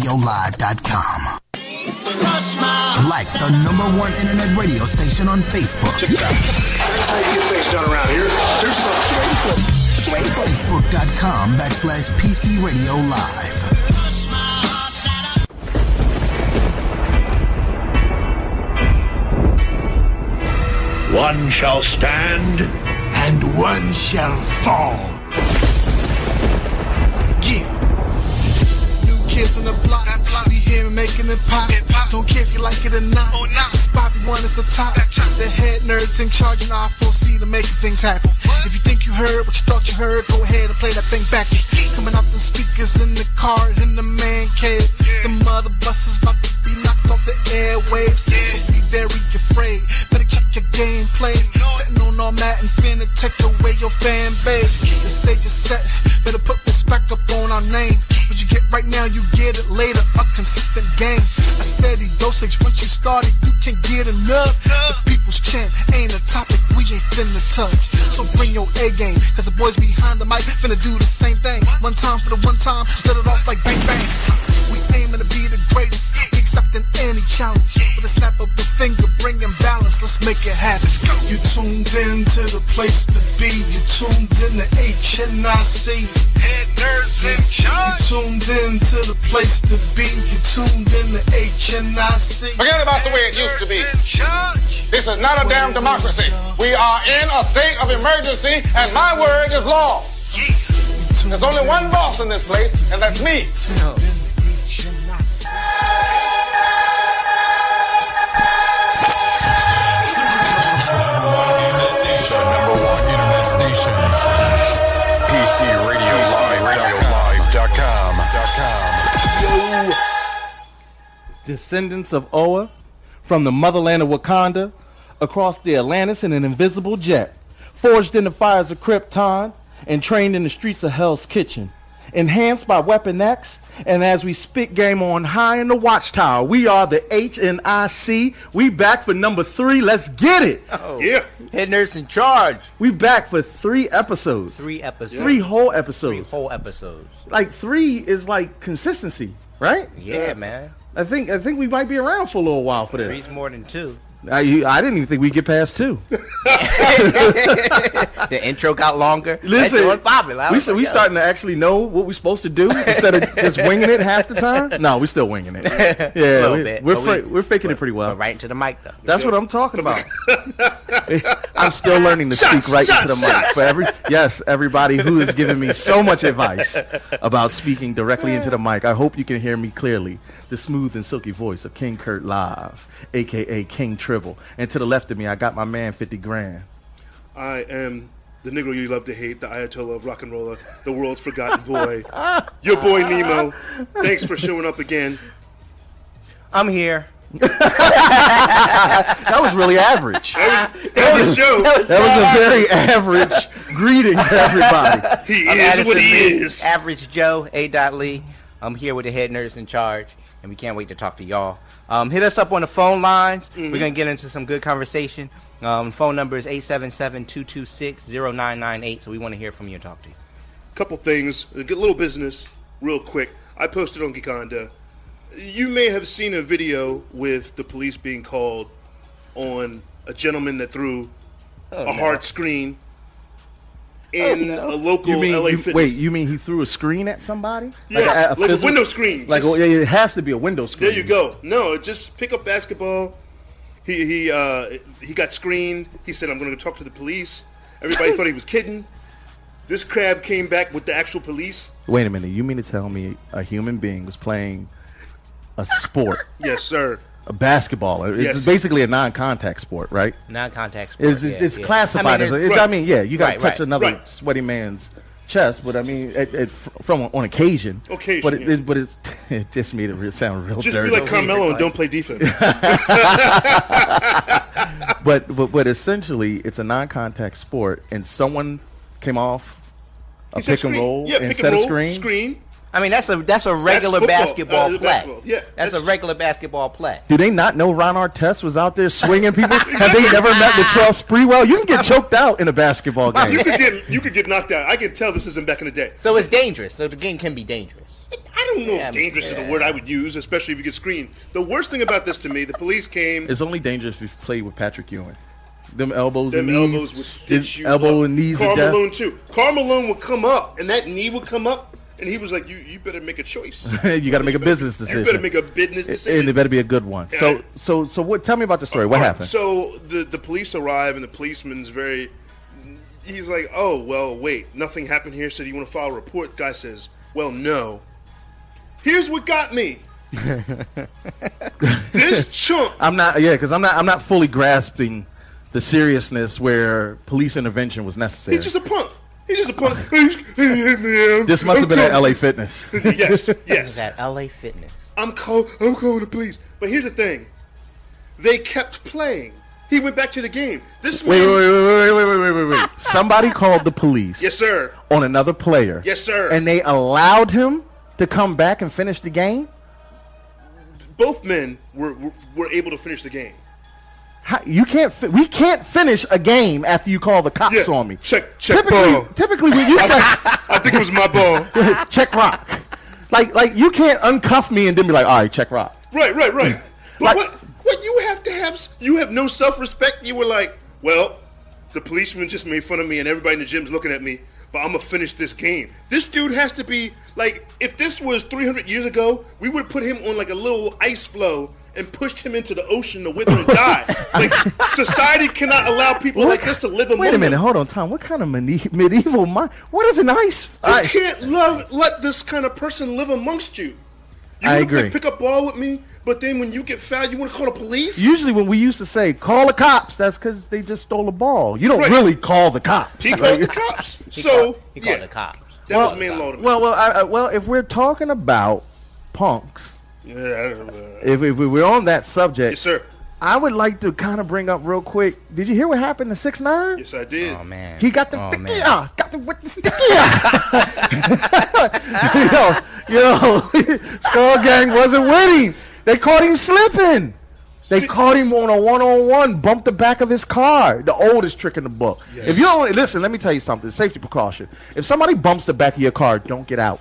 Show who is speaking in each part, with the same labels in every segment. Speaker 1: PCRadioLive.com. Like the number one internet radio station on Facebook.
Speaker 2: That's how you get things done around here. Do something.
Speaker 1: Facebook.com backslash PC Radio Live.
Speaker 3: One shall stand and one shall fall.
Speaker 4: Yeah. New kids on the block. We here making it pop. Don't care if you like it or not. Spot we want is the top. The head nerds in charge and I foresee to making things happen. If you think you heard what you thought you heard, go ahead and play that thing back. Coming out the speakers in the car in the man cave. The mother busters about to be knocked off the airwaves. So be very afraid. Better check your gameplay. Sitting on all that and finna take away your fan base. The stage is set. Better put respect up on our name. What you get right now, you get it later. A consistent game, a steady dosage. Once you start it, you can get enough. The people's champ ain't a topic we ain't finna touch. So bring your A game, cause the boys behind the mic finna do the same thing. One time for the one time, let it off like bang bang. We aiming to be the greatest, accepting any challenge. With a snap of a finger, bringing balance, let's make it happen. You tuned in to the place to be, you tuned in to HNIC. Head nerds in charge. You tuned in to the place to be. You tuned in to HNIC.
Speaker 5: Forget about the way it used to be. This is not a damn democracy. We are in a state of emergency, and my word is law. There's only one boss in this place, and that's me.
Speaker 6: number one internet station. PC Radio Live. Radio Live.com.
Speaker 7: descendants of Oa, from the motherland of Wakanda, across the Atlantis in an invisible jet, forged in the fires of Krypton, and trained in the streets of Hell's Kitchen. Enhanced by Weapon X, and as we spit game on high in the watchtower, we are the H and I C. We back for number three. Let's get it.
Speaker 2: Oh.
Speaker 5: Yeah.
Speaker 8: Head nurse in charge.
Speaker 7: We back for three episodes,
Speaker 8: Three episodes.
Speaker 7: Three whole episodes.
Speaker 8: whole episodes.
Speaker 7: like three is like consistency, right?
Speaker 8: Yeah, man.
Speaker 7: I think I think we might be around for a little while for this.
Speaker 8: Three's more than two.
Speaker 7: I, you- I didn't even think we'd get past two.
Speaker 8: The intro got longer.
Speaker 7: Listen,
Speaker 8: That's what popping. I
Speaker 7: we
Speaker 8: was
Speaker 7: so
Speaker 8: like,
Speaker 7: we
Speaker 8: yo.
Speaker 7: starting to actually know what we're supposed to do instead of just winging it half the time. No, we're still winging it. Yeah,
Speaker 8: Little
Speaker 7: we,
Speaker 8: bit,
Speaker 7: we're
Speaker 8: but
Speaker 7: fra-
Speaker 8: we-
Speaker 7: we're faking it pretty well.
Speaker 8: But right into the mic though.
Speaker 7: That's what I'm talking about. I'm still learning to speak right into the mic. For every yes, everybody who is giving me so much advice about speaking directly into the mic. I hope you can hear me clearly. The smooth and silky voice of King Kurt Live, aka King Tribble. And to the left of me, I got my man 50 Grand.
Speaker 2: I am the Negro you love to hate, the Ayatollah of rock and roller, the world's forgotten boy, your boy Nemo. Thanks for showing up again.
Speaker 8: I'm here.
Speaker 7: That was really average.
Speaker 2: That was Joe.
Speaker 7: That was a very average greeting to everybody.
Speaker 2: He
Speaker 8: I'm
Speaker 2: is what
Speaker 8: Addison
Speaker 2: he
Speaker 8: Lee,
Speaker 2: is.
Speaker 8: Average Joe, A. Dot Lee. I'm here with the head nurse in charge, and we can't wait to talk to y'all. Um, hit us up on the phone lines.
Speaker 7: Mm-hmm.
Speaker 8: We're going to get into some good conversation. Um, phone number is 877-226-0998, so we want to hear from you and talk to you.
Speaker 2: couple things, a good little business, real quick. I posted on Geekonda. You may have seen a video with the police being called on a gentleman that threw
Speaker 7: Oh,
Speaker 2: a hard screen in a local
Speaker 7: You mean
Speaker 2: LA
Speaker 7: you-
Speaker 2: fitness.
Speaker 7: wait? You mean he threw a screen at somebody?
Speaker 2: Yeah, like a window screen.
Speaker 7: Like oh,
Speaker 2: Just-
Speaker 7: yeah, it has to be a window screen.
Speaker 2: There you go. No, just pick up basketball. He he uh, he got screened. He said, "I'm going to talk to the police." Everybody thought he was kidding. This crab came back with the actual police.
Speaker 7: Wait a minute. You mean to tell me a human being was playing a sport,
Speaker 2: Yes, sir.
Speaker 7: a basketball? It's
Speaker 2: Yes.
Speaker 7: basically a non-contact sport, right?
Speaker 8: Non-contact sport.
Speaker 7: It's,
Speaker 8: yeah,
Speaker 7: it's
Speaker 8: yeah. I
Speaker 7: classified
Speaker 8: mean,
Speaker 7: as.
Speaker 8: it's-
Speaker 7: a- it's- I
Speaker 2: right.
Speaker 7: mean, yeah, you got to
Speaker 8: Right,
Speaker 7: touch
Speaker 8: right.
Speaker 7: another
Speaker 2: Right.
Speaker 7: sweaty man's chest, but I mean, at, at, from on occasion.
Speaker 2: Occasion,
Speaker 7: But it,
Speaker 2: yeah.
Speaker 7: it- but it's, it just made it real sound real
Speaker 2: Just
Speaker 7: dirty.
Speaker 2: be like Carmelo and don't play defense.
Speaker 7: But but but essentially, it's a non-contact sport, and someone came off a
Speaker 2: He said
Speaker 7: pick and
Speaker 2: screen.
Speaker 7: roll
Speaker 2: Yeah, pick
Speaker 7: instead
Speaker 2: and roll.
Speaker 7: of screen.
Speaker 2: Screen.
Speaker 8: I mean, that's a that's a regular
Speaker 2: football.
Speaker 8: basketball
Speaker 2: Uh,
Speaker 8: play.
Speaker 2: basketball. Yeah,
Speaker 8: that's,
Speaker 2: that's-
Speaker 8: a regular basketball play.
Speaker 7: Do they not know Ron Artest was out there swinging people? Have they never met Latrell Sprewell? You can get choked out in a basketball
Speaker 2: You
Speaker 7: game.
Speaker 2: could get you could get knocked out. I can tell this isn't back in the day.
Speaker 8: So it's dangerous. So the game can be dangerous.
Speaker 2: I don't know
Speaker 8: Yeah,
Speaker 2: if dangerous is the word I would use, especially if you get screened. The worst thing about this to me, the police came.
Speaker 7: It's only dangerous if you play with Patrick Ewing. Them elbows
Speaker 2: them
Speaker 7: and knees.
Speaker 2: elbows would stitch
Speaker 7: them
Speaker 2: you
Speaker 7: elbow
Speaker 2: up.
Speaker 7: and knees
Speaker 2: Karl
Speaker 7: of death.
Speaker 2: Malone too. Karl Malone would come up, and that knee would come up, and he was like, "You, you better make a choice.
Speaker 7: you got to make a business
Speaker 2: you
Speaker 7: decision.
Speaker 2: better make a business decision."
Speaker 7: And it better be a good one. So,
Speaker 2: Yeah.
Speaker 7: so, so what? Tell me about the story. What
Speaker 2: All right,
Speaker 7: happened?
Speaker 2: So the the police arrive, and the policeman's very. He's like, "Oh well, wait, nothing happened here. So do you want to file a report?" Guy says, "Well, no. Here's what got me. this chunk
Speaker 7: I'm not. Yeah, because I'm not. I'm not fully grasping the seriousness where police intervention was necessary.
Speaker 2: He's just a punk. He's just a punk. this
Speaker 7: this must have been at LA Fitness.
Speaker 2: yes,
Speaker 8: Is
Speaker 2: yes.
Speaker 8: that LA Fitness?
Speaker 2: I'm call I'm calling the police. But here's the thing. They kept playing. He went back to the game. This
Speaker 7: Wait, wait,
Speaker 2: man
Speaker 7: wait, wait, wait, wait, wait, wait, wait. Somebody called the police.
Speaker 2: Yes, sir.
Speaker 7: On another player.
Speaker 2: Yes, sir.
Speaker 7: And they allowed him to come back and finish the game.
Speaker 2: Both men were, were were able to finish the game.
Speaker 7: How, you can't. Fi- we can't finish a game after you call the cops
Speaker 2: Yeah.
Speaker 7: on me.
Speaker 2: Check- check
Speaker 7: Typically,
Speaker 2: ball.
Speaker 7: typically when you say
Speaker 2: I think it was my ball.
Speaker 7: check rock, like like you can't uncuff me and then be like, all right, check rock.
Speaker 2: Right, right, right. But
Speaker 7: Mm. Like-
Speaker 2: what what you have to have s- you have no self respect. You were like, well, the policeman just made fun of me, and everybody in the gym's looking at me. But I'm gonna finish this game. This dude has to be like, if this was 300 years ago, we would put him on like a little ice floe and pushed him into the ocean to wither and die. like society cannot allow people like this to live among
Speaker 7: Wait a minute,
Speaker 2: them.
Speaker 7: hold on, Tom. What kind of medi- medieval mind? What is an ice?
Speaker 2: You
Speaker 7: ice-
Speaker 2: can't love let this kind of person live amongst you. You
Speaker 7: I
Speaker 2: wanna play
Speaker 7: agree.
Speaker 2: Pick up ball with me, but then when you get fouled, you want to call the police.
Speaker 7: Usually, when we used to say "call the cops," that's because they just stole a ball. You don't
Speaker 2: Right.
Speaker 7: really call the cops.
Speaker 2: He called the cops.
Speaker 8: He
Speaker 2: so
Speaker 8: called, he called
Speaker 2: yeah,
Speaker 8: the cops.
Speaker 2: That was main law to me.
Speaker 7: well, well, I, I, well. If we're talking about punks,
Speaker 2: yeah, I don't know.
Speaker 7: if, if we were on that subject,
Speaker 2: yes, sir.
Speaker 7: I would like to kind of bring up real quick. Did you hear what happened to Six Nine?
Speaker 2: Yes, I did.
Speaker 8: Oh man,
Speaker 7: He got the
Speaker 8: oh,
Speaker 7: sticky
Speaker 8: man.
Speaker 7: eye. Got the with the sticky eye. yo, yo, Skull Gang wasn't winning. They caught him slipping. They
Speaker 2: See-
Speaker 7: caught him on a one-on-one, bumped the back of his car. The oldest trick in the book. If you don't listen, let me tell you something. Safety precaution. If somebody bumps the back of your car, don't get out.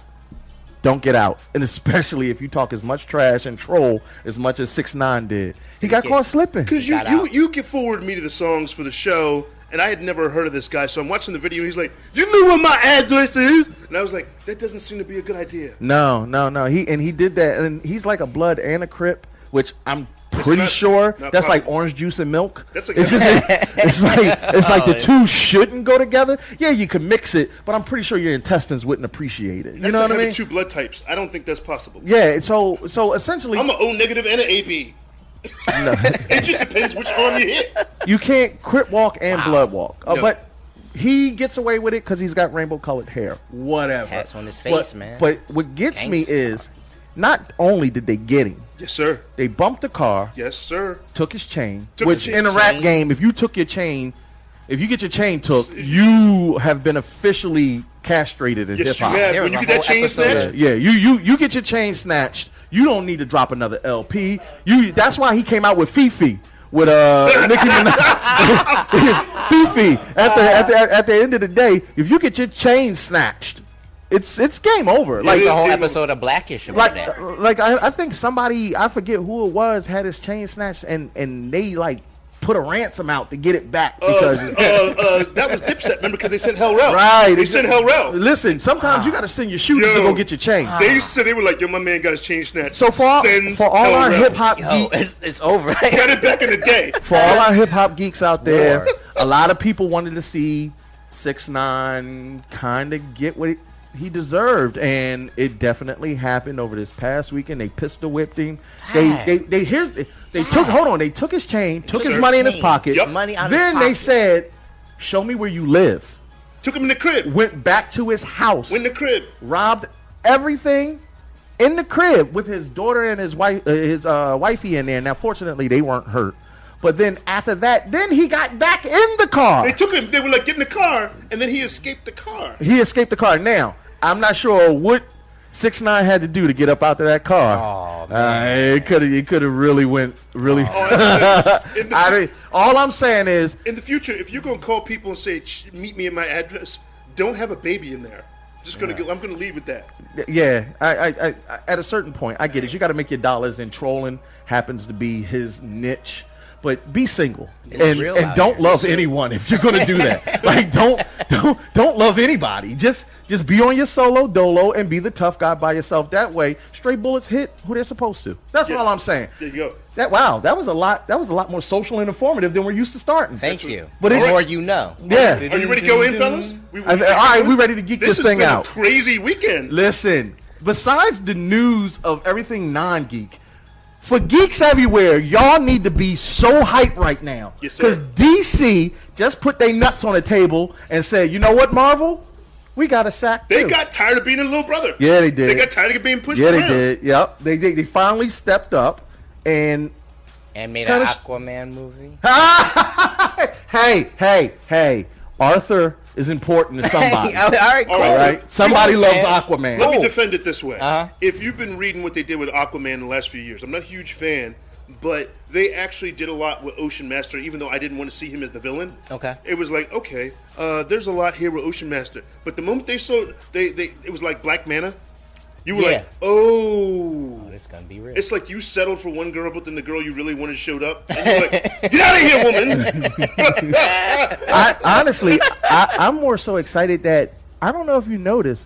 Speaker 7: Don't get out. And especially if you talk as much trash and troll as much as six nine did. He got caught slipping.
Speaker 2: Because you,
Speaker 8: got
Speaker 2: you
Speaker 8: out.
Speaker 2: you get forward me to the songs for the show, and I had never heard of this guy. So I'm watching the video. and He's like, "You know what my address is," and I was like, "That doesn't seem to be a good idea."
Speaker 7: No, no, no. He and he did that, and he's like a blood and a crip, which I'm pretty
Speaker 2: not-
Speaker 7: sure
Speaker 2: not
Speaker 7: that's like
Speaker 2: possible.
Speaker 7: orange juice and milk.
Speaker 2: That's like-
Speaker 7: it's, just, it's like it's like
Speaker 8: Oh,
Speaker 7: the two shouldn't go together. Yeah, you can mix it, but I'm pretty sure your intestines wouldn't appreciate it. You
Speaker 2: That's
Speaker 7: know
Speaker 2: like
Speaker 7: what I
Speaker 2: having
Speaker 7: mean?
Speaker 2: Two blood types. I don't think that's possible.
Speaker 7: Yeah. So so essentially,
Speaker 2: I'm an O negative and an AB. it just depends which arm you hit.
Speaker 7: you can't crip walk and blood walk. Uh,
Speaker 2: No.
Speaker 7: But he gets away with it because he's got rainbow colored hair. Whatever.
Speaker 8: Tats on his face,
Speaker 7: but,
Speaker 8: man.
Speaker 7: But what gets me
Speaker 8: Gangsta.
Speaker 7: is not only did they get him,
Speaker 2: Yes, sir.
Speaker 7: they bumped the car.
Speaker 2: Yes, sir.
Speaker 7: took his chain,
Speaker 2: Took
Speaker 7: which
Speaker 2: his
Speaker 7: in a
Speaker 2: chain.
Speaker 7: rap game, if you took your chain, if you get your chain took, you have been officially castrated in hip
Speaker 2: Yes, you
Speaker 7: hop.
Speaker 2: have.
Speaker 8: There
Speaker 2: When
Speaker 8: was
Speaker 2: you
Speaker 8: a
Speaker 2: get that
Speaker 8: whole
Speaker 2: chain
Speaker 8: episode
Speaker 2: snatched,
Speaker 8: of-
Speaker 7: Yeah, you you you get your chain snatched. You don't need to drop another LP. You that's why he came out with Fifi with uh Nicki Minaj. Fifi at the, at the at the end of the day, if you get your chain snatched, it's it's game over.
Speaker 8: like
Speaker 7: Like
Speaker 8: the whole
Speaker 2: Dude.
Speaker 8: episode of Blackish about
Speaker 7: like uh,
Speaker 8: that.
Speaker 7: like I, I think somebody I forget who it was had his chain snatched and and they like put a ransom out to get it back because
Speaker 2: uh, uh, that was Dipset. Remember, because they sent Hell Rel.
Speaker 7: right
Speaker 2: They sent Hell Rel.
Speaker 7: Listen, sometimes you got to send your shooters to
Speaker 2: Yo.
Speaker 7: go get your chain.
Speaker 2: They said they were like, "Yo, my man got his chain snatched."
Speaker 7: so for all,
Speaker 2: Send
Speaker 7: for all
Speaker 2: Hell
Speaker 7: our
Speaker 2: Rel.
Speaker 7: hip hop
Speaker 8: Yo,
Speaker 7: geeks,
Speaker 8: it's, it's over.
Speaker 2: got it back in the day.
Speaker 7: for all our hip hop geeks out there, a lot of people wanted to see six nine kind of get what it, he deserved, and it definitely happened over this past weekend. They pistol whipped him. They
Speaker 8: Dang.
Speaker 7: they they here they, took hold on. They took his chain, took his
Speaker 2: his
Speaker 7: money in his
Speaker 8: chain,
Speaker 7: pocket.
Speaker 2: Yup.
Speaker 8: money out of his
Speaker 7: then they
Speaker 8: pocket.
Speaker 7: said, "Show me where you live."
Speaker 2: Took him in the crib.
Speaker 7: Went back to his house,
Speaker 2: Went in the crib.
Speaker 7: robbed everything. In the crib with his daughter and his wife, uh, his uh, wifey in there. Now, fortunately, they weren't hurt. But then after that, then he got back in the car.
Speaker 2: They took him. They were like, "Get in the car," and then he escaped the car.
Speaker 7: he escaped the car. Now, I'm not sure what six nine had to do to get up out of that car. Oh, man. it could have it could have really went really.
Speaker 2: Oh, in, the,
Speaker 7: I didn't, all I'm saying is
Speaker 2: in the future, if you're gonna call people and say, "Ch- "Meet me at my address," don't have a baby in there. Just gonna go. I'm gonna leave with that.
Speaker 7: Yeah, I, I, I, at a certain point, I get it. You got to make your dollars, and trolling happens to be his niche. But be single and,
Speaker 8: real
Speaker 7: and
Speaker 8: out
Speaker 7: don't
Speaker 8: here.
Speaker 7: love anyone if you're gonna do that. like don't don't don't love anybody. Just just be on your solo dolo and be the tough guy by yourself. That way, straight bullets hit who they're supposed to. That's all I'm saying.
Speaker 2: There you go.
Speaker 7: That wow, that was a lot. That was a lot more social and informative than we're used to starting.
Speaker 8: Thank you.
Speaker 7: But
Speaker 8: But
Speaker 7: it-
Speaker 8: the more you know.
Speaker 7: Yeah.
Speaker 2: Are you ready to go in, fellas? We,
Speaker 7: I- all right, we ready to geek
Speaker 2: has
Speaker 7: this thing
Speaker 2: been a
Speaker 7: out.
Speaker 2: crazy weekend.
Speaker 7: Listen, besides the news of everything non geek, for geeks everywhere, y'all need to be so hype right now.
Speaker 2: Yes, sir.
Speaker 7: DC just put their nuts on the table and said, you know what, Marvel? We got a sack.
Speaker 2: They
Speaker 7: too."
Speaker 2: got tired of being a little brother.
Speaker 7: Yeah, they did.
Speaker 2: They got tired of being pushed
Speaker 7: Yeah, they
Speaker 2: around.
Speaker 7: did. Yep. They, they, they finally stepped up and.
Speaker 8: And made
Speaker 7: Kinda
Speaker 8: an
Speaker 7: sh-
Speaker 8: Aquaman movie.
Speaker 7: Hey, hey, hey. Arthur is important to somebody.
Speaker 8: all right, cool.
Speaker 7: all right? Somebody loves Aquaman.
Speaker 2: Let me
Speaker 8: Oh.
Speaker 2: defend it this way.
Speaker 8: Uh-huh.
Speaker 2: If you've been reading what they did with Aquaman the last few years, I'm not a huge fan, but they actually did a lot with Ocean Master, even though I didn't want to see him as the villain.
Speaker 8: Okay.
Speaker 2: It was like, okay, uh, there's a lot here with Ocean Master. But the moment they saw they, they it was like Black Mana. You were
Speaker 8: Yeah.
Speaker 2: like, oh,
Speaker 8: It's gonna be real.
Speaker 2: it's like you settled for one girl, but then the girl you really wanted showed up. And you're like, get out of here, woman!
Speaker 7: I honestly, I, I'm more so excited that I don't know if you noticed,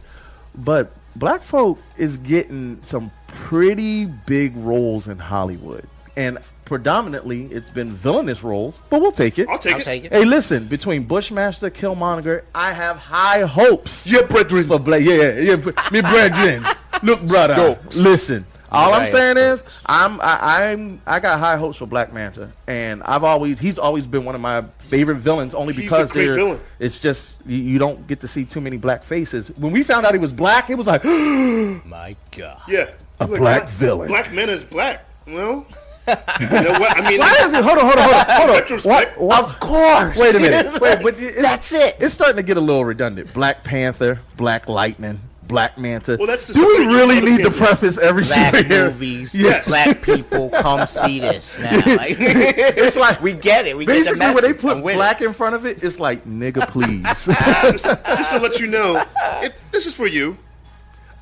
Speaker 7: but black folk is getting some pretty big roles in Hollywood, and predominantly it's been villainous roles. But we'll take it.
Speaker 2: I'll take
Speaker 8: I'll
Speaker 2: it.
Speaker 8: take it.
Speaker 7: Hey, listen, between Bushmaster, Killmonger, I have high hopes. Yeah, brethren. For Bla- yeah, yeah, yeah, br- me brethren. Look, brother.
Speaker 6: Stokes.
Speaker 7: Listen. All I'm
Speaker 8: Right,
Speaker 7: saying is, I'm I, I'm I got high hopes for Black Manta, and I've always he's always been one of my favorite villains, only
Speaker 2: He's a
Speaker 7: because
Speaker 2: great
Speaker 7: they're-
Speaker 2: villain.
Speaker 7: it's just you, you don't get to see too many black faces. When we found out he was black, it was like
Speaker 8: My God.
Speaker 2: Yeah.
Speaker 7: A
Speaker 2: Like,
Speaker 7: black
Speaker 2: black
Speaker 7: villain.
Speaker 2: Black men is black. Well, you know what? I mean,
Speaker 7: Why is it? Hold on, hold on, hold on, hold on.
Speaker 2: Retrospect.
Speaker 7: Of course. Wait a minute. Wait, but it- that's it. It's starting to get a little redundant. Black Panther, Black Lightning, Black Manta.
Speaker 2: Well, that's to
Speaker 7: Do we
Speaker 2: separate
Speaker 7: really
Speaker 2: the
Speaker 7: need to
Speaker 2: people.
Speaker 7: preface every
Speaker 8: Black
Speaker 7: superhero?
Speaker 8: movies.
Speaker 7: Yes.
Speaker 8: Black people come see this now. Like, it's
Speaker 7: like-
Speaker 8: we get it. We
Speaker 7: Basically,
Speaker 8: get the
Speaker 7: when they
Speaker 8: message.
Speaker 7: put
Speaker 8: I'm with it.
Speaker 7: black in front of it, it's like nigga, please.
Speaker 2: just, just to let you know, it, this is for you.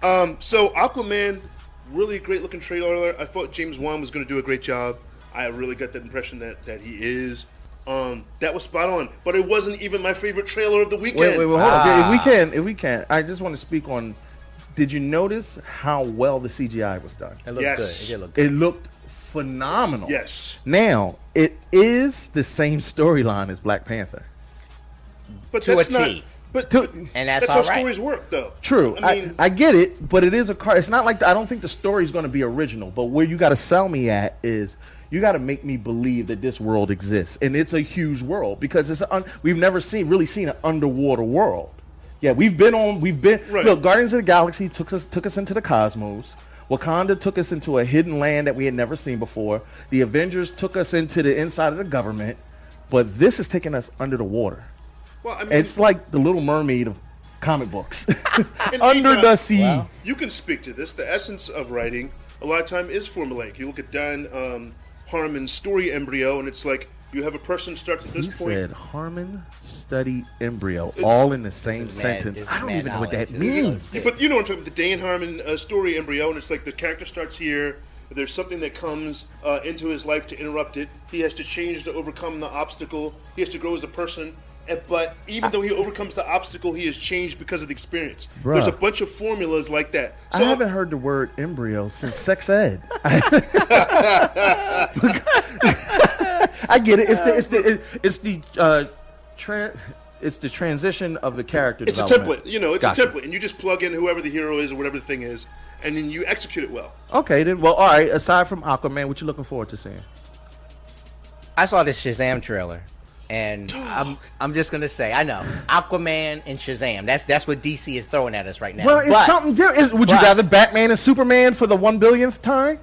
Speaker 2: Um, so Aquaman, really great looking trailer. I thought James Wan was going to do a great job. I really got that impression that that he is. Um, that was spot on, but it wasn't even my favorite trailer of the weekend.
Speaker 7: Wait, wait, wait, hold on.
Speaker 8: Ah.
Speaker 7: If we can, if we can, I just want to speak on. Did you notice how well the CGI was done?
Speaker 8: It looked
Speaker 2: Yes.
Speaker 8: good. It did look good.
Speaker 7: It looked phenomenal.
Speaker 2: Yes,
Speaker 7: Now it is the same storyline as Black Panther.
Speaker 2: but
Speaker 8: To a
Speaker 2: that's not.
Speaker 8: T.
Speaker 2: But
Speaker 7: To-
Speaker 8: And that's
Speaker 2: how
Speaker 8: all right.
Speaker 2: stories work, though.
Speaker 7: True,
Speaker 2: I mean,
Speaker 7: I, get it, but it is a car. It's not like I don't think the story is going to be original. But where you got to sell me at is you got to make me believe that this world exists, and it's a huge world because it's a un, we've never seen really seen an underwater world. Yeah, we've been on. We've been
Speaker 2: Right.
Speaker 7: look. Guardians of the Galaxy took us took us into the cosmos. Wakanda took us into a hidden land that we had never seen before. The Avengers took us into the inside of the government, but this is taking us under the water.
Speaker 2: well, I mean,
Speaker 7: It's like the Little Mermaid of comic books.
Speaker 2: and
Speaker 7: Under
Speaker 2: Enoch-
Speaker 7: the sea.
Speaker 2: you can speak to this. The essence of writing, a lot of time, is formulaic. You look at Don um, Harmon's story embryo, and it's like you have a person starts at this
Speaker 7: He
Speaker 2: point.
Speaker 7: said Harmon study embryo all in the same
Speaker 8: is mad-
Speaker 7: sentence.
Speaker 8: this is
Speaker 7: I don't
Speaker 8: mad
Speaker 7: even know what that
Speaker 8: knowledge. This is-
Speaker 7: means.
Speaker 2: But you know what I'm talking about, the Dan Harmon uh, story embryo, and it's like the character starts here. There's something that comes uh, into his life to interrupt it. He has to change to overcome the obstacle. He has to grow as a person. Uh, But even though he overcomes the obstacle, he has changed because of the experience. There's a
Speaker 7: Bruh.
Speaker 2: bunch of formulas like that.
Speaker 7: I haven't heard the word embryo since sex ed. I get it. It's the it's the it- it's the uh, tra- it's the transition of the character.
Speaker 2: It's a
Speaker 7: development.
Speaker 2: template. You know, it's
Speaker 7: Gotcha.
Speaker 2: a template, and you just plug in whoever the hero is or whatever the thing is, and then you execute it well.
Speaker 7: Okay, then. Well, all right. Aside from Aquaman, what you looking forward to seeing?
Speaker 8: I saw this Shazam trailer, and I'm I'm just gonna say I know Aquaman and Shazam. That's that's what DC is throwing at us right now.
Speaker 7: Well, it's
Speaker 8: But
Speaker 7: something different. Is, would you
Speaker 8: but-
Speaker 7: rather Batman and Superman for the one billionth time?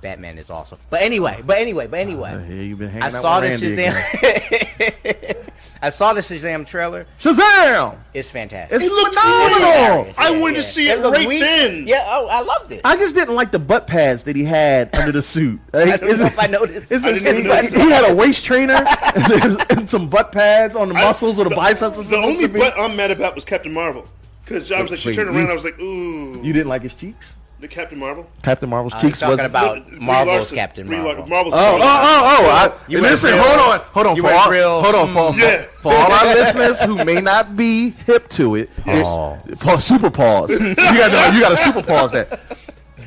Speaker 8: Batman is awesome. But anyway, but anyway, but anyway.
Speaker 7: yeah, you've been hanging
Speaker 8: I
Speaker 7: out
Speaker 8: saw the
Speaker 7: with Randy
Speaker 8: Shazam. I saw the Shazam trailer.
Speaker 7: Shazam!
Speaker 8: It's fantastic.
Speaker 7: It's
Speaker 8: It's
Speaker 7: phenomenal.
Speaker 8: hilarious.
Speaker 2: I wanted to see it
Speaker 8: looked
Speaker 2: right then.
Speaker 8: Yeah, oh, I loved it.
Speaker 7: I just didn't like the butt pads that he had under the suit.
Speaker 8: I don't know if I noticed.
Speaker 7: It's
Speaker 8: I
Speaker 7: just-
Speaker 8: didn't even
Speaker 7: he-
Speaker 8: notice.
Speaker 7: he had a waist trainer and some butt pads on the muscles or the biceps. Or
Speaker 2: The
Speaker 7: something.
Speaker 2: only butt I'm mad about was Captain Marvel. Because I was like, she
Speaker 7: Wait,
Speaker 2: turned around.
Speaker 7: you-
Speaker 2: I was like, ooh,
Speaker 9: You didn't like his cheeks?
Speaker 2: the Captain Marvel.
Speaker 7: Captain Marvel's
Speaker 8: Uh,
Speaker 7: cheeks
Speaker 8: talking
Speaker 7: was
Speaker 8: about
Speaker 2: Brie
Speaker 8: Marvel's
Speaker 2: Larson-
Speaker 8: Captain
Speaker 2: Brie Lar-
Speaker 8: Marvel.
Speaker 2: Marvel's
Speaker 7: Oh, oh, oh, oh! I,
Speaker 8: You went
Speaker 7: listen,
Speaker 8: real-
Speaker 7: hold on, hold on,
Speaker 8: you
Speaker 7: for
Speaker 8: went
Speaker 7: all,
Speaker 8: real- Mm.
Speaker 7: hold on, for,
Speaker 2: Yeah.
Speaker 7: for all our listeners who may not be hip to it,
Speaker 8: Paul.
Speaker 7: it's- pa- super pause. You got to, you got to super pause that.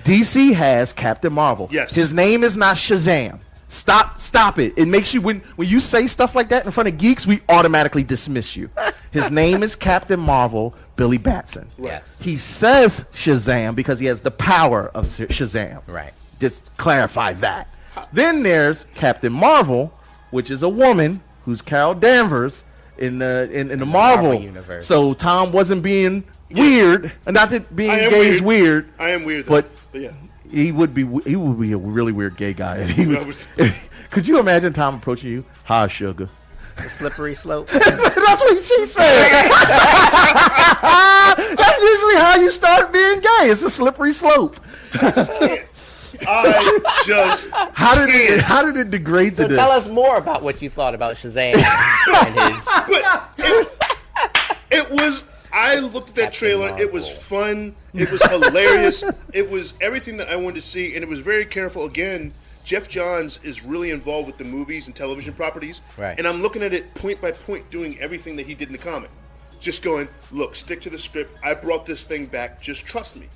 Speaker 7: DC has Captain Marvel.
Speaker 2: Yes.
Speaker 7: his name is not Shazam. Stop, stop it! It makes you when when you say stuff like that in front of geeks, we automatically dismiss you. His name is Captain Marvel, Billy Batson.
Speaker 8: Yes.
Speaker 7: He says Shazam because he has the power of Sh- Shazam.
Speaker 8: Right.
Speaker 7: Just clarify that. Then there's Captain Marvel, which is a woman who's Carol Danvers in the in, in the Marvel,
Speaker 8: Marvel universe.
Speaker 7: So Tom wasn't being weird, and not that being
Speaker 2: I am
Speaker 7: gay is weird.
Speaker 2: I am weird, though.
Speaker 7: but
Speaker 2: But yeah.
Speaker 7: he would be w- he would be a really weird gay guy. If he
Speaker 2: I
Speaker 7: was,
Speaker 2: was-
Speaker 7: could you imagine Tom approaching you? Hi, sugar.
Speaker 8: The slippery slope.
Speaker 7: That's what she said. That's usually how you start being gay. It's a slippery slope.
Speaker 2: I just
Speaker 7: How did it? How did it degrade
Speaker 8: so
Speaker 7: to this?
Speaker 8: tell us more about what you thought about Shazam and his
Speaker 2: but it, it was. I looked at that
Speaker 8: Captain
Speaker 2: trailer. It was
Speaker 8: Marvel.
Speaker 2: fun. It was hilarious. it was everything that I wanted to see, and it was very careful. Again, Jeff Johns is really involved with the movies and television properties,
Speaker 8: Right.
Speaker 2: and I'm looking at it point by point, doing everything that he did in the comic. Just going, look, stick to the script. I brought this thing back. Just trust me.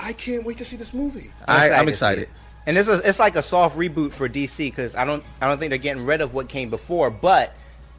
Speaker 2: I can't wait to see this movie.
Speaker 7: I- I'm
Speaker 8: to see
Speaker 7: excited.
Speaker 8: it. And this is it's like a soft reboot for DC because I don't I don't think they're getting rid of what came before, but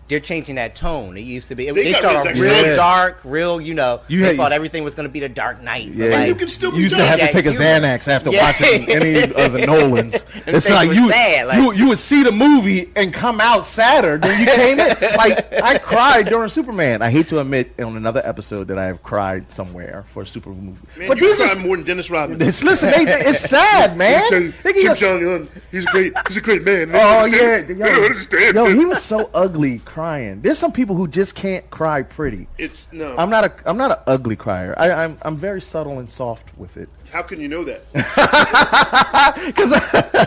Speaker 8: they're changing that tone. It used to be it,
Speaker 2: They
Speaker 8: they,
Speaker 2: got
Speaker 8: start
Speaker 2: rid
Speaker 8: off
Speaker 2: of Zack
Speaker 8: real
Speaker 7: Snyder.
Speaker 8: dark, real you know.
Speaker 7: You
Speaker 8: they
Speaker 7: had-
Speaker 8: thought everything was going to be the Dark Knight.
Speaker 7: Yeah.
Speaker 8: but, like,
Speaker 2: you can still
Speaker 7: You
Speaker 2: be
Speaker 7: used to
Speaker 2: done.
Speaker 7: have to
Speaker 8: Yeah,
Speaker 7: take a
Speaker 8: you-
Speaker 7: Xanax after
Speaker 8: Yeah.
Speaker 7: watching any of the Nolans.
Speaker 8: And
Speaker 7: It's
Speaker 8: things
Speaker 7: like
Speaker 8: were
Speaker 7: you,
Speaker 8: sad, like-
Speaker 7: you you would see the movie and come out sadder than you came in. Like I cried during Superman. I hate to admit on another episode that I have cried somewhere for a super movie.
Speaker 2: Man,
Speaker 7: but
Speaker 2: you
Speaker 7: these
Speaker 2: cried
Speaker 7: are
Speaker 2: more than Dennis Rodman.
Speaker 7: it's, listen, they, they- it's sad, man.
Speaker 2: Kim
Speaker 7: They
Speaker 2: Jong-
Speaker 7: get your-
Speaker 2: Kim Jong Un, he's a great, he's a great man. They
Speaker 7: Oh
Speaker 2: don't
Speaker 7: yeah,
Speaker 2: understand. They don't
Speaker 7: yo,
Speaker 2: understand.
Speaker 7: yo, he was so ugly crying. There's some people who just can't cry pretty.
Speaker 2: It's no.
Speaker 7: I'm not a I'm not an ugly crier. I, I'm I'm very subtle and soft with it.
Speaker 2: How can you know that?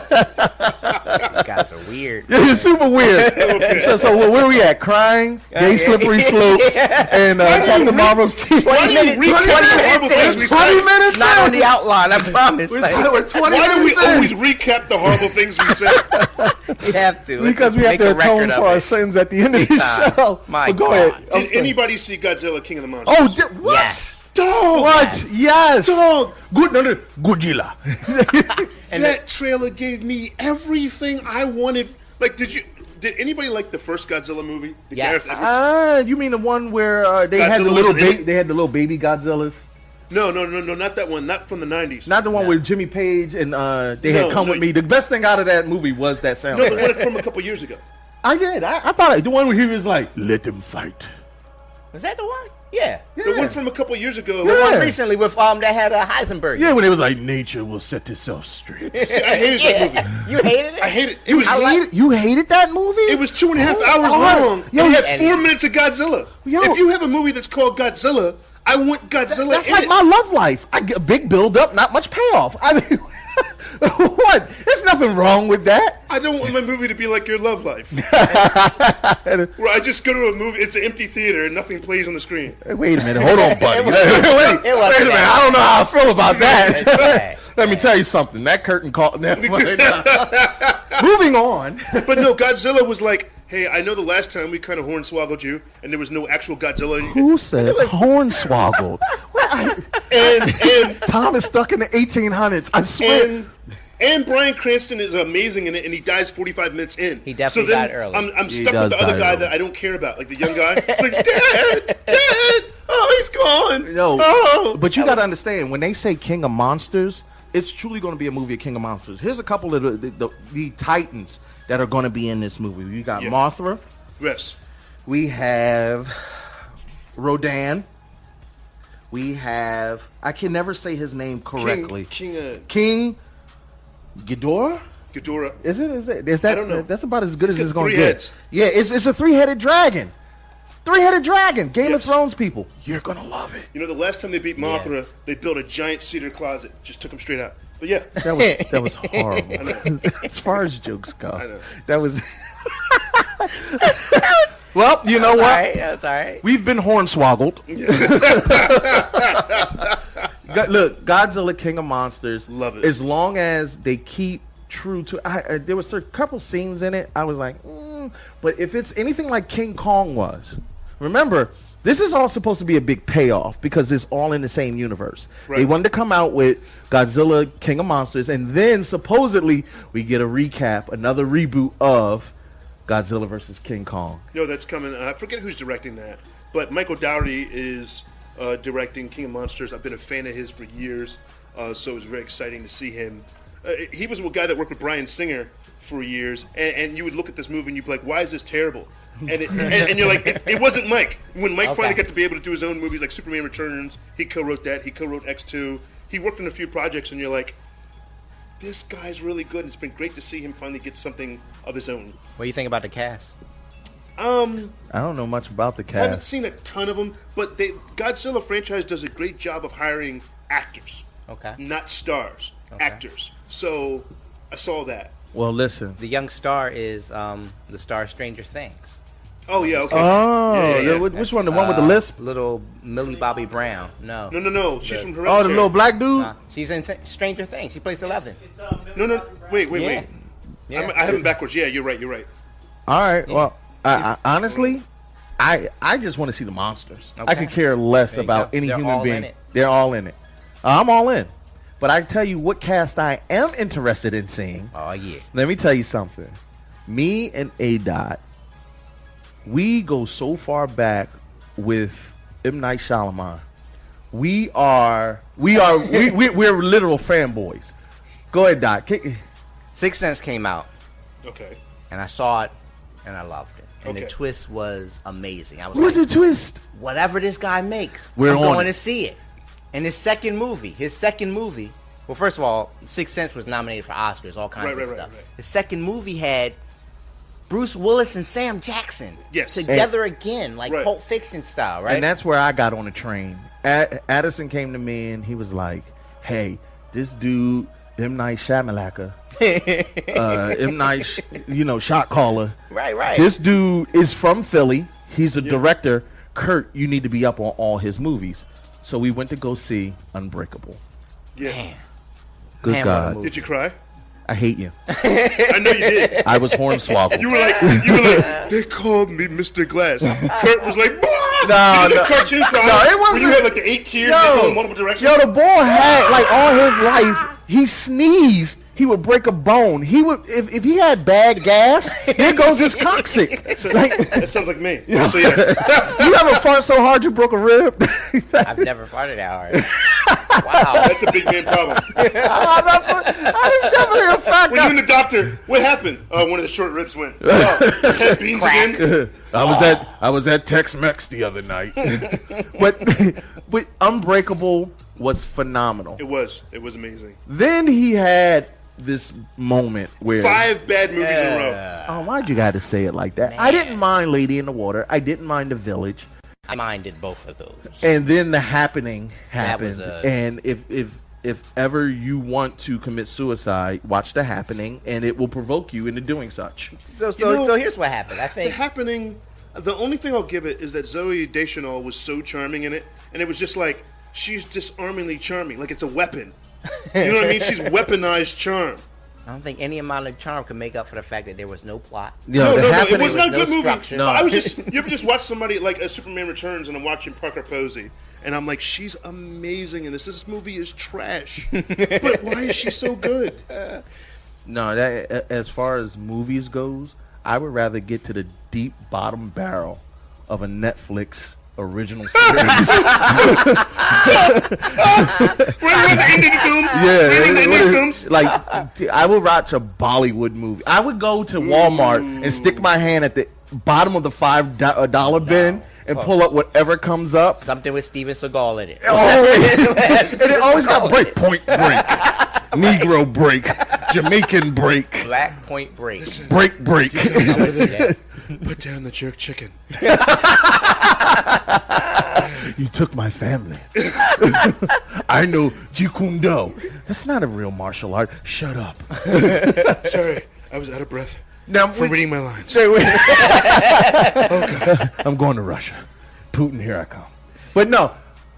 Speaker 8: You guys are weird.
Speaker 7: Yeah, it's super weird. So, so where where we at? Crying, gay slippery slopes, and uh, Captain Marvel's teeth.
Speaker 8: Twenty minutes,
Speaker 2: read
Speaker 8: twenty
Speaker 2: Captain
Speaker 8: minutes,
Speaker 2: Marvel
Speaker 8: in.
Speaker 2: as we
Speaker 7: Twenty
Speaker 2: say?
Speaker 7: minutes.
Speaker 8: not
Speaker 7: in.
Speaker 8: on the outline. I promise.
Speaker 7: We're,
Speaker 8: Like,
Speaker 7: we're twenty
Speaker 2: Why do we
Speaker 7: minutes. in.
Speaker 2: always recap the horrible things we said?
Speaker 8: we have to
Speaker 7: because we have
Speaker 8: Make a
Speaker 7: to
Speaker 8: record
Speaker 7: atone
Speaker 8: of
Speaker 7: for our
Speaker 8: it.
Speaker 7: sins at the end of the
Speaker 8: time.
Speaker 7: show.
Speaker 8: My
Speaker 7: but go
Speaker 8: God.
Speaker 7: ahead. I'm
Speaker 2: Did
Speaker 7: sorry.
Speaker 2: anybody see Godzilla King of the Monsters?
Speaker 7: Oh, di- what?
Speaker 8: Yes.
Speaker 7: Dog. What? Yes.
Speaker 2: Dog.
Speaker 7: Good. No, no. Godzilla.
Speaker 2: and that trailer gave me everything I wanted. Like, did you? Did anybody like the first Godzilla movie? The
Speaker 8: Yes.
Speaker 2: Gareth Edwards-
Speaker 7: Ah, you mean the one where uh, they had
Speaker 2: Godzilla
Speaker 7: the little
Speaker 2: was in
Speaker 7: ba-
Speaker 2: it?
Speaker 7: they had the little baby Godzillas?
Speaker 2: no, no, no, no, not that one. Not from the nineties.
Speaker 7: Not the one with Jimmy Page and uh, they
Speaker 2: No,
Speaker 7: had come
Speaker 2: no,
Speaker 7: with me. The best thing out of that movie was that sound.
Speaker 2: no, the one from a couple years ago.
Speaker 7: I did. I, I thought I, the one where he was like, "Let them fight."
Speaker 8: Is that the one? Yeah.
Speaker 2: The one from a couple years ago.
Speaker 7: Yeah.
Speaker 8: One recently with um that had a Heisenberg.
Speaker 7: Yeah, when it was like, "Nature will set itself straight."
Speaker 2: See, I hated that movie.
Speaker 8: You hated it.
Speaker 2: I hated it. It was
Speaker 7: You hated- you hated that movie?
Speaker 2: It was two and a half
Speaker 7: Oh,
Speaker 2: hours
Speaker 7: God.
Speaker 2: long.
Speaker 7: Yo,
Speaker 2: and you had
Speaker 8: and-
Speaker 2: four minutes of Godzilla.
Speaker 7: Yo.
Speaker 2: if you have a movie that's called Godzilla, I want Godzilla.
Speaker 7: that's
Speaker 2: in
Speaker 7: like
Speaker 2: it.
Speaker 7: my love life. I get a big build up, not much payoff. I mean, what? There's nothing wrong with that.
Speaker 2: I don't want my movie to be like your love life, where I just go to a movie. It's an empty theater and nothing plays on the screen.
Speaker 7: Hey, Wait a minute. Hold on, buddy.
Speaker 8: It
Speaker 7: wait, wait,
Speaker 8: wasn't- it
Speaker 7: wait a
Speaker 8: wasn't
Speaker 7: minute.
Speaker 8: that
Speaker 7: I don't know how I feel about that.
Speaker 8: It's bad.
Speaker 7: Let me tell you something. That curtain call. Never mind. Moving on.
Speaker 2: But no, Godzilla was like, "Hey, I know the last time we kind of hornswoggled you, and there was no actual Godzilla." And
Speaker 7: Who says hornswoggled?
Speaker 2: and and,
Speaker 7: Tom is stuck in the 1800s. I swear.
Speaker 2: and and Brian Cranston is amazing in it, and he dies 45 minutes in.
Speaker 8: He definitely
Speaker 2: so then
Speaker 8: died early.
Speaker 2: I'm, I'm
Speaker 7: He
Speaker 2: stuck with
Speaker 7: does
Speaker 2: the other
Speaker 7: die
Speaker 2: guy
Speaker 7: early.
Speaker 2: that I don't care about, like the young guy. It's like, Dad, Dad, oh, he's gone.
Speaker 7: No,
Speaker 2: oh.
Speaker 7: but you got to understand when they say King of Monsters, it's truly going to be a movie of King of Monsters. Here's a couple of the the, the, the titans that are going to be in this movie. You got
Speaker 2: Yeah.
Speaker 7: Mothra.
Speaker 2: yes,
Speaker 7: We have Rodan. We have I can never say his name correctly.
Speaker 2: King, King uh,
Speaker 7: King Ghidorah.
Speaker 2: Ghidorah.
Speaker 7: Is it? Is that? Is that?
Speaker 2: I don't know.
Speaker 7: That's about as good as
Speaker 2: got
Speaker 7: it's going
Speaker 2: three
Speaker 7: to get.
Speaker 2: heads.
Speaker 7: Yeah, it's it's a three-headed dragon. Three-headed dragon. Game of
Speaker 2: Yes.
Speaker 7: Thrones people. You're gonna love it.
Speaker 2: You know, the last time they beat Mothra, they built a giant cedar closet. Just took him straight out. But yeah,
Speaker 7: That was that was horrible. as far as jokes go,
Speaker 2: know.
Speaker 7: that was.
Speaker 9: Well, you know
Speaker 8: All
Speaker 9: what?
Speaker 8: right, that's all right.
Speaker 9: We've been hornswoggled.
Speaker 7: Go- look, Godzilla King of Monsters.
Speaker 2: Love it.
Speaker 7: As long as they keep true to, I, I, there was a couple scenes in it I was like, mm, but if it's anything like King Kong was, remember this is all supposed to be a big payoff because it's all in the same universe. They
Speaker 2: Right.
Speaker 7: wanted to come out with Godzilla King of Monsters, and then supposedly we get a recap, another reboot of Godzilla versus King Kong.
Speaker 2: No, that's coming. I forget who's directing that, but Michael Dougherty is uh, directing King of Monsters. I've been a fan of his for years, uh, so it was very exciting to see him. Uh, he was a guy that worked with Brian Singer for years, and, and you would look at this movie and you'd be like, "Why is this terrible?" And, it, and, and you're like, it, "It wasn't Mike." When Mike finally got to be able to do his own movies like Superman Returns, he co-wrote that. He co-wrote X Two. He worked on a few projects, and you're like, "This guy's really good." And it's been great to see him finally get something of his own.
Speaker 8: What do you think about the cast?
Speaker 7: I don't know much about the
Speaker 2: I haven't
Speaker 7: cast.
Speaker 2: seen a ton of them, but they, Godzilla franchise does a great job of hiring actors,
Speaker 8: Okay.
Speaker 2: not stars, actors. So I saw that.
Speaker 7: Well, listen.
Speaker 8: The young star is um, the star of Stranger Things.
Speaker 2: Oh yeah, okay.
Speaker 7: Oh,
Speaker 2: Yeah, yeah, yeah.
Speaker 7: the- which one? The one
Speaker 8: Uh,
Speaker 7: with the lisp?
Speaker 8: Little Millie Bobby Brown. No.
Speaker 2: no, no, no. She's from
Speaker 7: Oh,
Speaker 2: Hereditary.
Speaker 7: the little black dude.
Speaker 8: Nah, she's in th- Stranger Things. She plays Eleven.
Speaker 2: No, no. Wait, wait,
Speaker 8: Yeah.
Speaker 2: wait.
Speaker 8: Yeah.
Speaker 2: I'm, I have them backwards. Yeah, you're right. You're right.
Speaker 7: All right. Well, I, I, honestly, I I just want to see the monsters. I
Speaker 8: Okay.
Speaker 7: could care less
Speaker 8: There you
Speaker 7: about
Speaker 8: go.
Speaker 7: any
Speaker 8: They're
Speaker 7: human
Speaker 8: all in
Speaker 7: being.
Speaker 8: it.
Speaker 7: They're all in it. Uh, I'm all in. But I tell you what cast I am interested in seeing.
Speaker 8: Oh yeah.
Speaker 7: Let me tell you something. Me and A Dot, we go so far back with M Night Shyamalan. We are we are we, we we're literal fanboys. Go ahead, Dot. Kick-
Speaker 8: Six Sense came out,
Speaker 2: Okay.
Speaker 8: and I saw it, and I loved it. And the
Speaker 2: Okay.
Speaker 8: twist was amazing. I was
Speaker 7: What's
Speaker 8: like,
Speaker 7: the twist?
Speaker 8: whatever this guy makes,
Speaker 7: We're
Speaker 8: I'm
Speaker 7: on
Speaker 8: going
Speaker 7: it.
Speaker 8: to see it. And his second movie, his second movie. Well, first of all, Sixth Sense was nominated for Oscars, all kinds
Speaker 2: Right,
Speaker 8: of
Speaker 2: right, right,
Speaker 8: stuff.
Speaker 2: right.
Speaker 8: His second movie had Bruce Willis and Sam Jackson
Speaker 2: Yes.
Speaker 8: together again, like
Speaker 2: Right.
Speaker 8: Pulp Fiction style, right?
Speaker 7: And that's where I got on the train. A- Addison came to me and he was like, "Hey, this dude, M Night Shyamalaka, uh, M Night, Sh- you know, shot caller.
Speaker 8: Right, right.
Speaker 7: This dude is from Philly. He's a director. Kurt, you need to be up on all his movies." So we went to go see Unbreakable.
Speaker 2: Yeah.
Speaker 8: Man,
Speaker 7: Good
Speaker 8: Man, what a
Speaker 7: God,
Speaker 8: movie.
Speaker 2: Did you cry?
Speaker 7: I hate you.
Speaker 2: I know you did.
Speaker 7: I was hornswoggled.
Speaker 2: You were like, you were like, they called me Mr. Glass. Kurt was like, you
Speaker 7: No,
Speaker 2: know
Speaker 7: no.
Speaker 2: the cartoon cry?
Speaker 7: No, it
Speaker 2: When you
Speaker 7: wasn't-
Speaker 2: had like the eight tears that go
Speaker 7: yo,
Speaker 2: in multiple directions.
Speaker 7: yo, the boy had like all his life. He sneezed, he would break a bone. He would if, if he had bad gas, here goes his coccyx.
Speaker 2: So-
Speaker 7: Like
Speaker 2: that sounds like me. So yeah.
Speaker 7: you ever fart so hard you broke a rib?
Speaker 8: I've never farted that hard. wow.
Speaker 2: That's a big man problem.
Speaker 7: I just never hear a fat
Speaker 2: When you
Speaker 7: guy.
Speaker 2: and the doctor, what happened? Uh, one of the short ribs went. Oh, had beans again.
Speaker 7: I was at I was at Tex Mex the other night. but but Unbreakable was phenomenal.
Speaker 2: It was. It was amazing.
Speaker 7: Then he had this moment where
Speaker 2: Five bad movies in a row.
Speaker 7: Oh, why'd you gotta say it like that? I didn't mind Lady in the Water. I didn't mind The Village.
Speaker 8: I minded both of those.
Speaker 7: and then the happening
Speaker 8: That was
Speaker 7: happened
Speaker 8: a-
Speaker 7: and if if if ever you want to commit suicide watch the happening and it will provoke you into doing such
Speaker 8: So, so,
Speaker 2: You know-
Speaker 8: so here's what happened. I
Speaker 2: The
Speaker 8: think
Speaker 2: happening. The only thing I'll give it is that Zoe Deschanel was so charming in it, and it was just like she's disarmingly charming, like it's a weapon. You know what I mean? She's weaponized charm.
Speaker 8: I don't think any amount of charm could make up for the fact that there was no plot.
Speaker 7: you
Speaker 2: No,
Speaker 7: the
Speaker 2: no, no, it
Speaker 7: happening
Speaker 2: was not a
Speaker 8: no
Speaker 2: good movie.
Speaker 8: structure.
Speaker 2: I was just you ever just watch somebody like a Superman Returns and I'm watching Parker Posey and I'm like, she's amazing in this. This movie is trash. but why is she so good?
Speaker 7: no that a- as far as movies goes i would rather get to the deep bottom barrel of a netflix original series
Speaker 2: We're in the ending films.
Speaker 7: Yeah,
Speaker 2: Ending the
Speaker 7: it-
Speaker 2: ending
Speaker 7: it-
Speaker 2: films.
Speaker 7: like I would watch a Bollywood movie. I would go to Walmart and stick my hand at the bottom of the five do- uh, dollar bin and pull up whatever comes up.
Speaker 8: Something with Steven Seagal in it. Oh.
Speaker 7: and it always got break, point break, Negro break, Jamaican break,
Speaker 8: Black Point Break.
Speaker 7: break break.
Speaker 8: I wanna see that.
Speaker 2: Put down the jerk chicken.
Speaker 7: you took my family. I know Jeet Kune Do. That's not a real martial art. Shut up.
Speaker 2: Sorry, I was out of breath.
Speaker 7: Now,
Speaker 2: for
Speaker 7: we-
Speaker 2: reading my lines.
Speaker 7: I'm going to Russia. Putin, here I come. But no,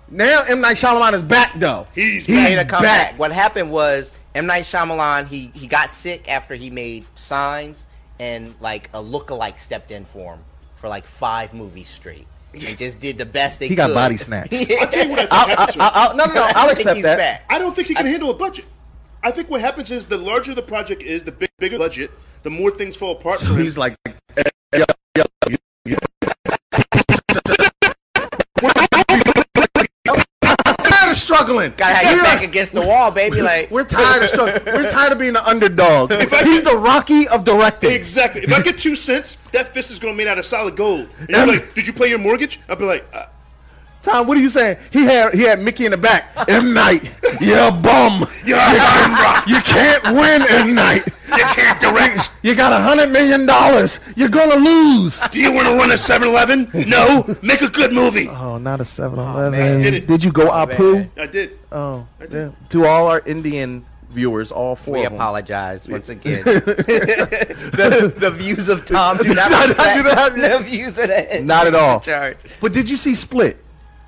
Speaker 7: now M Night Shyamalan is back though.
Speaker 2: He's
Speaker 8: made a comeback. What happened was M Night Shyamalan he he got sick after he made Signs and like a lookalike stepped in for him for like five movies straight and just did the best they
Speaker 7: He
Speaker 8: could.
Speaker 7: got body snatched.
Speaker 8: Yeah.
Speaker 7: I, I, I, no, no, no. I'll
Speaker 8: I think
Speaker 7: accept
Speaker 8: he's
Speaker 7: that.
Speaker 8: back.
Speaker 2: I don't think he can handle a budget. I think what happens is the larger the project is, the big, bigger the budget, the more things fall apart.
Speaker 7: So
Speaker 2: for him.
Speaker 7: he's like, eh, yo, yo, yo, yo. We're tired of struggling.
Speaker 8: Gotta have your
Speaker 7: We're-
Speaker 8: back against the wall, baby. Like
Speaker 7: We're tired of struggling. We're tired of being the underdog. He's the Rocky of directing.
Speaker 2: exactly. If I get two cents, that fist is going to be made out of solid gold. And you're like, did you pay your mortgage? I'll be like, uh,
Speaker 7: Tom, what are you saying? He had he had Mickey in the back. M Night, you're a bum. You're a bum rock. You can't win M Night.
Speaker 2: you can't direct.
Speaker 7: You got a hundred million dollars. You're gonna lose.
Speaker 2: Do you want to run a 7-Eleven? No. Make a good movie.
Speaker 7: Oh, not a 7
Speaker 2: man. Did
Speaker 7: Eleven.
Speaker 2: it.
Speaker 7: Did you go Apu?
Speaker 2: I did.
Speaker 7: Oh,
Speaker 2: did.
Speaker 7: yeah. to all our Indian viewers, all four
Speaker 8: we
Speaker 7: of 'em.
Speaker 8: apologize once again. the, the views of Tom do not
Speaker 7: I do not-
Speaker 8: reflect the views of the
Speaker 7: Not at all.
Speaker 8: chart.
Speaker 7: But did you see Split?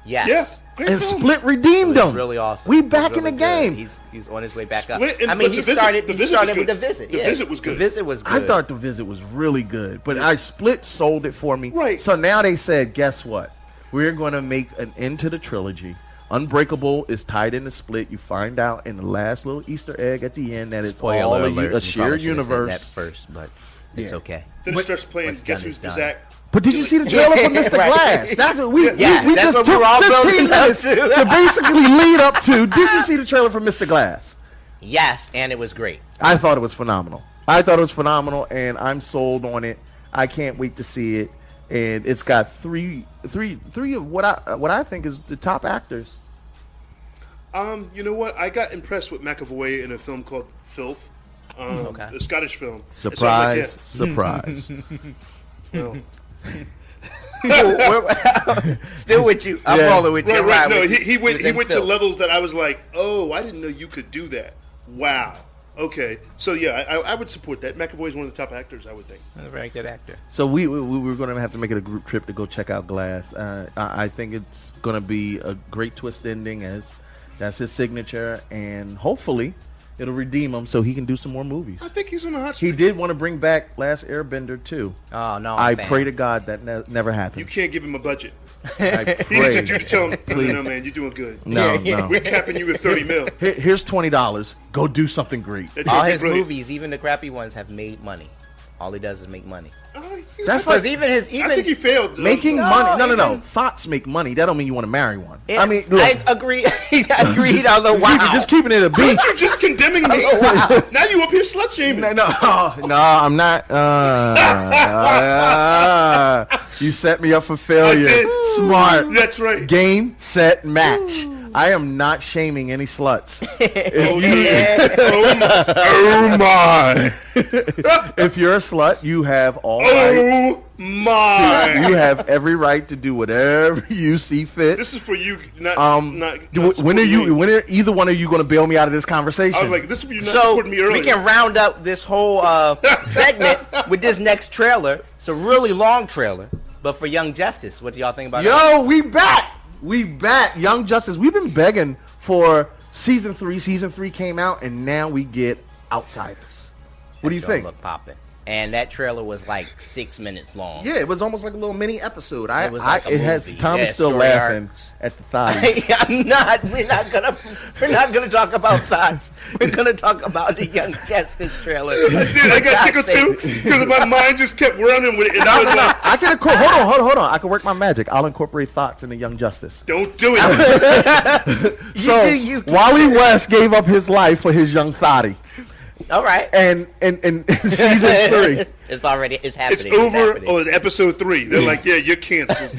Speaker 8: Yes.
Speaker 2: Yeah. Great
Speaker 7: And
Speaker 2: film.
Speaker 7: Split redeemed
Speaker 8: It was
Speaker 7: them.
Speaker 8: really awesome.
Speaker 7: We
Speaker 8: It was
Speaker 7: back in
Speaker 8: really
Speaker 7: the
Speaker 8: good.
Speaker 7: game.
Speaker 8: He's he's on his way back up.
Speaker 2: Split and-
Speaker 8: I mean,
Speaker 2: but
Speaker 8: he
Speaker 2: The Visit-
Speaker 8: started.
Speaker 2: The
Speaker 8: he
Speaker 2: Visit was
Speaker 8: started with the
Speaker 2: good.
Speaker 8: visit.
Speaker 2: The
Speaker 8: yeah.
Speaker 2: Visit was good.
Speaker 8: The visit was good.
Speaker 7: I thought the visit was really good, but I split sold it for me.
Speaker 2: Right.
Speaker 7: So now they said, guess what? We're going to make an end to the trilogy. Unbreakable is tied into Split. You find out in the last little Easter egg at the end that it's
Speaker 8: Spoiler
Speaker 7: all a, u-
Speaker 8: alert,
Speaker 7: a
Speaker 8: you
Speaker 7: shared
Speaker 8: probably should have said
Speaker 7: universe.
Speaker 8: That first, but it's
Speaker 7: Yeah.
Speaker 8: okay.
Speaker 2: Then it starts playing
Speaker 8: What's
Speaker 2: Guess
Speaker 8: done
Speaker 2: Who's
Speaker 8: is done.
Speaker 2: Bizak.
Speaker 7: But did you see the trailer for Mr.
Speaker 8: Right.
Speaker 7: Glass? That's what we,
Speaker 8: Yeah,
Speaker 7: we, we just
Speaker 8: that's what we
Speaker 7: took
Speaker 8: were all
Speaker 7: 15
Speaker 8: building up
Speaker 7: minutes
Speaker 8: to.
Speaker 7: to basically lead up to. Did you see the trailer for Mr. Glass?
Speaker 8: Yes, and it was great.
Speaker 7: I thought it was phenomenal. I thought it was phenomenal, and I'm sold on it. I can't wait to see it. And it's got three, three, three of what I what I think is the top actors.
Speaker 2: Um, you know what? I got impressed with McAvoy in a film called Filth. Um,
Speaker 8: Okay.
Speaker 2: A Scottish film. And so I'm like,
Speaker 7: Surprise! Surprise!
Speaker 2: yeah, no.
Speaker 8: Still with you. I'm
Speaker 7: Yeah.
Speaker 8: rolling with you.
Speaker 2: Right,
Speaker 8: I'm
Speaker 2: right.
Speaker 8: riding
Speaker 2: No,
Speaker 8: with
Speaker 2: he,
Speaker 8: you.
Speaker 2: he went
Speaker 8: was
Speaker 2: he
Speaker 8: in
Speaker 2: went to
Speaker 8: Philly.
Speaker 2: levels that I was like, oh, I didn't know you could do that. Wow. Okay. So yeah, I, I would support that. McAvoy is one of the top actors, I would think.
Speaker 8: A very good actor.
Speaker 7: so we, we we were going to have to make it a group trip to go check out Glass. Uh, I, I think it's going to be a great twist ending, as that's his signature, and hopefully it'll redeem him so he can do some more movies.
Speaker 2: I think he's on the hot
Speaker 7: He
Speaker 2: streak.
Speaker 7: did want to bring back Last Airbender too.
Speaker 8: Oh no!
Speaker 7: I
Speaker 8: I'm a fan.
Speaker 7: pray to God that ne- never happens.
Speaker 2: You can't give him a budget.
Speaker 7: I
Speaker 2: He needs
Speaker 7: pray.
Speaker 2: you to tell him, no, no, no, man, you're doing good.
Speaker 7: No, no.
Speaker 2: We're capping you at 30 mil.
Speaker 7: Here- here's twenty dollars. Go do something great. Uh,
Speaker 2: That's
Speaker 8: All
Speaker 2: gonna be
Speaker 8: his
Speaker 2: brilliant.
Speaker 8: movies, even the crappy ones, have made money. All he does is make money.
Speaker 2: Oh, yeah.
Speaker 7: That's
Speaker 8: Because
Speaker 7: like
Speaker 8: even his
Speaker 2: I
Speaker 8: even
Speaker 2: think he failed. though.
Speaker 7: making
Speaker 8: No,
Speaker 7: money. No, no, no.
Speaker 8: even-
Speaker 7: Thoughts make money. That don't mean you want to marry one.
Speaker 8: it-
Speaker 7: I mean, look,
Speaker 8: I agree. I agreed.
Speaker 7: just,
Speaker 8: Although wow,
Speaker 7: keep it- just keeping it a beach.
Speaker 2: Aren't you just condemning me?
Speaker 7: Oh,
Speaker 2: Now you up here slut shaming.
Speaker 7: no, no, no, I'm not. Uh, uh, you set me up for failure.
Speaker 2: did.
Speaker 7: Smart.
Speaker 2: That's right.
Speaker 7: Game, set, match. I am not shaming any sluts.
Speaker 2: Oh, yeah. oh, my.
Speaker 7: oh my! if you're a slut, you have all right.
Speaker 2: Oh, my.
Speaker 7: you have every right to do whatever you see fit.
Speaker 2: This is for you. Not,
Speaker 7: Um,
Speaker 2: not,
Speaker 7: do-
Speaker 2: not
Speaker 7: when are
Speaker 2: supporting
Speaker 7: you?
Speaker 2: me.
Speaker 7: When are either one of you going to bail me out of this conversation?
Speaker 2: I was like, this is for you not
Speaker 8: so
Speaker 2: supporting me earlier.
Speaker 8: we can round up this whole uh, segment with this next trailer. It's a really long trailer, but for Young Justice, what do y'all think about it?
Speaker 7: Yo, we back. We back. Young Justice. We've been begging for season three. Season three came out, and now we get Outsiders. What do you think?
Speaker 8: Look popping, and that trailer was like six minutes long.
Speaker 7: Yeah, it was almost like a little mini episode. I,
Speaker 8: It was
Speaker 7: I,
Speaker 8: like a
Speaker 7: it has
Speaker 8: movie.
Speaker 7: Tom
Speaker 8: Yeah,
Speaker 7: is still
Speaker 8: story
Speaker 7: laughing
Speaker 8: arcs.
Speaker 7: at the thoughts.
Speaker 8: I'm not. We're not gonna. We're not gonna talk about thoughts. We're gonna talk about the Young Justice trailer.
Speaker 2: Dude, I got
Speaker 8: For
Speaker 2: tickled
Speaker 8: God's
Speaker 2: too
Speaker 8: sakes.
Speaker 2: because my mind just kept running with it. And I was like,
Speaker 7: I can incorporate. Hold on, hold on, hold on. I can work my magic. I'll incorporate thoughts into Young Justice.
Speaker 2: don't do it.
Speaker 7: So
Speaker 8: do you, kid.
Speaker 7: Wally West gave up his life for his young thotty,
Speaker 8: All right.
Speaker 7: and and and season three.
Speaker 8: It's already.
Speaker 2: It's
Speaker 8: It's happening.
Speaker 2: over
Speaker 8: happening.
Speaker 2: on episode three. They're like, yeah, you're canceled.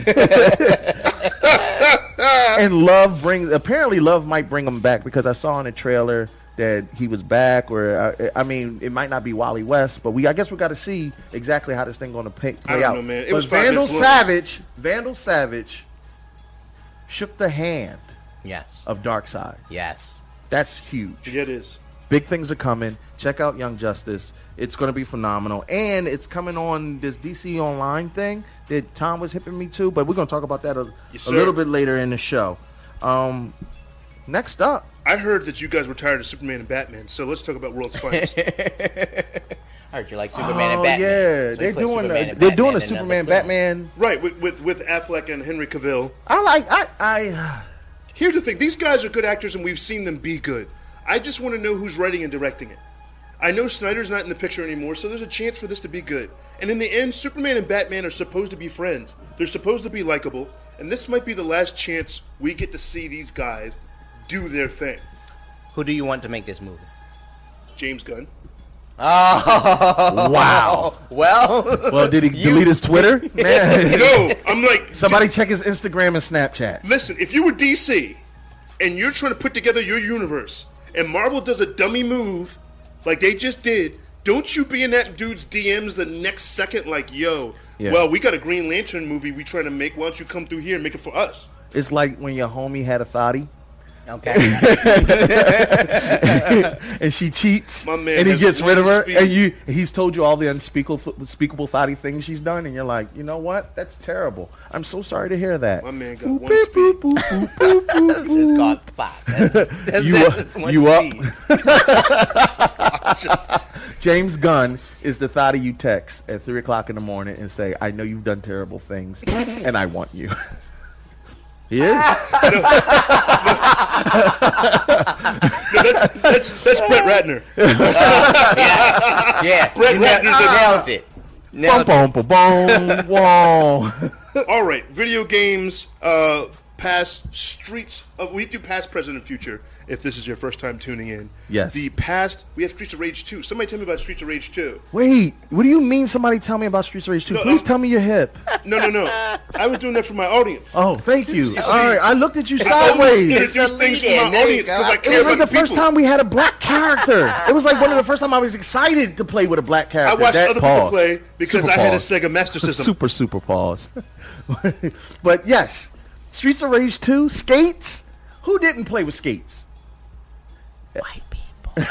Speaker 7: and love brings apparently love might bring him back because I saw in a trailer that he was back or I, I mean it might not be Wally West but we I guess we got to see exactly how this thing going to play,
Speaker 2: I
Speaker 7: play
Speaker 2: don't
Speaker 7: out.
Speaker 2: know, man. It
Speaker 7: But
Speaker 2: was five
Speaker 7: Vandal
Speaker 2: minutes long.
Speaker 7: Savage. Vandal Savage shook the hand
Speaker 8: Yes.
Speaker 7: of Darkseid.
Speaker 8: Yes.
Speaker 7: That's huge.
Speaker 2: yeah, it is.
Speaker 7: Big things are coming. Check out Young Justice. It's going to be phenomenal. And it's coming on this DC Online thing that Tom was hipping me to, but we're going to talk about that a,
Speaker 2: Yes,
Speaker 7: a
Speaker 2: sir.
Speaker 7: little bit later in the show. Um, next up,
Speaker 2: I heard that you guys were tired of Superman and Batman, so let's talk about World's Finest.
Speaker 8: I heard you like Superman
Speaker 7: oh
Speaker 8: and Batman.
Speaker 7: yeah,
Speaker 8: So
Speaker 7: they're
Speaker 8: you put
Speaker 7: doing a,
Speaker 8: Superman
Speaker 7: they're
Speaker 8: and
Speaker 7: doing a
Speaker 8: in another
Speaker 7: Superman
Speaker 8: film.
Speaker 7: Batman.
Speaker 2: right, with, with with Affleck and Henry Cavill.
Speaker 7: I like I I
Speaker 2: Here's the thing: these guys are good actors, and we've seen them be good. I just want to know who's writing and directing it. I know Snyder's not in the picture anymore, so there's a chance for this to be good. And in the end, Superman and Batman are supposed to be friends. They're supposed to be likable, and this might be the last chance we get to see these guys do their thing.
Speaker 8: Who do you want to make this movie?
Speaker 2: James Gunn.
Speaker 7: wow.
Speaker 8: Well,
Speaker 7: Well, did he delete his Twitter? Man,
Speaker 2: No, I'm like,
Speaker 7: somebody check his Instagram and Snapchat.
Speaker 2: Listen, if you were DC and you're trying to put together your universe and Marvel does a dummy move like they just did, don't you be in that dude's DMs the next second like, yo,
Speaker 7: Yeah.
Speaker 2: well, we got a Green Lantern movie we trying to make. Why don't you come through here and make it for us?
Speaker 7: It's like when your homie had a thotty
Speaker 8: okay.
Speaker 7: and she cheats,
Speaker 2: My man
Speaker 7: and he
Speaker 2: has
Speaker 7: gets rid of her,
Speaker 2: wingspeed.
Speaker 7: and you and he's told you all the unspeakable, unspeakable thotty things she's done, and you're like, you know what? That's terrible. I'm so sorry to hear that.
Speaker 2: My man got
Speaker 7: Boop,
Speaker 2: one
Speaker 7: beep,
Speaker 2: speed.
Speaker 7: boop, boop, boop, boop, boop.
Speaker 8: it's called five. That's, that's,
Speaker 7: You
Speaker 8: that's
Speaker 7: up-
Speaker 8: one
Speaker 7: you up?
Speaker 8: speed.
Speaker 7: James Gunn is the thotty you text at three o'clock in the morning and say, "I know you've done terrible things, and I want you." he is.
Speaker 2: No, that's, that's, that's Brett Ratner.
Speaker 8: Yeah,
Speaker 2: Brett
Speaker 8: you uh-huh. nailed,
Speaker 2: Ratner's a-
Speaker 8: nailed it.
Speaker 7: Bum,
Speaker 8: Nailed it.
Speaker 7: bum, bum, bum, whoa.
Speaker 2: All right, video games, uh, past streets of we do past, present, and future. If this is your first time tuning in,
Speaker 7: Yes.
Speaker 2: the past we have Streets of Rage two. Somebody tell me about Streets of Rage two.
Speaker 7: Wait, what do you mean somebody tell me about Streets of Rage 2?
Speaker 2: No,
Speaker 7: Please
Speaker 2: um,
Speaker 7: tell me you're hip.
Speaker 2: No, no, no. I was doing that for my audience.
Speaker 7: Oh, thank you.
Speaker 2: see-
Speaker 7: All right, I looked at you
Speaker 2: I always
Speaker 7: sideways.
Speaker 2: introduce things to my
Speaker 8: lead-in. There you
Speaker 2: audience because I
Speaker 8: go.
Speaker 7: It
Speaker 2: care
Speaker 7: was
Speaker 2: about
Speaker 7: like the first
Speaker 2: people.
Speaker 7: time we had a black character. It was like one of the first time I was excited to play with a black character.
Speaker 2: I watched
Speaker 7: That
Speaker 2: other people
Speaker 7: pause.
Speaker 2: play because
Speaker 7: Super
Speaker 2: I had a
Speaker 7: pause.
Speaker 2: Sega Master System.
Speaker 7: Super, super pause. but yes, Streets of Rage 2, skates. Who didn't play with skates?
Speaker 8: White people.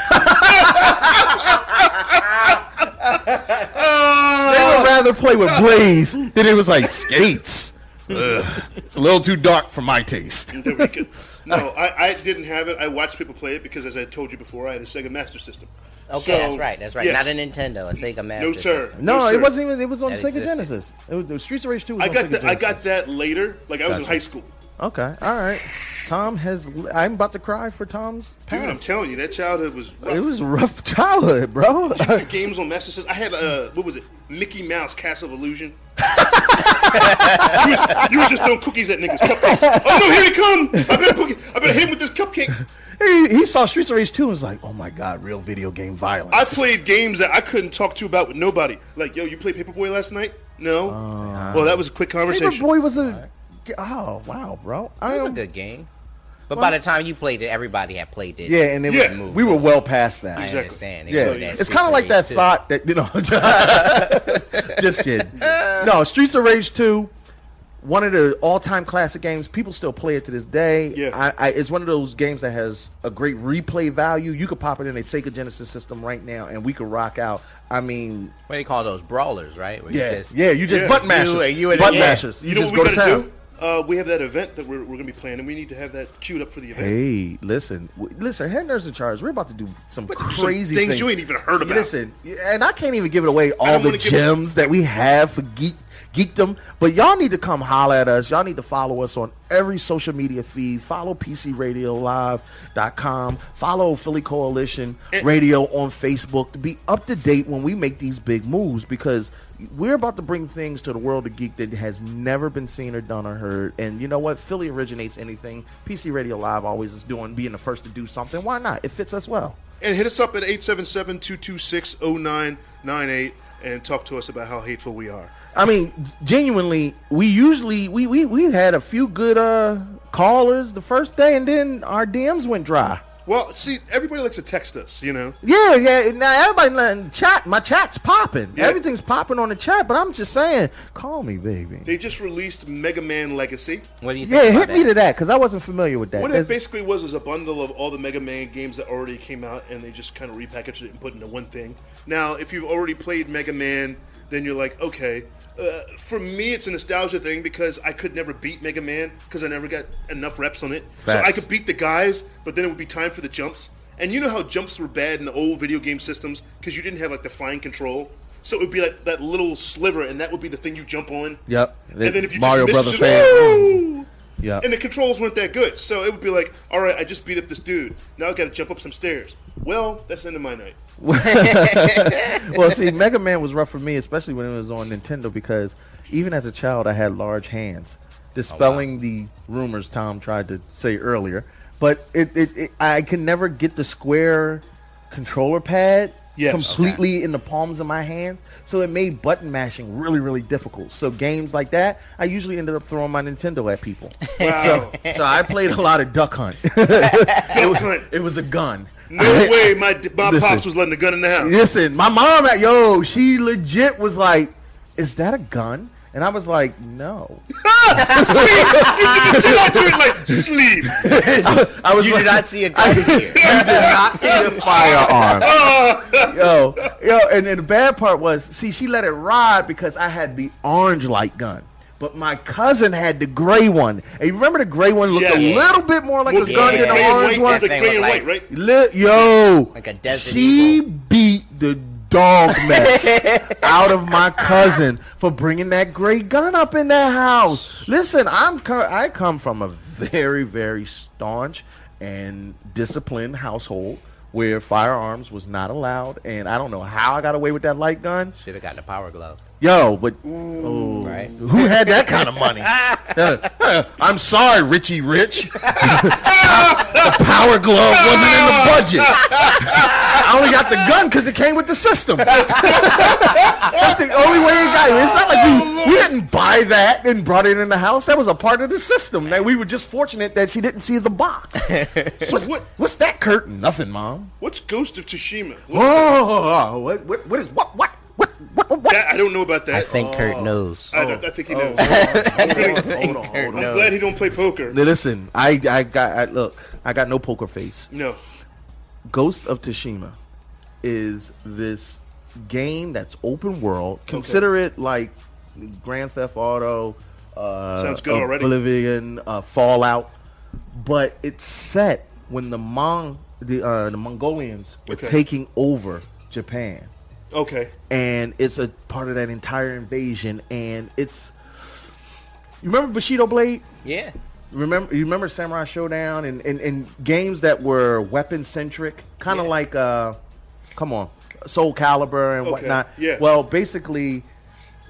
Speaker 7: They
Speaker 2: Oh.
Speaker 7: would rather play with Blaze than it was like skates. Ugh, it's a little too dark for my taste.
Speaker 2: There we go. No, I, I didn't have it. I watched people play it because, as I told you before, I had a Sega Master System.
Speaker 8: Okay,
Speaker 2: So,
Speaker 8: that's right. That's right.
Speaker 2: yes.
Speaker 8: Not a Nintendo. A Sega Master.
Speaker 2: No, sir.
Speaker 8: System.
Speaker 7: No,
Speaker 2: sir.
Speaker 7: it wasn't even. It was on
Speaker 8: That
Speaker 7: Sega
Speaker 8: existed.
Speaker 7: Genesis. It was, the Streets of Rage Two. Was
Speaker 2: I
Speaker 7: on
Speaker 2: got
Speaker 7: Sega
Speaker 2: that. I
Speaker 7: Genesis.
Speaker 2: got that later. Like I was in high school,
Speaker 7: Okay, all right. Tom has. I'm about to cry for Tom's.
Speaker 2: dude. I'm
Speaker 7: past.
Speaker 2: telling you, that childhood was. Rough.
Speaker 7: It was a rough childhood, bro.
Speaker 2: The games on Master System. I had uh, what was it? Mickey Mouse Castle of Illusion. you, was, you was just throwing cookies at niggas. Cupcakes. Oh no, here he come! I better, cook- I better hit him with this cupcake.
Speaker 7: he, he saw Streets of Rage Two and was like, "Oh my god, real video game violence."
Speaker 2: I played games that I couldn't talk to about with nobody. Like, yo, you played Paperboy last night? No. well, that was a quick conversation.
Speaker 7: Oh. Paperboy was a. Oh wow, bro. I
Speaker 8: It was a
Speaker 7: am-
Speaker 8: good game. But by the time you played it, everybody had played it.
Speaker 7: yeah, and it
Speaker 2: Yeah.
Speaker 7: was, we were well past that.
Speaker 8: I
Speaker 2: Exactly.
Speaker 8: understand.
Speaker 7: Yeah,
Speaker 8: They put
Speaker 7: it's kind of like that
Speaker 8: Streets of Rage
Speaker 7: thought that you know. just kidding. No, Streets of Rage Two, one of the all-time classic games. People still play it to this day.
Speaker 2: Yeah.
Speaker 7: I, I, it's one of those games that has a great replay value. You could pop it in a Sega Genesis system right now, and we could rock out. I mean,
Speaker 8: 2. What do you call those brawlers, right? Where you
Speaker 7: yeah,
Speaker 8: just-
Speaker 7: yeah. You just
Speaker 2: Yeah.
Speaker 7: butt mashers.
Speaker 8: You- you and-
Speaker 7: butt
Speaker 8: yeah.
Speaker 7: mashers. You,
Speaker 2: You know
Speaker 7: just
Speaker 2: what we
Speaker 7: go to
Speaker 2: gotta
Speaker 7: town.
Speaker 2: do? Uh, we have that event that we're, we're going to be planning. We need to have that queued up for the event.
Speaker 7: Hey, listen, w- listen. Headner's in charge. We're about to do some
Speaker 2: Some
Speaker 7: crazy
Speaker 2: things,
Speaker 7: things.
Speaker 2: you ain't even heard about.
Speaker 7: Listen, and I can't even give it away all
Speaker 2: don't
Speaker 7: the
Speaker 2: wanna give it-
Speaker 7: gems that we have for geek geekdom. But y'all need to come holler at us. Y'all need to follow us on every social media feed. Follow PCRadioLive.com. Follow Philly Coalition
Speaker 2: And-
Speaker 7: Radio on Facebook to be up to date when we make these big moves because we're about to bring things to the world of geek that has never been seen or done or heard. And you know what? Philly originates anything. PC Radio Live always is doing being the first to do something. Why not? It fits us well.
Speaker 2: And hit us up at 877-226-0998 and talk to us about how hateful we are.
Speaker 7: I mean, genuinely, we usually we we we had a few good uh callers the first day, and then our DMs went dry.
Speaker 2: Well, see, everybody likes to text us, you know.
Speaker 7: Yeah, yeah. Now everybody letting chat. My chat's popping. Everything's popping on the chat. But I'm just saying, call me, baby.
Speaker 2: They just released Mega Man Legacy.
Speaker 8: What do you think?
Speaker 7: Yeah, hit
Speaker 8: about
Speaker 7: me to that because I wasn't familiar with that.
Speaker 2: What
Speaker 7: That's-
Speaker 2: it basically was was a bundle of all the Mega Man games that already came out, and they just kind of repackaged it and put into one thing. Now, if you've already played Mega Man, then you're like, okay. Uh, for me, it's a nostalgia thing because I could never beat Mega Man because I never got enough reps on it. So
Speaker 7: Facts.
Speaker 2: I could beat the guys, but then it would be time for the jumps. And you know how jumps were bad in the old video game systems because you didn't have like the fine control. So it would be like that little sliver, and that would be the thing you jump on.
Speaker 7: Yep.
Speaker 2: And then if you
Speaker 7: Mario
Speaker 2: just
Speaker 7: Brothers
Speaker 2: missed,
Speaker 7: fan.
Speaker 2: fan.
Speaker 7: Yep.
Speaker 2: And the controls weren't that good, so it would be like, all right, I just beat up this dude. Now I got to jump up some stairs. Well, that's the end of my night.
Speaker 7: well, see, Mega Man was rough for me, especially when it was on Nintendo, because even as a child, I had large hands,
Speaker 2: Oh,
Speaker 7: dispelling the rumors Tom tried to say earlier. But it, it, it I can never get the square controller pad
Speaker 2: Yes.
Speaker 7: completely in the palms of my hand, so it made button mashing really, really difficult. So games like that, I usually ended up throwing my Nintendo at people.
Speaker 2: Wow.
Speaker 7: so I played a lot of Duck Hunt.
Speaker 2: Duck Hunt.
Speaker 7: it was a gun.
Speaker 2: No way my, my
Speaker 7: Listen.
Speaker 2: pops was letting the gun in the house.
Speaker 7: Listen, my mom, yo, she legit was like, "Is that a gun?" And I was like, "No."
Speaker 2: Chill out, dude, like, sleep.
Speaker 7: I was
Speaker 8: You
Speaker 7: like,
Speaker 8: did not see a gun here.
Speaker 7: "You did not see a firearm." yo, yo, and then the bad part was, see, she let it ride because I had the orange light gun. But my cousin had the gray one. And you remember the gray one looked
Speaker 2: Yes.
Speaker 7: a little bit more like
Speaker 2: Well,
Speaker 7: a gun
Speaker 2: the
Speaker 7: than
Speaker 2: gray
Speaker 7: the
Speaker 2: and
Speaker 7: orange
Speaker 2: white,
Speaker 7: one.
Speaker 2: The
Speaker 8: That
Speaker 2: gray
Speaker 8: thing
Speaker 2: and
Speaker 8: looked
Speaker 2: white, right?
Speaker 7: Li- yo,
Speaker 8: Like a Desert
Speaker 7: she beat the dog mess out of my cousin for bringing that gray gun up in that house. Listen, I'm co- I come from a very very staunch and disciplined household where firearms was not allowed, and I don't know how I got away with that light gun.
Speaker 8: Should have gotten a power glove.
Speaker 7: Yo, but
Speaker 8: Right?
Speaker 7: who had that kind of money? Uh, I'm sorry, Richie Rich. the power glove wasn't in the budget. I only got the gun because it came with the system. That's the only way it got. It's not like we, we didn't buy that and brought it in the house. That was a part of the system. That we were just fortunate that she didn't see the box.
Speaker 2: So what,
Speaker 7: What's that curtain? Nothing, mom.
Speaker 2: what's Ghost of Tsushima? What-
Speaker 7: Oh, what, what, what is what what what what what? what?
Speaker 2: that- I don't know about that.
Speaker 8: I think
Speaker 7: Oh.
Speaker 8: Kurt knows.
Speaker 2: I, I think he knows.
Speaker 7: Hold on, hold on.
Speaker 2: I'm glad he don't play poker.
Speaker 7: Now, Listen, I, I got I, look, I got no poker face.
Speaker 2: No.
Speaker 7: Ghost of Tsushima is this game that's open world. Consider it like Grand Theft Auto, uh,
Speaker 2: Sounds good already.
Speaker 7: Oblivion, uh, Fallout, but it's set when the Mong the uh, the Mongolians were
Speaker 2: Okay.
Speaker 7: taking over Japan
Speaker 2: Okay.
Speaker 7: and it's a part of that entire invasion and it's you remember Bushido Blade?
Speaker 8: Yeah.
Speaker 7: Remember you remember Samurai Showdown and, and, and games that were weapon centric, kind of like uh come on, Soul Calibur and
Speaker 2: Okay,
Speaker 7: whatnot.
Speaker 2: yeah.
Speaker 7: Well, basically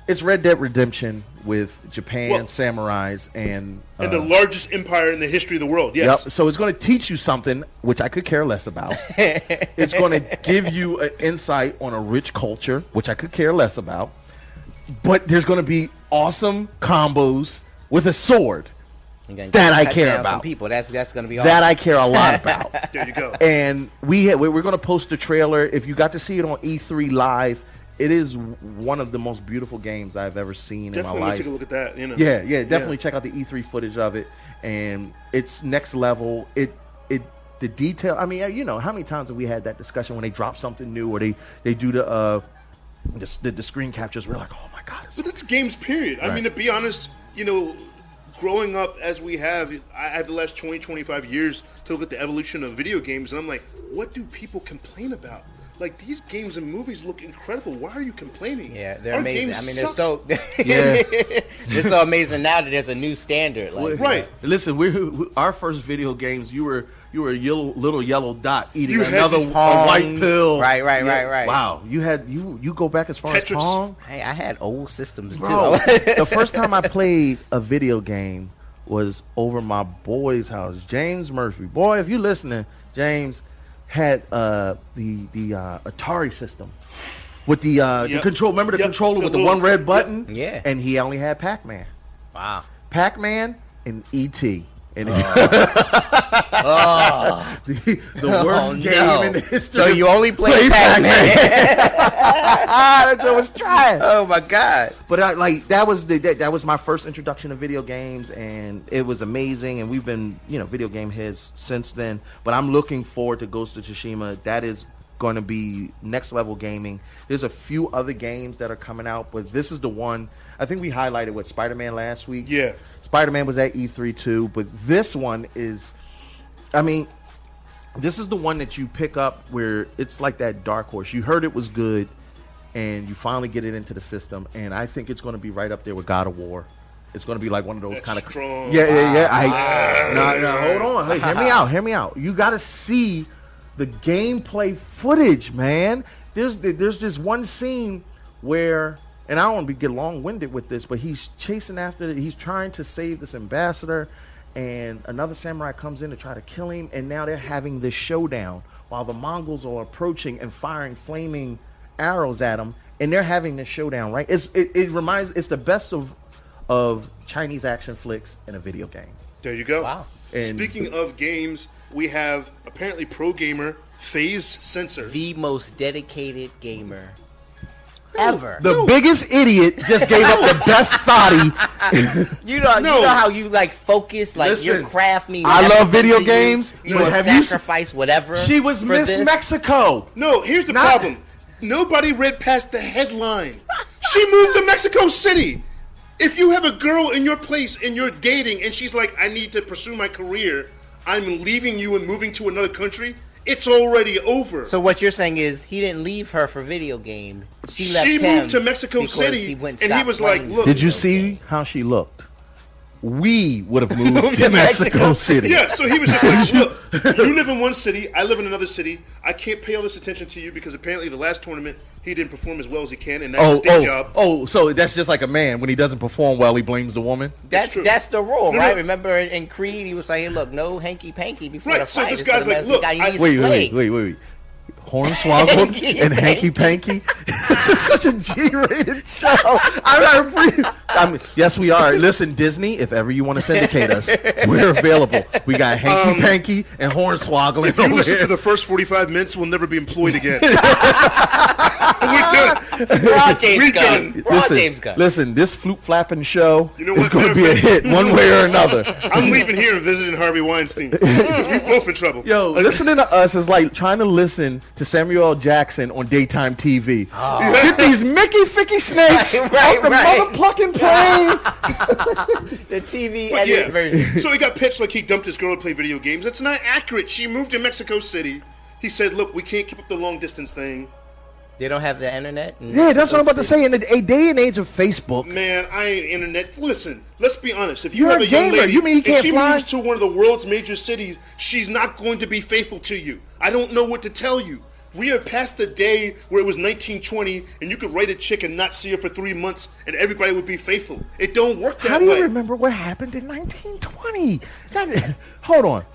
Speaker 7: it's Red Dead Redemption with Japan
Speaker 2: Well-
Speaker 7: samurais and uh,
Speaker 2: And the largest empire in the history of the world. Yes.
Speaker 7: Yep. So it's going to teach you something which I could care less about. it's going to give you an insight on a rich culture which I could care less about. But there's going to be awesome combos with a sword
Speaker 8: You're gonna
Speaker 7: That I
Speaker 8: cut
Speaker 7: care
Speaker 8: down some
Speaker 7: about.
Speaker 8: people. That's that's gonna be all.
Speaker 7: that I care a lot about.
Speaker 2: There you go.
Speaker 7: and we ha- we- we're going to post the trailer. If you got to see it on E3 live, it is w- one of the most beautiful games I've ever seen in
Speaker 2: Definitely
Speaker 7: my
Speaker 2: we'll
Speaker 7: life.
Speaker 2: take a look at that. You know.
Speaker 7: Yeah, yeah, definitely check out the E3 footage of it, and it's next level. It it the detail. I mean, you know, how many times have we had that discussion when they drop something new or they they do the uh the s- the, the screen captures? We're like, oh my god, it's
Speaker 2: But that's games, period. I
Speaker 7: Right.
Speaker 2: mean, to be honest, you know, growing up as we have, I have the last 20, 25 years to look at the evolution of video games, and I'm like, what do people complain about? Like, these games and movies look incredible. Why are you complaining?
Speaker 8: Yeah, they're
Speaker 2: Our
Speaker 8: amazing.
Speaker 2: games
Speaker 8: I mean,
Speaker 2: suck.
Speaker 8: they're so
Speaker 7: Yeah.
Speaker 8: they're so amazing now that there's a new standard. Like,
Speaker 2: Right.
Speaker 7: Listen, we our first video games. You were you were a yellow, little yellow dot eating
Speaker 2: You had
Speaker 7: another
Speaker 2: the
Speaker 7: a
Speaker 2: Pong.
Speaker 7: white pill.
Speaker 8: Right, right, right, right.
Speaker 7: Wow, you had you you go back as far as
Speaker 2: Tetris.
Speaker 7: Pong.
Speaker 8: Hey, I had old systems
Speaker 7: Bro,
Speaker 8: too.
Speaker 7: the first time I played a video game was over my boy's house, James Murphy. Boy, if you're listening, James had uh, the the uh, Atari system with the uh, the
Speaker 2: Yep.
Speaker 7: control. Remember the
Speaker 2: Yep.
Speaker 7: controller
Speaker 2: The
Speaker 7: with the
Speaker 2: little-
Speaker 7: one red button?
Speaker 8: Yeah.
Speaker 7: and he only had Pac Man,
Speaker 8: wow.
Speaker 7: Pac Man, and E. T. And the, the worst game
Speaker 8: Oh. no.
Speaker 7: in the history.
Speaker 8: So
Speaker 7: of
Speaker 8: you only play,
Speaker 7: play
Speaker 8: Pac-Man.
Speaker 7: ah, that show was trash.
Speaker 8: oh my god.
Speaker 7: But I, like that was the that, that was my first introduction to video games, and it was amazing. And we've been you know video game heads since then. But I'm looking forward to Ghost of Tsushima. That is going to be next level gaming. There's a few other games that are coming out, but this is the one I think we highlighted with Spider Man last week.
Speaker 2: Yeah.
Speaker 7: Spider Man was at E3 too, but this one is, I mean, this is the one that you pick up where it's like that dark horse. You heard it was good, and you finally get it into the system. And I think it's going to be right up there with God of War. It's going to be like one of those
Speaker 2: That's
Speaker 7: kind of
Speaker 2: strong.
Speaker 7: Yeah, yeah, yeah. I, no, no, hold on. Hey, hear me out. Hear me out. You got to see the gameplay footage, man. There's there's this one scene where, and I don't want to get long winded with this, but he's chasing after. He's trying to save this ambassador, and another samurai comes in to try to kill him. And now they're having this showdown while the Mongols are approaching and firing flaming arrows at him, and they're having this showdown. Right? It's it, it reminds. It's the best of of Chinese action flicks in a video game.
Speaker 2: There you go.
Speaker 8: Wow.
Speaker 7: And-
Speaker 2: Speaking of games, we have apparently pro gamer Phase Sensor.
Speaker 8: The most dedicated gamer ever.
Speaker 7: The biggest idiot just gave up the best thoughty.
Speaker 8: you
Speaker 2: No.
Speaker 8: know, you know how you like focus, like your
Speaker 7: Listen,
Speaker 8: craft means.
Speaker 7: I love
Speaker 8: everything
Speaker 7: video
Speaker 8: to you.
Speaker 7: games,
Speaker 8: You
Speaker 7: but
Speaker 8: will
Speaker 7: have you s-
Speaker 8: sacrifice whatever.
Speaker 7: She was
Speaker 8: for
Speaker 7: Miss
Speaker 8: this.
Speaker 7: Mexico.
Speaker 2: No, here's the
Speaker 7: Not-
Speaker 2: problem. Nobody read past the headline. She moved to Mexico City. If you have a girl in your place and you're dating and she's like, I need to pursue my career, I'm leaving you and moving to another country, it's already over.
Speaker 8: So what you're saying is he didn't leave her for video game. She,
Speaker 2: She
Speaker 8: left
Speaker 2: moved
Speaker 8: him
Speaker 2: to Mexico
Speaker 8: because
Speaker 2: City,
Speaker 8: he went
Speaker 2: and he
Speaker 8: stopped
Speaker 2: was like,
Speaker 8: playing
Speaker 2: "Look,
Speaker 9: Did you
Speaker 8: video
Speaker 9: see
Speaker 8: games.
Speaker 9: how she looked? We would have moved to Mexico
Speaker 8: Mexico.
Speaker 9: City.
Speaker 2: Yeah, so he was just like, look, you live in one city, I live in another city. I can't pay all this attention to you because apparently the last tournament he didn't perform as well as he can, and that's
Speaker 9: Oh,
Speaker 2: his day
Speaker 9: oh,
Speaker 2: job.
Speaker 9: oh, so that's just like a man. When he doesn't perform well, he blames the woman.
Speaker 8: That's
Speaker 2: true.
Speaker 8: that's the rule,
Speaker 2: No,
Speaker 8: right?
Speaker 2: no.
Speaker 8: Remember in, in Creed, he was like, "Hey, look, no hanky panky before the
Speaker 2: Right, so
Speaker 8: fight."
Speaker 2: this
Speaker 8: It's gonna
Speaker 2: guy's like,
Speaker 8: mess with
Speaker 2: "Look,
Speaker 8: the guy. You
Speaker 2: I-
Speaker 8: need
Speaker 9: Wait,
Speaker 8: some
Speaker 9: wait,
Speaker 8: legs."
Speaker 9: wait, wait, wait. Hornswoggled and Hanky Panky. this is such a G-rated show. I'm not free. I mean, yes, we are. Listen, Disney, if ever you want to syndicate us, we're available. We got Hanky Panky and Hornswoggle.
Speaker 2: If you listen to the first 45 minutes, we'll never be employed again. We're done.
Speaker 8: Raw James
Speaker 2: We
Speaker 8: Gunn.
Speaker 2: can-
Speaker 8: Raw
Speaker 9: listen,
Speaker 8: James Gunn.
Speaker 9: listen, this flute flapping show
Speaker 2: You know
Speaker 9: is
Speaker 2: what,
Speaker 9: going to be a
Speaker 2: matter of
Speaker 9: hit one way or another.
Speaker 2: I'm leaving here and visiting Harvey Weinstein because we both in trouble.
Speaker 9: Yo, listening to us is like trying to listen to Samuel L. Jackson on daytime TV. Get these Mickey Ficky snakes
Speaker 8: Right, right,
Speaker 9: off the
Speaker 8: right.
Speaker 9: mother plucking plane.
Speaker 8: The TV
Speaker 2: But
Speaker 8: edited
Speaker 2: yeah.
Speaker 8: version.
Speaker 2: So he got pitched like he dumped his girl to play video games. That's not accurate. She moved to Mexico City. He said, "Look, we can't keep up the long distance thing."
Speaker 8: They don't have the internet. in
Speaker 9: yeah, that's what I'm about to
Speaker 8: Mexico
Speaker 9: say. In the a day and age of Facebook,
Speaker 2: Man, I ain't internet. Listen, let's be honest. If you
Speaker 9: You're
Speaker 2: have
Speaker 9: a
Speaker 2: a young
Speaker 9: gamer.
Speaker 2: lady,
Speaker 9: You mean he can't
Speaker 2: and she
Speaker 9: fly?
Speaker 2: moves to one of the world's major cities, she's not going to be faithful to you. I don't know what to tell you. We are past the day where it was 1920, and you could write a chick and not see her for three months, and everybody would be faithful. It don't work that
Speaker 9: how do you
Speaker 2: way.
Speaker 9: remember what happened in 1920? That- hold on.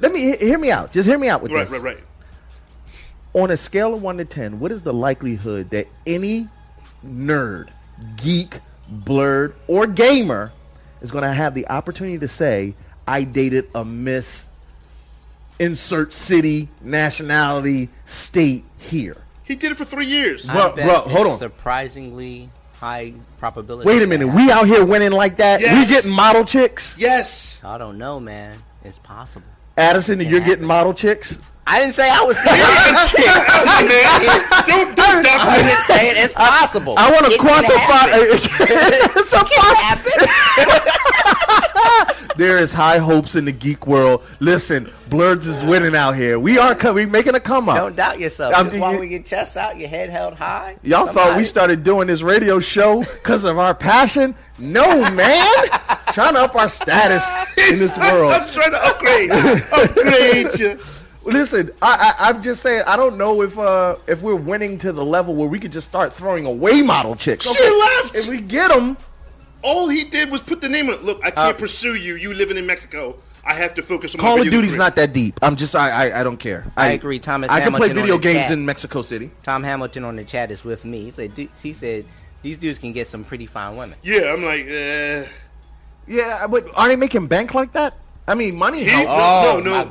Speaker 9: Let me he- hear me out. Just hear me out with
Speaker 2: Right,
Speaker 9: this.
Speaker 2: right, right.
Speaker 9: on a scale of 1 to 10, what is the likelihood that any nerd, geek, blurred, or gamer is going to have the opportunity to say, I dated a miss, insert city, nationality, state here?
Speaker 2: He did it for three years.
Speaker 8: City. I
Speaker 9: Bro,
Speaker 8: bet
Speaker 9: bro, hold
Speaker 8: it's
Speaker 9: on.
Speaker 8: Surprisingly high probability.
Speaker 9: Wait a
Speaker 8: of that
Speaker 9: minute, we out here winning like that?
Speaker 2: Yes.
Speaker 9: We getting model chicks?
Speaker 2: Yes.
Speaker 8: happening. I don't know, man. It's possible.
Speaker 9: Addison, you're
Speaker 8: happen.
Speaker 9: getting model chicks?
Speaker 8: I didn't say I was. I
Speaker 2: don't don't dox me.
Speaker 8: didn't say it. It's possible.
Speaker 9: I want to
Speaker 8: It can happen.
Speaker 9: quantify. it's a
Speaker 8: It
Speaker 9: possibility.
Speaker 8: happened.
Speaker 9: There is high hopes in the geek world. Listen, Blurs is winning out here. We are co- we making a come up.
Speaker 8: Don't doubt yourself.
Speaker 9: I'm-
Speaker 8: Just walk with your chest out, your head held high.
Speaker 9: Y'all thought we
Speaker 8: Somebody-
Speaker 9: started doing this radio show because of our passion? No, man. Trying to up our status in this
Speaker 2: I'm
Speaker 9: world.
Speaker 2: trying to upgrade. upgrade you.
Speaker 9: Listen, I, I, I'm just saying. I don't know if uh, if we're winning to the level where we could just start throwing away model chicks.
Speaker 2: She left.
Speaker 9: If we get them,
Speaker 2: All he did was put the name on it. Look, I can't pursue you. You living in Mexico. I have to focus on my
Speaker 9: Call of
Speaker 2: video
Speaker 9: Duty's
Speaker 2: career.
Speaker 9: not that deep. I'm just I I, I don't care.
Speaker 8: I agree, Thomas
Speaker 9: I can play
Speaker 8: Hamilton on
Speaker 9: video
Speaker 8: the
Speaker 9: games
Speaker 8: chat.
Speaker 9: in Mexico City.
Speaker 8: Tom Hamilton on the chat is with me. He said, du- he said these dudes can get some pretty fine women.
Speaker 2: Yeah, I'm like, uh,
Speaker 9: Yeah, but are they making bank like that?
Speaker 7: I mean, money
Speaker 2: He,
Speaker 7: helped.
Speaker 8: Oh,
Speaker 2: no, no,
Speaker 8: my
Speaker 2: no,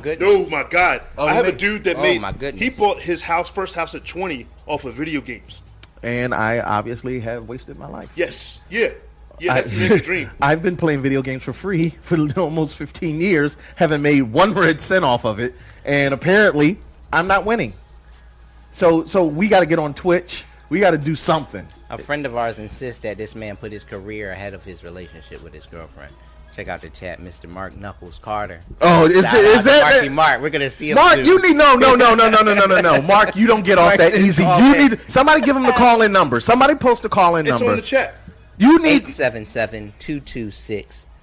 Speaker 2: no,
Speaker 8: goodness.
Speaker 2: my God.
Speaker 9: Oh,
Speaker 2: I have a
Speaker 9: man.
Speaker 2: dude that
Speaker 8: Oh,
Speaker 2: made,
Speaker 8: my goodness.
Speaker 2: he bought his house, first house at 20 off of video games.
Speaker 7: and I obviously have wasted my life.
Speaker 2: Yes. Yeah. Yeah,
Speaker 7: I-
Speaker 2: that's the nigga's dream.
Speaker 7: I've been playing video games for free for almost 15 years, haven't made one red cent off of it, and apparently I'm not winning. So, so we got to get on Twitch. We got to do something.
Speaker 8: A friend of ours insists that this man put his career ahead of his relationship with his girlfriend. Check out the chat, Mr. Mark Knuckles Carter.
Speaker 7: Oh, is,
Speaker 8: Shout
Speaker 7: that-
Speaker 8: out
Speaker 7: is
Speaker 8: to
Speaker 7: that
Speaker 8: Marky Mark? We're gonna see him.
Speaker 7: Mark,
Speaker 8: soon.
Speaker 7: you need no, no, no, no, no, no, no, no, no. Mark, you don't get off that easy. You need somebody give him the call in number. Somebody post the call in
Speaker 2: It's on
Speaker 7: number.
Speaker 2: the chat.
Speaker 7: You need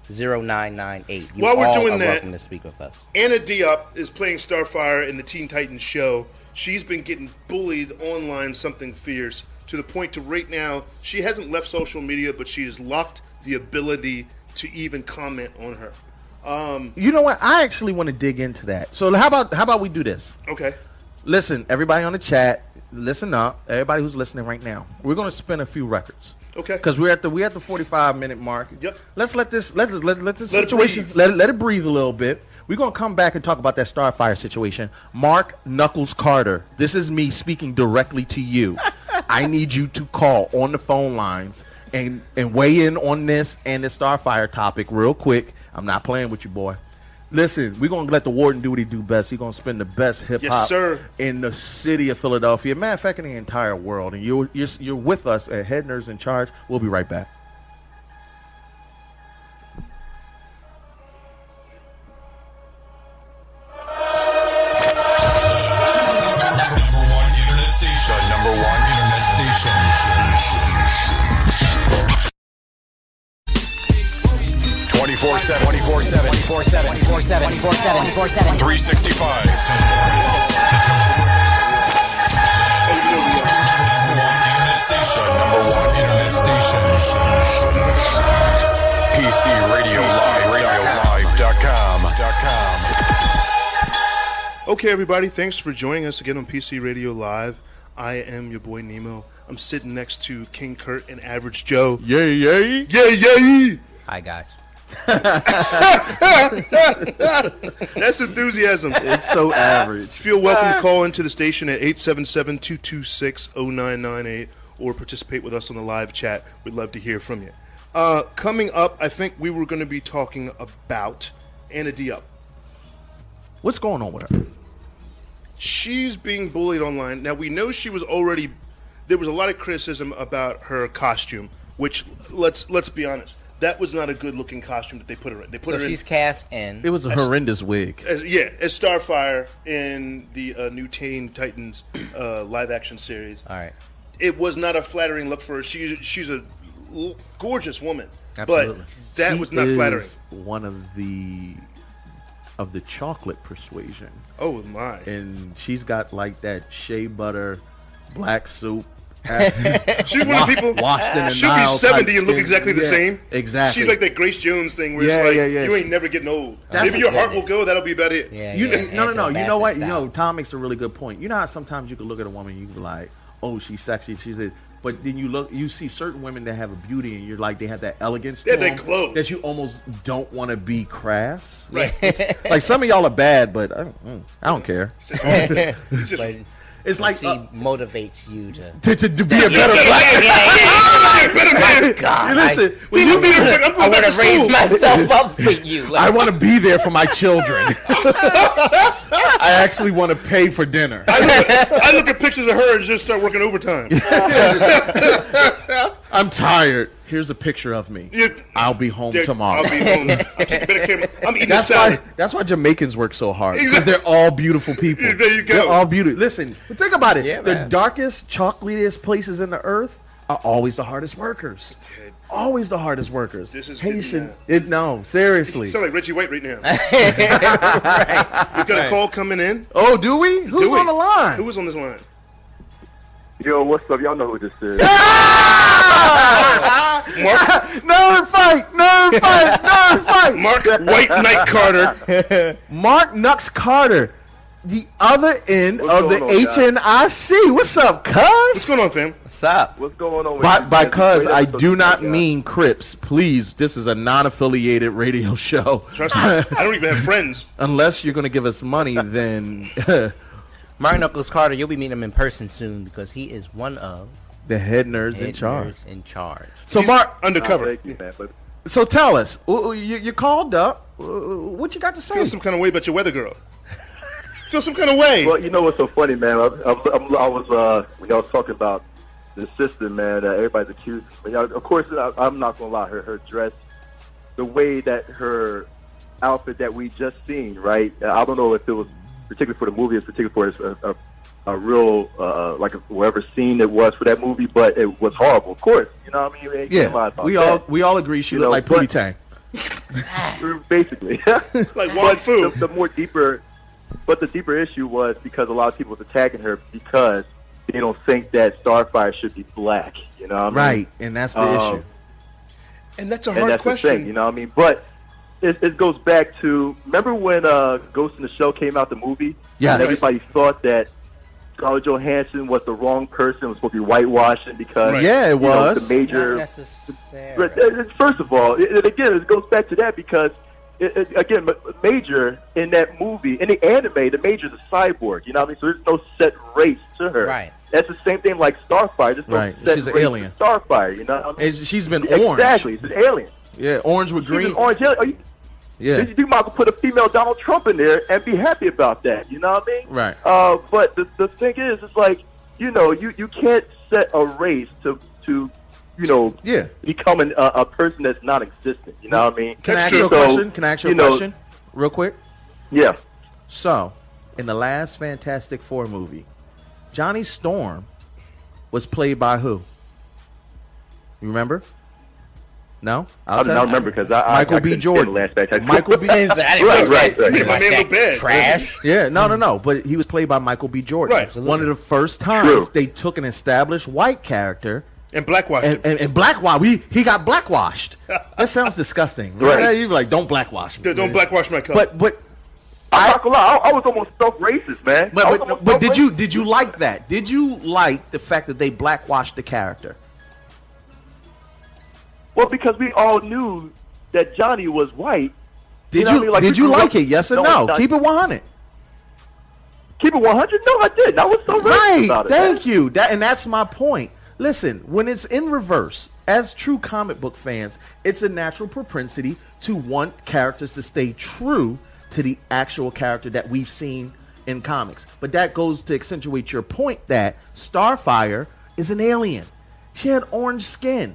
Speaker 8: 877-226-0998. You
Speaker 2: While we're
Speaker 8: all
Speaker 2: doing
Speaker 8: are
Speaker 2: that-
Speaker 8: welcome to speak with us.
Speaker 2: Anna Diop is playing Starfire in the Teen Titans show. She's been getting bullied online something fierce to the point to right now she hasn't left social media, but she has locked the ability to even comment on her. Um,
Speaker 7: You know what? I actually want to dig into that. So how about how about we do this?
Speaker 2: Okay.
Speaker 7: Listen, everybody on the chat, listen up. Everybody who's listening right now, we're gonna spin a few records.
Speaker 2: Okay.
Speaker 7: Because we're at the we're at the forty five minute mark.
Speaker 2: Yep.
Speaker 7: Let's let this let let let this
Speaker 2: Let it
Speaker 7: situation
Speaker 2: breathe.
Speaker 7: let it, let it breathe a little bit. We're gonna come back and talk about that Starfire situation. Mark Knuckles Carter, this is me speaking directly to you. I need you to call on the phone lines and and weigh in on this and the Starfire topic real quick. I'm not playing with you, boy. Listen, we're gonna let the warden do what he do best. He's gonna spin the best hip
Speaker 2: Yes,
Speaker 7: hop
Speaker 2: sir.
Speaker 7: in the city of Philadelphia. Matter of fact, in the entire world. And you're you're, you're with us at Head Nerds in Charge. We'll be right back.
Speaker 6: Number one internet station. The number one internet station. Twenty-four seven. Twenty-four seven. Twenty-four seven. Twenty-four seven. Twenty-four seven. Twenty-four seven. Three sixty-five. Number one internet station. PC Radio Live. Radio Live.com.
Speaker 2: Okay, everybody, thanks for joining us again on PC Radio Live. I am your boy Nemo. I'm sitting next to King Kurt and Average Joe.
Speaker 7: Yay, yay.
Speaker 2: Yeah, yeah, yeah.
Speaker 8: Hi guys.
Speaker 2: That's enthusiasm.
Speaker 7: It's so average.
Speaker 2: Feel welcome to call into the station at 877-226-0998 or participate with us on the live chat. We'd love to hear from you. Uh, coming up, I think we were going to be talking about Anna Diop.
Speaker 7: What's going on with her?
Speaker 2: She's being bullied online. Now, we know she was already there was a lot of criticism about her costume, which let's let's be honest. That was not a good-looking costume that they put her in. They put
Speaker 8: So
Speaker 2: her in
Speaker 8: she's cast in.
Speaker 7: It was a horrendous wig.
Speaker 2: as, yeah, as Starfire in the uh, new Teen Titans uh, live-action series.
Speaker 8: All right.
Speaker 2: it was not a flattering look for her. She she's a l- gorgeous woman,
Speaker 8: Absolutely.
Speaker 2: but that
Speaker 7: She
Speaker 2: was not
Speaker 7: is
Speaker 2: flattering.
Speaker 7: One of the of the chocolate persuasion,
Speaker 2: Oh my!
Speaker 7: and she's got like that shea butter, black soup.
Speaker 2: She's one of the people.
Speaker 7: washed in the
Speaker 2: She'll
Speaker 7: Nile
Speaker 2: be
Speaker 7: type
Speaker 2: seventy and look
Speaker 7: skin.
Speaker 2: exactly the
Speaker 7: Yeah,
Speaker 2: same.
Speaker 7: exactly.
Speaker 2: She's like that Grace Jones thing where
Speaker 7: Yeah,
Speaker 2: it's like
Speaker 7: yeah, yeah.
Speaker 2: you ain't never getting old.
Speaker 7: That's
Speaker 2: Maybe your
Speaker 8: exactly
Speaker 2: heart will go. That'll be about it.
Speaker 8: Yeah,
Speaker 7: You
Speaker 8: yeah,
Speaker 7: kn- no, no, no.
Speaker 8: Angela
Speaker 7: You know what?
Speaker 8: Bassett
Speaker 7: You
Speaker 8: style.
Speaker 7: know, Tom makes a really good point. You know how sometimes you can look at a woman, you can be like, "Oh, she's sexy," she's it. But then you look, you see certain women that have a beauty, and you're like, they have that elegance.
Speaker 2: Yeah,
Speaker 7: to
Speaker 2: they
Speaker 7: them
Speaker 2: glow.
Speaker 7: That you almost don't want to be crass.
Speaker 2: Right.
Speaker 7: like some of y'all are bad, but I don't, mm, I don't care.
Speaker 2: It's just-
Speaker 8: But
Speaker 7: It's like
Speaker 8: she
Speaker 7: uh,
Speaker 8: motivates you to.
Speaker 7: to, to, to be a better black.
Speaker 8: God,
Speaker 7: Listen,
Speaker 8: I-
Speaker 7: when
Speaker 2: you
Speaker 7: you
Speaker 2: be
Speaker 7: be,
Speaker 2: like, I'm
Speaker 8: I
Speaker 2: going
Speaker 8: want
Speaker 2: back to
Speaker 8: to raise
Speaker 2: school.
Speaker 8: myself up for you.
Speaker 7: I
Speaker 8: Like,
Speaker 7: want to be there for my children. I actually want to pay for dinner.
Speaker 2: I look, at, I look at pictures of her and just start working overtime.
Speaker 7: I'm tired. Here's a picture of me.
Speaker 2: You-
Speaker 7: I'll be home
Speaker 2: Dude,
Speaker 7: tomorrow.
Speaker 2: I'll be home. I'm taking better care. of- I'm eating a
Speaker 7: That's
Speaker 2: salad.
Speaker 7: why. That's why Jamaicans work so hard because
Speaker 2: Exactly.
Speaker 7: they're all beautiful people.
Speaker 2: Yeah, there you go.
Speaker 7: They're all beautiful. Listen, but think about it.
Speaker 8: Yeah,
Speaker 7: the
Speaker 8: man.
Speaker 7: darkest, chocolatiest places in the earth are always the hardest workers. Always the hardest workers.
Speaker 2: This is
Speaker 7: Haitian.
Speaker 2: getting,
Speaker 7: It, no, seriously.
Speaker 2: You sound like Richie White right now. We've got a call coming in.
Speaker 7: oh, do we? Who's
Speaker 2: Do we?
Speaker 7: on the line?
Speaker 2: Who was on this line?
Speaker 10: Yo, what's up? Y'all know who this is.
Speaker 7: Nerd fight. Nerd fight. Nerd fight.
Speaker 2: Mark White Knight Carter.
Speaker 7: Mark Nux Carter. the other end
Speaker 11: What's
Speaker 7: of the
Speaker 11: going on, guys?
Speaker 7: HNIC. What's up, cuz? What's
Speaker 2: going on, fam?
Speaker 7: What's up?
Speaker 11: What's going on? With
Speaker 7: By,
Speaker 11: you
Speaker 7: by
Speaker 11: guys?
Speaker 7: cuz,
Speaker 11: Wait,
Speaker 7: I
Speaker 11: episode
Speaker 7: do
Speaker 11: two,
Speaker 7: not
Speaker 11: guys.
Speaker 7: mean Crips. Please, this is a non affiliated radio show.
Speaker 2: Trust me, I don't even have friends.
Speaker 7: Unless you're going to give us money, then
Speaker 8: Martin Knuckles Carter, you'll be meeting him in person soon because he is one of
Speaker 7: the head nerds in
Speaker 8: head
Speaker 7: charge.
Speaker 8: nerds in charge.
Speaker 7: So, Oh, Mark,
Speaker 11: Nah, Oh, thank you, man, but
Speaker 7: so tell us, w- w- you, you called up. W- What you got to say?
Speaker 2: Feel some kind of way about your weather girl. Feel some kind of way.
Speaker 11: Well, you know what's so funny, man? I, I, I'm- I was uh, when y'all was talking about the system, man. That everybody's accused. But y'all, of course, I, I'm not gonna lie. Her her dress, the way that her outfit that we just seen, right? I don't know if it was particularly for the movie, it's particularly for a, a, a real uh, like whatever scene it was for that movie, but it was horrible. Of course, you know what I mean? Ain't
Speaker 7: Yeah,
Speaker 11: gonna lie about
Speaker 7: we
Speaker 11: that.
Speaker 7: all we all agree she
Speaker 11: You
Speaker 7: looked
Speaker 11: know,
Speaker 7: like
Speaker 11: but- Mm-hmm.
Speaker 7: Pootie Tang.
Speaker 11: basically.
Speaker 2: like one
Speaker 11: food. The, the more deeper, but the deeper issue was because a lot of people was attacking her because they don't think that Starfire should be black. You know what I mean?
Speaker 7: Right, and that's the
Speaker 11: Um,
Speaker 7: issue.
Speaker 2: And that's a
Speaker 11: and
Speaker 2: hard
Speaker 11: that's the thing.
Speaker 2: question.
Speaker 11: You know what I mean? But it, it goes back to remember when uh, Ghost in the Shell came out the movie?
Speaker 7: Yes.
Speaker 11: And everybody thought that Scarlett Johansson was the wrong person. Was supposed to be whitewashing because
Speaker 7: Right. Yeah, it
Speaker 11: you know,
Speaker 7: was.
Speaker 11: the major
Speaker 8: Not necessarily.
Speaker 11: but, uh, First of all, it, it- again, it goes back to that because, it, it, again, Ma- Major in that movie, in the anime, the Major's a cyborg. You know what I mean? So there's no set race to her.
Speaker 8: Right.
Speaker 11: That's the same thing like Starfire. There's no
Speaker 7: Right.
Speaker 11: set
Speaker 7: She's an
Speaker 11: race to
Speaker 7: alien.
Speaker 11: Starfire, you know? what I mean?
Speaker 7: And she's been orange.
Speaker 11: Exactly. It's an alien.
Speaker 7: Yeah, orange with
Speaker 11: She's
Speaker 7: green.
Speaker 11: an orange alien. Are you,
Speaker 7: Yeah,
Speaker 11: you might as well put a female Donald Trump in there and be happy about that. You know what I mean?
Speaker 7: right.
Speaker 11: Uh, but the, the thing is, it's like you know, you, you can't set a race to to you know
Speaker 7: Yeah.
Speaker 11: become an, a a person that's non-existent. You know what I mean?
Speaker 7: Can I ask you a
Speaker 11: So,
Speaker 7: question? Can I ask you a
Speaker 11: know,
Speaker 7: question? Real quick.
Speaker 11: Yeah.
Speaker 7: So, in the last Fantastic Four movie, Johnny Storm was played by who? You remember? No,
Speaker 11: I do
Speaker 7: tell
Speaker 11: not
Speaker 7: you.
Speaker 11: remember because I, I
Speaker 7: Michael
Speaker 11: I
Speaker 7: B.
Speaker 11: couldn't
Speaker 7: Jordan.
Speaker 11: stand the Last Fantastic
Speaker 7: Michael B.
Speaker 8: I didn't
Speaker 11: Right,
Speaker 8: watch
Speaker 11: right,
Speaker 8: that.
Speaker 11: right.
Speaker 8: You
Speaker 11: Yeah,
Speaker 2: my
Speaker 8: watch
Speaker 2: man
Speaker 8: that
Speaker 2: look bad.
Speaker 8: Trash.
Speaker 7: Yeah, no, no, no. But he was played by Michael B. Jordan.
Speaker 2: Right.
Speaker 7: One of the first times
Speaker 11: True.
Speaker 7: they took an established white character
Speaker 2: and blackwashed
Speaker 7: and,
Speaker 2: him.
Speaker 7: and, and blackwash. We he got blackwashed. That sounds disgusting.
Speaker 11: Right.
Speaker 7: Yeah, You be like don't blackwash. me.
Speaker 2: Dude, Don't blackwash my cup.
Speaker 7: But but
Speaker 11: I'm not gonna lie, I, I was almost self-racist, man. I was
Speaker 7: but
Speaker 11: almost
Speaker 7: but, but did
Speaker 11: self-racist.
Speaker 7: you did you like that? Did you like the fact that they blackwashed the character?
Speaker 11: Well, because we all knew that Johnny was white.
Speaker 7: Did you,
Speaker 11: know what I mean? Like,
Speaker 7: did
Speaker 11: we
Speaker 7: you
Speaker 11: grew
Speaker 7: like
Speaker 11: up
Speaker 7: it? Yes or
Speaker 11: knowing
Speaker 7: no?
Speaker 11: that-
Speaker 7: Keep it one hundred.
Speaker 11: Keep it 100. No, I did. I was so racist
Speaker 7: Right.
Speaker 11: about it. man.
Speaker 7: Thank you. That and that's my point. Listen, when it's in reverse, as true comic book fans, it's a natural propensity to want characters to stay true to the actual character that we've seen in comics. But that goes to accentuate your point that Starfire is an alien. She had orange skin.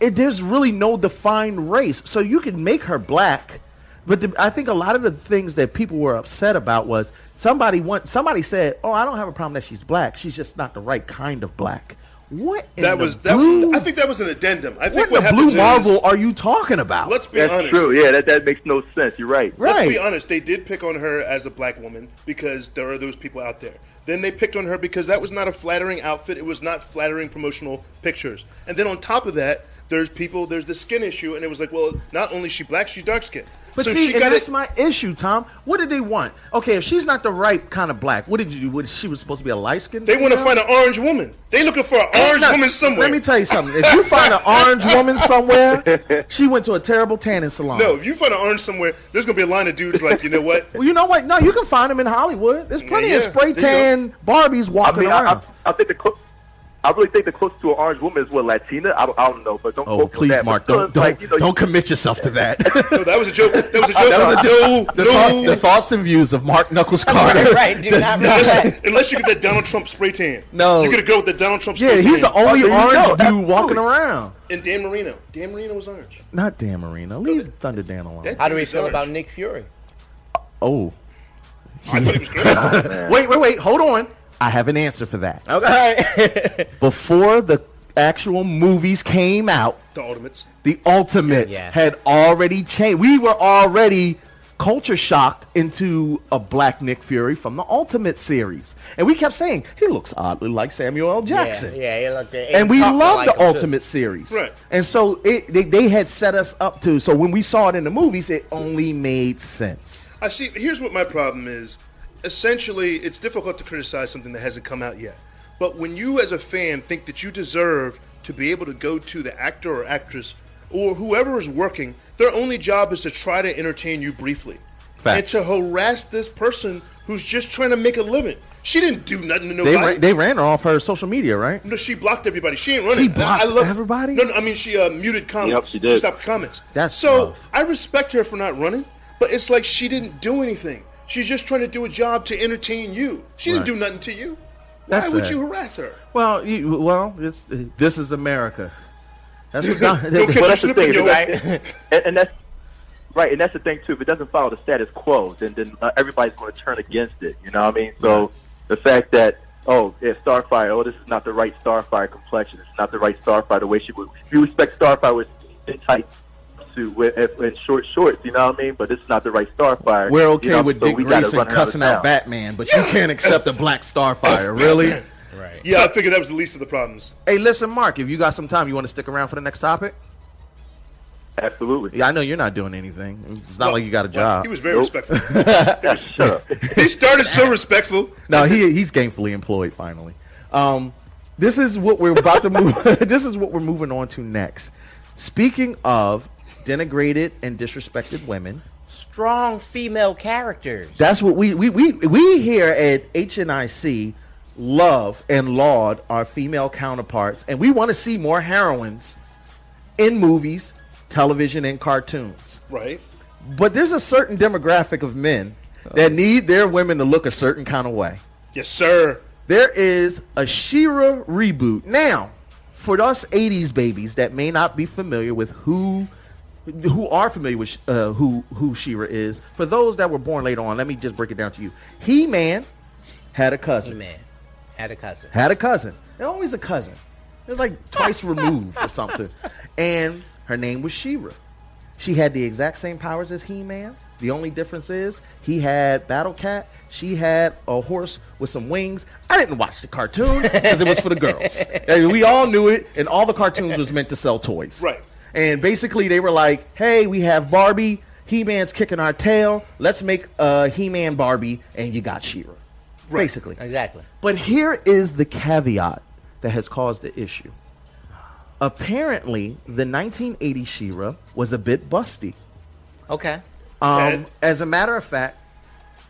Speaker 7: It, there's really no defined race, so you can make her black. But the, I think a lot of the things that people were upset about was somebody want, somebody said, "Oh, I don't have a problem that she's black. She's just not the right kind of black." What in
Speaker 2: that
Speaker 7: the
Speaker 2: was that.
Speaker 7: blue-
Speaker 2: I think that was an addendum. I
Speaker 7: what
Speaker 2: think
Speaker 7: in
Speaker 2: what
Speaker 7: the blue
Speaker 2: happened
Speaker 7: marvel
Speaker 2: is,
Speaker 7: are you talking about?
Speaker 2: let's be
Speaker 11: That's
Speaker 2: honest.
Speaker 11: true. Yeah, that, that makes no sense. You're right.
Speaker 2: Let's be
Speaker 7: right?
Speaker 2: honest. They did pick on her as a black woman because there are those people out there. Then they picked on her because that was not a flattering outfit. It was not flattering promotional pictures. And then on top of that, there's people. There's the skin issue, and it was like, well, not only is she black, she's dark skinned
Speaker 7: But
Speaker 2: so
Speaker 7: see,
Speaker 2: she
Speaker 7: and
Speaker 2: got
Speaker 7: that's
Speaker 2: it.
Speaker 7: my issue, Tom. What did they want? Okay, if she's not the right kind of black, what did you do? What, she was supposed to be a light skinned.
Speaker 2: they want to find an orange woman. They looking for an orange
Speaker 7: No,
Speaker 2: woman somewhere.
Speaker 7: Let me tell you something. If you find an orange woman somewhere, she went to a terrible tanning salon.
Speaker 2: No, if you find an orange somewhere, there's gonna be a line of dudes like, you know what?
Speaker 7: Well, you know what? No, you can find them in Hollywood. There's plenty
Speaker 2: yeah.
Speaker 7: of spray
Speaker 2: There
Speaker 7: tan Barbies
Speaker 11: I
Speaker 7: walking
Speaker 11: mean, I,
Speaker 7: around.
Speaker 11: I, I think the clo- I really think the closest to an orange woman is what Latina. I don't, I don't know, but don't.
Speaker 7: oh,
Speaker 11: quote me on
Speaker 7: please,
Speaker 11: that.
Speaker 7: Mark,
Speaker 11: But
Speaker 7: don't
Speaker 11: still,
Speaker 7: don't,
Speaker 11: it's like, you know,
Speaker 7: don't commit yourself to that.
Speaker 2: No, that was a joke. That was a joke.
Speaker 7: That was a
Speaker 2: no,
Speaker 7: The,
Speaker 2: no.
Speaker 7: thought- the thoughts and views of Mark Knuckles Carter.
Speaker 8: Right, do
Speaker 7: does
Speaker 8: not
Speaker 2: unless, unless you get that Donald Trump spray tan.
Speaker 7: No.
Speaker 2: you gotta go with the Donald Trump.
Speaker 7: Yeah,
Speaker 2: spray
Speaker 7: he's
Speaker 2: tan.
Speaker 7: the only
Speaker 11: Oh, there you
Speaker 7: orange
Speaker 11: go.
Speaker 7: dude
Speaker 11: Absolutely.
Speaker 7: walking around.
Speaker 2: and Dan Marino. Dan Marino was orange.
Speaker 7: Not Dan Marino. Leave Thunder Dan alone.
Speaker 2: That
Speaker 8: How do we
Speaker 2: dude's
Speaker 8: feel
Speaker 2: orange.
Speaker 8: about Nick Fury?
Speaker 7: oh,
Speaker 2: I thought he was great.
Speaker 7: wait, wait, wait. Hold on. I have an answer for that.
Speaker 8: Oh. Okay.
Speaker 7: Before the actual movies came out,
Speaker 2: the Ultimates.
Speaker 7: the Ultimates
Speaker 8: Yeah.
Speaker 7: had already changed. We were already culture shocked into a black Nick Fury from the Ultimate series, and we kept saying he looks oddly like Samuel L. Jackson.
Speaker 8: Yeah, yeah, he looked at-
Speaker 7: And we
Speaker 8: talked
Speaker 7: love
Speaker 8: like
Speaker 7: the
Speaker 8: him, too.
Speaker 7: Ultimate series,
Speaker 2: Right.
Speaker 7: And so it they, they had set us up to. So when we saw it in the movies, it only made sense.
Speaker 2: I see. Here's what my problem is. essentially, it's difficult to criticize something that hasn't come out yet. But when you, as a fan, think that you deserve to be able to go to the actor or actress or whoever is working, their only job is to try to entertain you briefly and
Speaker 9: Facts.
Speaker 2: to harass this person who's just trying to make a living. She didn't do nothing to nobody.
Speaker 7: They ran, they ran her off her social media, right?
Speaker 2: No, she blocked everybody. She ain't running.
Speaker 7: She blocked
Speaker 2: I love,
Speaker 7: everybody?
Speaker 2: No, no, I mean she uh, muted comments.
Speaker 7: Yep, she did.
Speaker 2: stopped comments.
Speaker 7: That's
Speaker 2: so. I respect her for not running, but it's like she didn't do anything. She's just trying to do a job to entertain you. She
Speaker 7: Right.
Speaker 2: didn't do nothing to you. Why
Speaker 7: That's
Speaker 2: would
Speaker 7: sad.
Speaker 2: you harass her?
Speaker 7: Well, you, well, it's, this is America. That's what Don,
Speaker 10: well, that's the thing, right? and, and that's right, and that's the thing too. If it doesn't follow the status quo, then then uh, everybody's going to turn against it. You know what I mean? So the fact that oh, yeah, Starfire, oh, this is not the right Starfire complexion. It's not the right Starfire. The way she would, if you respect Starfire with thin tight suit with and, and short shorts. You know what I mean? But it's not the right Starfire.
Speaker 7: We're okay
Speaker 10: you know?
Speaker 7: with
Speaker 10: so
Speaker 7: Dick
Speaker 10: we gotta
Speaker 7: Grayson
Speaker 10: run her out of
Speaker 7: cussing out
Speaker 10: town.
Speaker 7: Batman, but you can't accept a black Starfire, really?
Speaker 8: Right.
Speaker 2: Yeah, I figured that was the least of the problems.
Speaker 7: Hey, listen, Mark, if you got some time, you want to stick around for the next topic?
Speaker 10: Absolutely.
Speaker 7: Yeah, I know you're not doing anything. It's not like you got a
Speaker 2: Well,
Speaker 7: job.
Speaker 2: he was very respectful. he started so respectful.
Speaker 7: no, he he's gainfully employed finally. Um, this is what we're about to move. this is what we're moving on to next. Speaking of denigrated and disrespected women,
Speaker 8: Strong female characters.
Speaker 7: that's what we we we, we here at HNIC love and laud our female counterparts, and we want to see more heroines in movies, television, and cartoons.
Speaker 2: Right.
Speaker 7: But there's a certain demographic of men that need their women to look a certain kind of way.
Speaker 2: Yes, sir.
Speaker 7: There is a Shira reboot now. For us '80s babies that may not be familiar with who, who are familiar with uh, who who Shira is, for those that were born later on, let me just break it down to you. He Man had a cousin.
Speaker 8: Man, had a cousin.
Speaker 7: Had a cousin. They're always a cousin. They're like twice removed or something. And her name was Shira. She had the exact same powers as He Man. The only difference is he had Battle Cat. She had a horse with some wings. I didn't watch the cartoon because it was for the girls. And we all knew it, and all the cartoons was meant to sell toys.
Speaker 2: Right.
Speaker 7: And basically, they were like, "Hey, we have Barbie. He Man's kicking our tail. Let's make uh, He Man Barbie, and you got She-Ra." Basically.
Speaker 8: Exactly.
Speaker 7: But here is the caveat that has caused the issue. Apparently, the 1980 She-Ra was a bit busty.
Speaker 8: Okay.
Speaker 7: Um, as a matter of fact,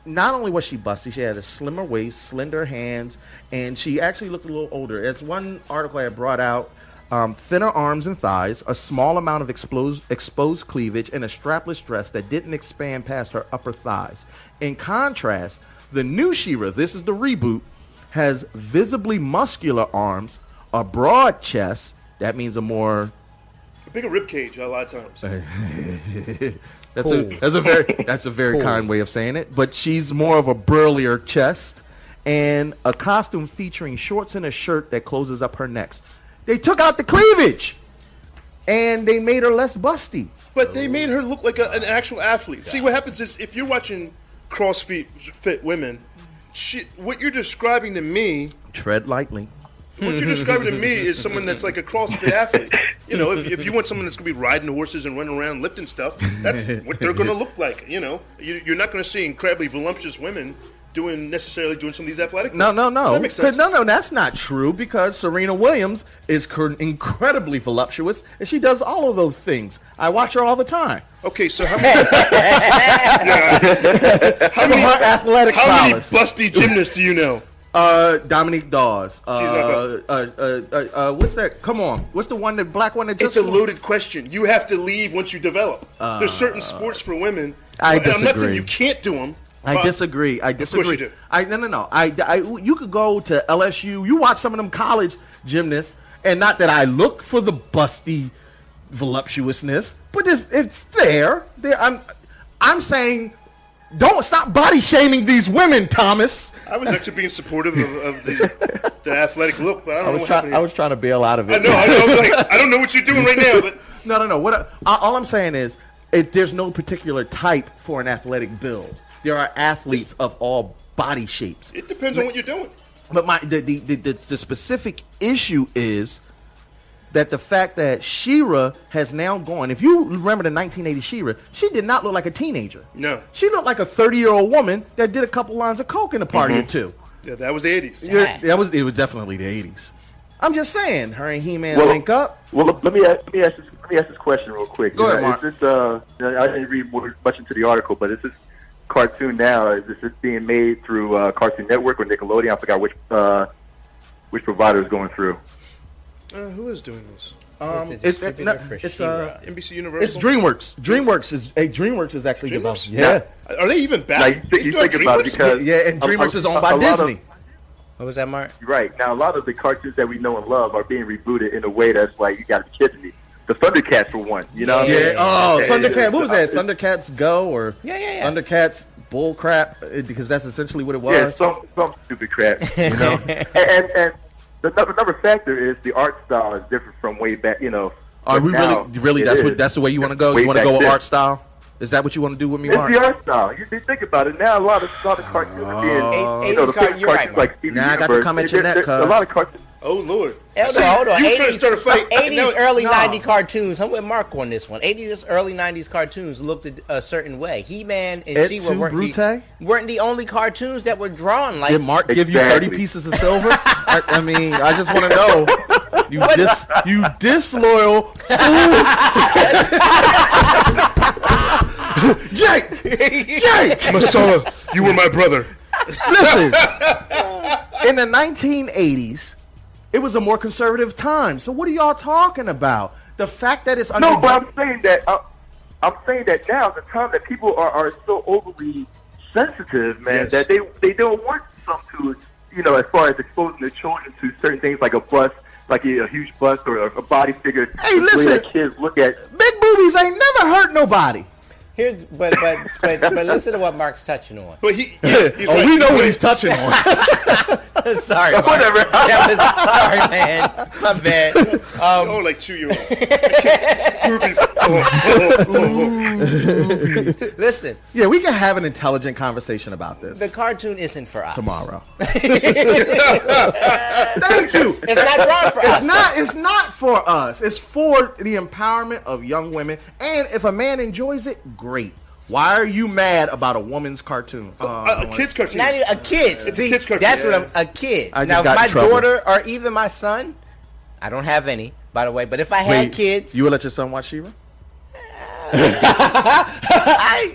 Speaker 7: not only was she busty, she had a slimmer waist, slender hands, and she actually looked a little older. It's one article I had brought out. Um, thinner arms and thighs, a small amount of exposed, exposed cleavage, and a strapless dress that didn't expand past her upper thighs. In contrast, the new She-Ra, this is the reboot, has visibly muscular arms, a broad chest. That means a more
Speaker 2: A bigger ribcage a lot of times.
Speaker 7: that's a that's a very that's a very kind way of saying it. But she's more of a burlier chest and a costume featuring shorts and a shirt that closes up her necks. They took out the cleavage and they made her less busty.
Speaker 2: But they made her look like a, an actual athlete. See, what happens is if you're watching CrossFit fit women, she, what you're describing to me,
Speaker 7: Tread lightly.
Speaker 2: what you're describing to me is someone that's like a CrossFit athlete. You know, if, if you want someone that's going to be riding horses and running around lifting stuff, that's what they're going to look like. You know, you, you're not going to see incredibly voluptuous women doing necessarily doing some of these athletic.
Speaker 7: No,
Speaker 2: things.
Speaker 7: no,
Speaker 2: So
Speaker 7: no.
Speaker 2: that makes sense.
Speaker 7: 'Cause No, no, that's not true because Serena Williams is cur- incredibly voluptuous and she does all of those things. I watch her all the time.
Speaker 2: Okay, so how many, Yeah. how many,
Speaker 7: Her athletic
Speaker 2: how many
Speaker 7: prowess.
Speaker 2: busty gymnasts do you know?
Speaker 7: Uh, Dominique Dawes. Uh,
Speaker 2: She's not
Speaker 7: uh, uh, uh, uh, what's that? Come on. What's the one that black one that just
Speaker 2: It's a loaded question. You have to leave once you develop. There's certain sports for women.
Speaker 7: Uh, I
Speaker 2: and I'm not
Speaker 7: disagree.
Speaker 2: saying you can't do them.
Speaker 7: I disagree. I
Speaker 2: course
Speaker 7: disagree.
Speaker 2: you do.
Speaker 7: I no no no. I, I you could go to LSU. You watch some of them college gymnasts, and not that I look for the busty voluptuousness, but it's it's there. there I'm I'm saying, don't stop body shaming these women, Thomas.
Speaker 2: I was actually being supportive of, of the, the athletic look, but I don't know what happened. here.
Speaker 7: trying to bail out of it.
Speaker 2: I know. I know. I was like, I don't know what you're doing right now, but
Speaker 7: No, no, no. What I, I- all I'm saying is, it, there's no particular type for an athletic build. There are athletes of all body shapes.
Speaker 2: it depends on what you're doing.
Speaker 7: But my the the, the, the, the specific issue is that the fact that Shira has now gone. If you remember the 1980 Shira, she did not look like a teenager.
Speaker 2: No.
Speaker 7: She looked like a 30 year old woman that did a couple lines of coke in a party or two.
Speaker 2: Yeah, that was the 80s.
Speaker 7: Mm-hmm. Yeah, that was it. Was definitely the 80s. I'm just saying, her and He Man
Speaker 11: Well-
Speaker 7: link up.
Speaker 11: Well, let- let me ask, let me ask this let me ask this question real quick.
Speaker 7: Go ahead,
Speaker 11: Is this uh? I didn't read more- much into the article, but is this cartoon now? Is this just being made through uh, Cartoon Network or Nickelodeon? I forgot which uh, which provider is going through.
Speaker 2: Uh, who is doing this?
Speaker 7: Um, It's a it's- distributor no, for it's, uh, She-Ra.
Speaker 2: NBC Universal.
Speaker 7: It's DreamWorks. DreamWorks is hey, DreamWorks is actually
Speaker 2: DreamWorks?
Speaker 7: developing. Yeah.
Speaker 2: Are they even back?
Speaker 11: Now, you,
Speaker 2: They
Speaker 11: think, you
Speaker 2: still have
Speaker 11: think about it
Speaker 2: DreamWorks?
Speaker 11: because
Speaker 7: Yeah, and
Speaker 11: a- a-
Speaker 7: DreamWorks is owned
Speaker 11: a-
Speaker 7: by
Speaker 11: a lot of-
Speaker 7: Disney.
Speaker 8: What was that, Mark?
Speaker 11: right now, a lot of the cartoons that we know and love are being rebooted in a way that's like you got to be kidding me. The Thundercats for one, you know. what I mean?
Speaker 7: Yeah. Oh,
Speaker 11: Yeah,
Speaker 7: Thundercat.
Speaker 11: yeah,
Speaker 7: What was that?
Speaker 11: yeah.
Speaker 7: Thundercats Go or
Speaker 8: Yeah, yeah, yeah.
Speaker 7: Thundercats Bullcrap? uh, Because that's essentially what it was.
Speaker 11: Yeah, some some stupid crap, you know. and and, and the, another, another factor is the art style is different from way back, you know.
Speaker 7: Are
Speaker 11: but
Speaker 7: we
Speaker 11: now
Speaker 7: really? Really,
Speaker 11: it
Speaker 7: that's
Speaker 11: is.
Speaker 7: what that's the way you want to go.
Speaker 11: Way
Speaker 7: you want to
Speaker 11: back
Speaker 7: go with
Speaker 11: then.
Speaker 7: art style? Is that what you want to do with me,
Speaker 11: It's
Speaker 7: Mark?
Speaker 11: the art style. You, you think about it now. A lot of a lot of cartoons are being,
Speaker 8: Eight-
Speaker 11: you know, the
Speaker 8: eighties car-
Speaker 11: big
Speaker 8: you're right,
Speaker 11: cartoons like Steven
Speaker 7: Nah, I got to
Speaker 11: Universe,
Speaker 7: come at
Speaker 11: they-
Speaker 7: your
Speaker 11: they-
Speaker 7: neck,
Speaker 11: they- A
Speaker 7: cuz.
Speaker 11: lot of cartoons.
Speaker 2: Oh lord.
Speaker 8: Hold
Speaker 2: See,
Speaker 8: on, hold on.
Speaker 2: You trying to start a fight?
Speaker 8: 80s,
Speaker 2: No,
Speaker 8: early
Speaker 7: no.
Speaker 8: 90s cartoons. I'm with Mark on this one. 80s, early 90s cartoons looked a, a certain way. He Man and
Speaker 7: Et
Speaker 8: She
Speaker 7: tu,
Speaker 8: weren't, the,
Speaker 7: Brute?
Speaker 8: weren't the only cartoons that were drawn like.
Speaker 7: Did Mark give you thirty
Speaker 11: Exactly.
Speaker 7: pieces of silver? I, I mean, I just want to know. You dis, you disloyal fool, Jake. Jake,
Speaker 2: Masala, you were my brother.
Speaker 7: Listen, in the 1980s, it was a more conservative time. So what are y'all talking about? The fact that it's under
Speaker 11: No, but I'm saying that I, I'm saying that now is the time that people are, are so overly sensitive, man,
Speaker 2: Yes.
Speaker 11: that they they don't want some to you know as far as exposing their children to certain things like a bust, like a, a huge bust or a, a body figure.
Speaker 7: Hey,
Speaker 11: the way
Speaker 7: listen.
Speaker 11: that kids look at.
Speaker 7: big booties ain't never hurt nobody.
Speaker 8: Here's, but, but, but, but listen to what Mark's touching on.
Speaker 2: But he, yeah, he's
Speaker 7: oh,
Speaker 2: right.
Speaker 7: we know what he's touching on.
Speaker 8: sorry, Mark.
Speaker 11: Whatever.
Speaker 8: That was, sorry, man. My bad.
Speaker 2: oh, like two year old. Boobies. Oh, oh, oh,
Speaker 8: Listen,
Speaker 7: yeah, we can have an intelligent conversation about this
Speaker 8: the cartoon isn't for us.
Speaker 7: tomorrow. Thank you.
Speaker 8: It's not drawn for us.
Speaker 7: It's not. It's not for us. It's for the empowerment of young women. And if a man enjoys it, great. Why are you mad about a woman's cartoon?
Speaker 8: Uh,
Speaker 2: oh. A- a kid's cartoon.
Speaker 8: Not even a kid. See,
Speaker 2: kid's cartoon,
Speaker 8: that's what
Speaker 2: yeah.
Speaker 8: I'm. A kid.
Speaker 7: I just
Speaker 8: now, if
Speaker 7: got in
Speaker 8: my
Speaker 7: trouble.
Speaker 8: daughter or either my son, I don't have any, by the way. But if I had
Speaker 7: Wait,
Speaker 8: kids,
Speaker 7: You would let your son watch Shira?
Speaker 8: I,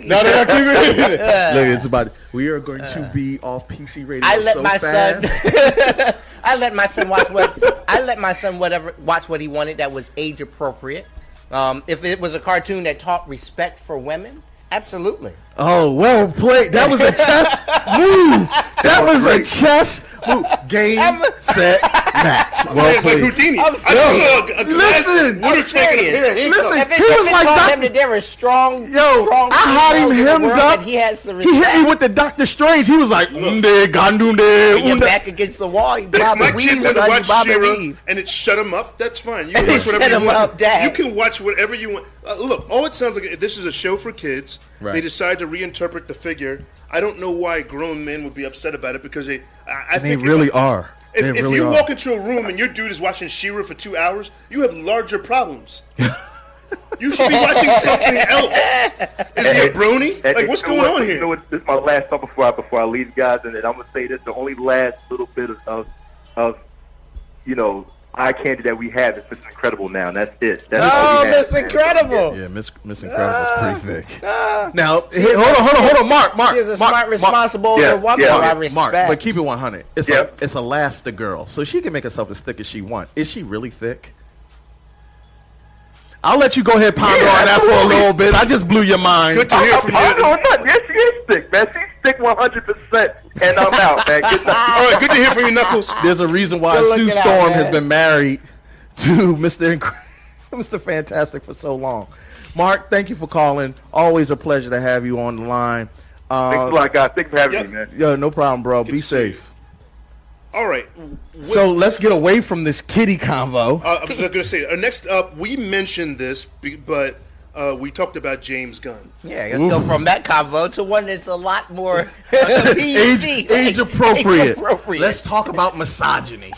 Speaker 7: Look, it's about. We are going to be off PC radio.
Speaker 8: I let
Speaker 7: so
Speaker 8: my
Speaker 7: fast.
Speaker 8: son. I let my son watch what I let my son whatever watch what he wanted that was age appropriate. Um, if it was a cartoon that taught respect for women, absolutely.
Speaker 7: Oh, well played. That was a chess move. That was a chess move. Game, set, match. Well
Speaker 2: It's like
Speaker 7: played.
Speaker 2: Houdini. I
Speaker 8: I'm
Speaker 2: just saw a, a glass
Speaker 7: Listen.
Speaker 2: water tank and a
Speaker 8: I'm serious.
Speaker 2: pair of handcuffs.
Speaker 7: Listen,
Speaker 8: If it,
Speaker 7: he
Speaker 8: if
Speaker 7: was
Speaker 8: it
Speaker 7: like
Speaker 8: taught
Speaker 7: Doc-
Speaker 8: him that there is strong,
Speaker 7: Yo,
Speaker 8: strong
Speaker 7: I had him
Speaker 8: females in
Speaker 7: hemmed
Speaker 8: the world
Speaker 7: up.
Speaker 8: and He has some
Speaker 7: He hit
Speaker 8: respect.
Speaker 7: me with the Doctor Strange. He was like, "Unde, gandunde,
Speaker 8: When you're
Speaker 7: unde."
Speaker 8: back against the wall. You
Speaker 2: If
Speaker 8: bob
Speaker 2: my
Speaker 8: and
Speaker 2: kid
Speaker 8: weave,
Speaker 2: doesn't
Speaker 8: son. You
Speaker 2: watch
Speaker 8: bob and
Speaker 2: Shira
Speaker 8: weave.
Speaker 2: and it shut him up, that's fine. You can
Speaker 8: It
Speaker 2: watch whatever
Speaker 8: shut
Speaker 2: you
Speaker 8: him
Speaker 2: want.
Speaker 8: up, Dad.
Speaker 2: You can watch whatever you want. Uh, look, all it sounds like this is a show for kids.
Speaker 7: Right.
Speaker 2: They decide to reinterpret the figure. I don't know why grown men would be upset about it because they. I, I
Speaker 7: They
Speaker 2: think
Speaker 7: really
Speaker 2: if,
Speaker 7: are.
Speaker 2: If,
Speaker 7: they
Speaker 2: if
Speaker 7: really
Speaker 2: you
Speaker 7: are.
Speaker 2: walk into a room and your dude is watching Shira for two hours, you have larger problems. you should be watching something else. Is he a brony?
Speaker 11: And-
Speaker 2: Like
Speaker 11: and
Speaker 2: what's
Speaker 11: you know
Speaker 2: going
Speaker 11: what?
Speaker 2: on
Speaker 11: You know
Speaker 2: here?
Speaker 11: what? This is my last thought before I before I leave, guys, and, and I'm gonna say this: the only last little bit of of, of you know eye candy that we have is Mr. Incredible now, and that's it. That's all
Speaker 8: Oh,
Speaker 11: we have,
Speaker 8: that's
Speaker 11: man.
Speaker 8: incredible.
Speaker 7: yeah, Miss Miss Incredible's pretty thick. now, hey, hold on, hold on, hold on, Mark, Mark,
Speaker 8: She is a
Speaker 7: Mark,
Speaker 8: smart,
Speaker 7: Mark.
Speaker 8: responsible
Speaker 11: Yeah,
Speaker 8: older woman
Speaker 11: yeah.
Speaker 8: who I
Speaker 11: Mark,
Speaker 8: respect.
Speaker 7: Mark, but keep it 100. It's a,
Speaker 11: Yeah.
Speaker 7: it's Elastigirl, so she can make herself as thick as she wants. Is she really thick? I'll let you go ahead ponder on that for a little bit. I just blew your mind.
Speaker 2: Good to hear from
Speaker 11: I
Speaker 2: you.
Speaker 11: know not. Yes, she is thick, man. She's thick 100, percent and I'm out, man. Good night.
Speaker 2: All right, good to hear from you, Knuckles.
Speaker 7: There's a reason why
Speaker 8: Good
Speaker 7: Sue
Speaker 8: looking out,
Speaker 7: Storm
Speaker 8: man.
Speaker 7: has been married to Mr. Incre- Mr. Fantastic for so long. Mark, thank you for calling. Always a pleasure to have you on the line.
Speaker 11: Thanks a
Speaker 7: Uh,
Speaker 11: lot, guys. Thanks for having
Speaker 2: Yep.
Speaker 11: me, man.
Speaker 7: yeah, no problem, bro. Be
Speaker 2: to see you.
Speaker 7: safe.
Speaker 2: All right. Wh-
Speaker 7: So let's get away from this kitty convo.
Speaker 2: Uh, I was going to say, uh, next up, we mentioned this, be- but uh, we talked about James Gunn.
Speaker 8: yeah, let's go from that convo to one that's a lot more PG,
Speaker 7: age, age appropriate.
Speaker 8: appropriate.
Speaker 7: Let's talk about misogyny.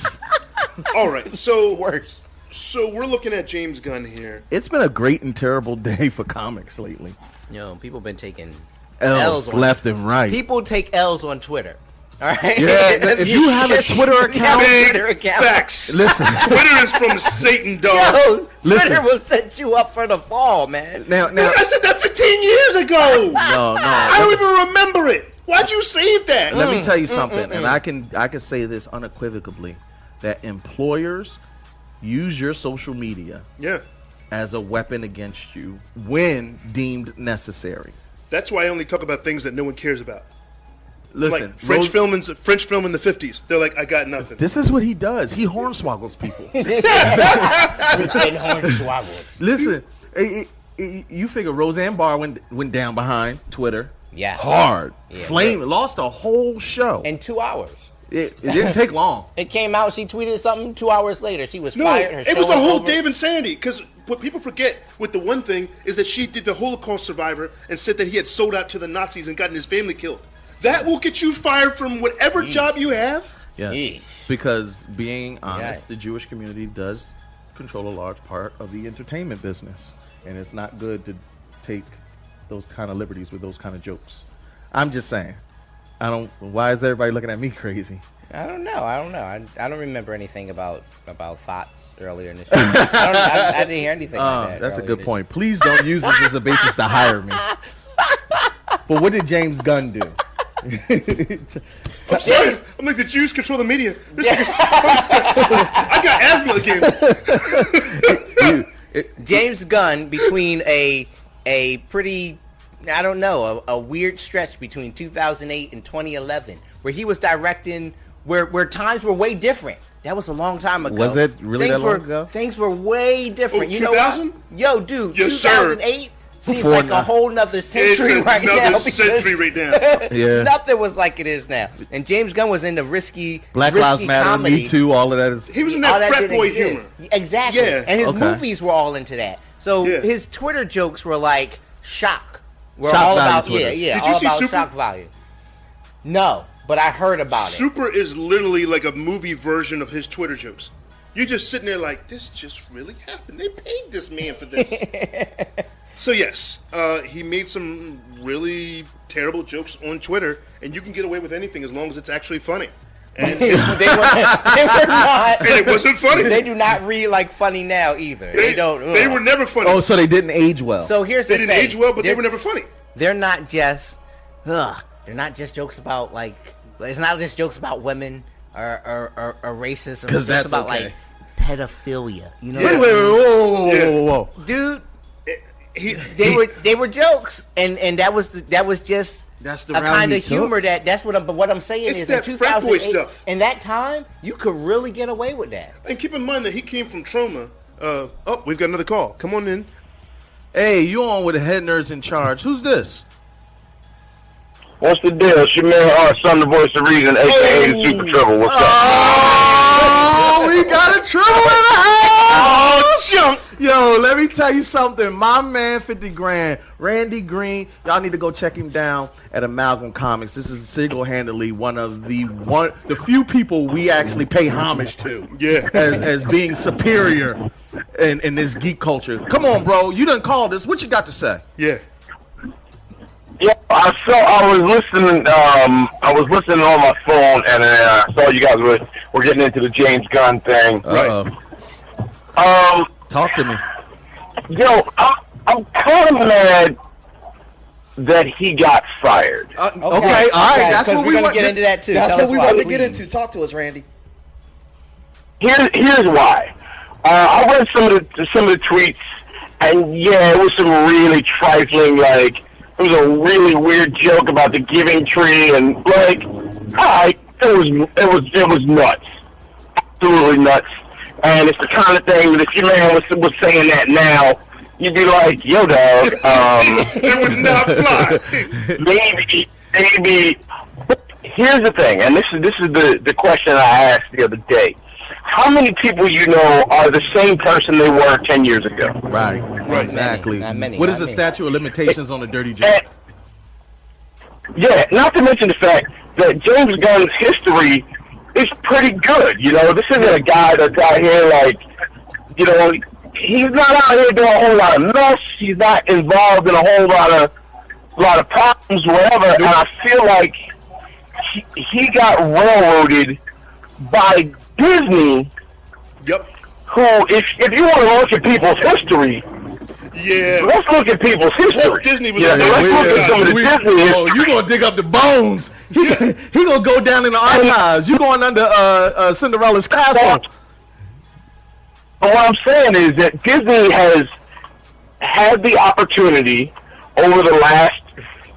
Speaker 2: All right, so
Speaker 8: worse.
Speaker 2: So we're looking at James Gunn here.
Speaker 7: It's been a great and terrible day for comics lately.
Speaker 8: Yo, people been taking
Speaker 7: L's
Speaker 8: on-
Speaker 7: left and right.
Speaker 8: People take L's on Twitter. All right.
Speaker 7: Yeah, if you have a Twitter
Speaker 8: If you have a
Speaker 7: account-
Speaker 8: Twitter account.
Speaker 2: Facts.
Speaker 7: Listen.
Speaker 2: Twitter is from Satan, dog.
Speaker 8: Yo, Twitter
Speaker 7: Listen.
Speaker 8: will set you up for the fall, man.
Speaker 7: Now, now,
Speaker 2: Dude, I said that 15 years ago.
Speaker 7: no,
Speaker 2: I
Speaker 7: no.
Speaker 2: don't even remember it. Why'd you save that?
Speaker 7: Let me tell
Speaker 2: mm,
Speaker 7: you something, and I can I can say this unequivocally that employers use your social media
Speaker 2: Yeah.
Speaker 7: as a weapon against you when deemed necessary.
Speaker 2: That's why I only talk about things that no one cares about.
Speaker 7: Listen,
Speaker 2: like French
Speaker 7: Rose-
Speaker 2: film in French film in the 50s. They're like, I got nothing.
Speaker 7: This is what he does. He hornswoggles people.
Speaker 8: And hornswoggled.
Speaker 7: Listen, eh, eh, eh, you figure Roseanne Barr went went down behind Twitter.
Speaker 8: Yeah.
Speaker 7: hard,
Speaker 8: Yeah,
Speaker 7: flame, lost a whole show.
Speaker 8: In two hours.
Speaker 7: it, it didn't take long.
Speaker 8: It came out. She tweeted something. Two hours later, she was
Speaker 2: no,
Speaker 8: fired. Her
Speaker 2: it was
Speaker 8: show
Speaker 2: the whole
Speaker 8: over.
Speaker 2: day of insanity. Because what people forget with the one thing is that she did the Holocaust survivor and said that he had sold out to the Nazis and gotten his family killed. That will get you fired from whatever job you have.
Speaker 7: Yes.
Speaker 8: Yeesh.
Speaker 7: Because being honest,
Speaker 8: Yeah.
Speaker 7: the Jewish community does control a large part of the entertainment business. And it's not good to take those kind of liberties with those kind of jokes. I'm just saying. I don't why is everybody looking at me crazy?
Speaker 8: I don't know. I don't know. I, I don't remember anything about about thoughts earlier in the show. I, don't, I, I didn't hear anything.
Speaker 7: Uh,
Speaker 8: like that
Speaker 7: that's a
Speaker 8: earlier
Speaker 7: good
Speaker 8: this-
Speaker 7: point. Please don't use this as a basis to hire me. but what did James Gunn do?
Speaker 2: I'm sorry. I'm like the Jews control the media. This nigga's- I got asthma again.
Speaker 7: You- it-
Speaker 8: James Gunn between a a pretty I don't know a, a weird stretch between 2008 and 2011 where he was directing where where times were way different. That was a long time ago.
Speaker 7: Was it really
Speaker 8: things
Speaker 7: that
Speaker 8: were,
Speaker 7: long ago?
Speaker 8: Things were way different.
Speaker 2: Oh,
Speaker 8: you know, what?
Speaker 2: 2000?
Speaker 8: yo, dude,
Speaker 2: Yes, sir.
Speaker 8: 2008 seems
Speaker 7: Before
Speaker 8: like
Speaker 7: now.
Speaker 8: a whole nother
Speaker 2: It's
Speaker 8: century right now.
Speaker 2: another century
Speaker 8: because
Speaker 2: right now.
Speaker 7: yeah.
Speaker 8: Nothing was like it is now. And James Gunn was in the risky
Speaker 7: Black
Speaker 8: risky
Speaker 7: Lives Matter,
Speaker 8: comedy.
Speaker 7: Me Too, all of that is
Speaker 2: He was in
Speaker 8: All
Speaker 2: that frat
Speaker 8: didn't
Speaker 2: boy
Speaker 8: exist.
Speaker 2: humor.
Speaker 8: Exactly.
Speaker 2: Yeah.
Speaker 8: And his
Speaker 7: Okay.
Speaker 8: movies were all into that. So
Speaker 2: Yeah.
Speaker 8: his Twitter jokes were like shock. Were
Speaker 7: Shock
Speaker 8: all
Speaker 7: value
Speaker 8: about
Speaker 7: Twitter.
Speaker 8: yeah, yeah,
Speaker 2: Did
Speaker 8: all
Speaker 2: you see
Speaker 8: about
Speaker 2: Super?
Speaker 8: shock value. No, but I heard about it.
Speaker 2: Super is literally like a movie version of his Twitter jokes. You're just sitting there like, this just really happened. They paid this man for this. so yes, uh, he made some really terrible jokes on Twitter, and you can get away with anything as long as it's actually funny. And, and
Speaker 8: They were, they were not.
Speaker 2: it wasn't funny.
Speaker 8: They do not read like funny now either. They, don't.
Speaker 2: They
Speaker 8: ugh.
Speaker 2: were never funny.
Speaker 7: Oh, so they didn't age well.
Speaker 8: So here's
Speaker 2: they
Speaker 8: the
Speaker 2: didn't
Speaker 8: thing.
Speaker 2: age well, but they
Speaker 8: They're-
Speaker 2: were never funny.
Speaker 8: they're not just ugh, they're not just jokes about like it's not just jokes about women or or, or, or racism. It's jokes
Speaker 7: that's
Speaker 8: about
Speaker 7: okay.
Speaker 8: like pedophilia. You know,
Speaker 7: wait, wait,
Speaker 8: what
Speaker 7: wait, whoa, whoa, whoa, whoa, whoa.
Speaker 8: I mean? dude.
Speaker 2: He,
Speaker 8: They were they were jokes, and and that was the, that was just
Speaker 7: That's the
Speaker 8: a
Speaker 7: route
Speaker 8: kind
Speaker 7: he
Speaker 8: of
Speaker 7: took?
Speaker 8: humor that that's what I'm. But what I'm saying
Speaker 2: It's
Speaker 8: is
Speaker 2: that
Speaker 8: in
Speaker 2: frat boy
Speaker 8: 2008,
Speaker 2: stuff.
Speaker 8: in that time, you could really get away with that.
Speaker 2: and keep in mind that he came from trauma. Uh, oh, we've got another call. Come on in.
Speaker 7: Hey, you on with the head nerds in charge? Who's this?
Speaker 11: What's the deal? It's your man, Art Son, the voice of reason, aka the Super Trouble. What's
Speaker 2: Uh.
Speaker 7: Oh, we got a trouble in the house! Oh, jump! Yo, let me tell you something. My man, 50 grand, Randy Green, y'all need to go check him down at Amalgam Comics. This is single-handedly one of the one, the few people we actually pay homage to.
Speaker 2: Yeah.
Speaker 7: As, as being superior in, in this geek culture. Come on, bro. You done called this. What you got to say?
Speaker 2: Yeah.
Speaker 11: up? Yeah, I saw. I was listening. Um, I was listening on my phone, and uh, I saw you guys were were getting into the James Gunn thing.
Speaker 7: Uh-oh.
Speaker 2: Uh.
Speaker 11: Um,
Speaker 7: Uh, Talk to me.
Speaker 11: yo, I'm I'm kind of mad that he got fired.
Speaker 7: Okay, all right. that's
Speaker 8: 'cause
Speaker 7: what
Speaker 8: we're
Speaker 7: we
Speaker 8: gonna
Speaker 7: want
Speaker 8: get into that too.
Speaker 7: That's
Speaker 8: Tell
Speaker 7: what
Speaker 8: us
Speaker 7: we
Speaker 8: why.
Speaker 7: want to get
Speaker 8: Please.
Speaker 7: into. Talk to us, Randy.
Speaker 11: Here's here's why. Uh, I read some of the some of the tweets, and yeah, it was some really trifling. Like it was a really weird joke about the giving tree, and like, I it was it was it was nuts, absolutely nuts. And it's the kind of thing that if your man was was saying that now, you'd be like, yo, dog. Um,
Speaker 2: It would not fly.
Speaker 11: maybe, maybe. But here's the thing, and this is this is the the question I asked the other day. How many people you know are the same person they were ten years ago?
Speaker 7: Right.
Speaker 2: Right.
Speaker 7: Exactly.
Speaker 8: Not many,
Speaker 7: What
Speaker 8: not
Speaker 7: is the
Speaker 8: many.
Speaker 7: statute of limitations on a dirty joke?
Speaker 11: And, yeah, not to mention the fact that James Gunn's history is pretty good. You know, this isn't a guy that's out here like you know, he's not out here doing a whole lot of mess. He's not involved in a whole lot of lot of problems, whatever. And I feel like he, he got railroaded by Disney.
Speaker 2: Yep.
Speaker 11: Who, if if you want to look at people's history,
Speaker 2: yeah,
Speaker 11: let's look at people's history.
Speaker 2: Disney
Speaker 11: yeah, let's look at some of the Disney history.
Speaker 7: Oh, you gonna dig up the bones? He, he gonna go down in the archives. You going under uh, uh, Cinderella's castle?
Speaker 11: But what I'm saying is that Disney has had the opportunity over the last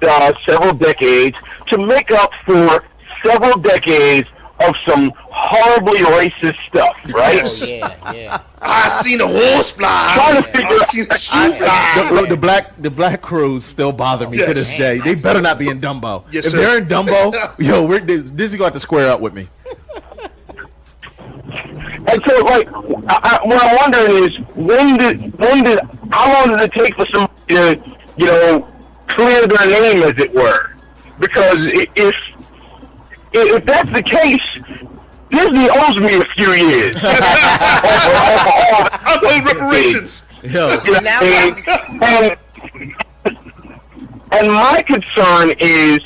Speaker 11: uh, several decades to make up for several decades of some horribly racist stuff, right?
Speaker 8: yeah, yeah.
Speaker 2: I seen a horse fly.
Speaker 11: Trying to figure
Speaker 2: I seen a shoe fly.
Speaker 7: The, the black the black crows still bother me to
Speaker 2: Yes.
Speaker 7: this day. They better not be in Dumbo.
Speaker 2: Yes,
Speaker 7: if
Speaker 2: sir.
Speaker 7: they're in Dumbo, yo, we're, Disney gonna have to square up with me.
Speaker 11: And so, like, I, I, what I'm wondering is when did when did how long did it take for some to you know clear their name, as it were? Because i- if if that's the case, Disney owes me a few years.
Speaker 2: I paid reparations.
Speaker 7: Yo,
Speaker 11: You know what I mean? and, and my concern is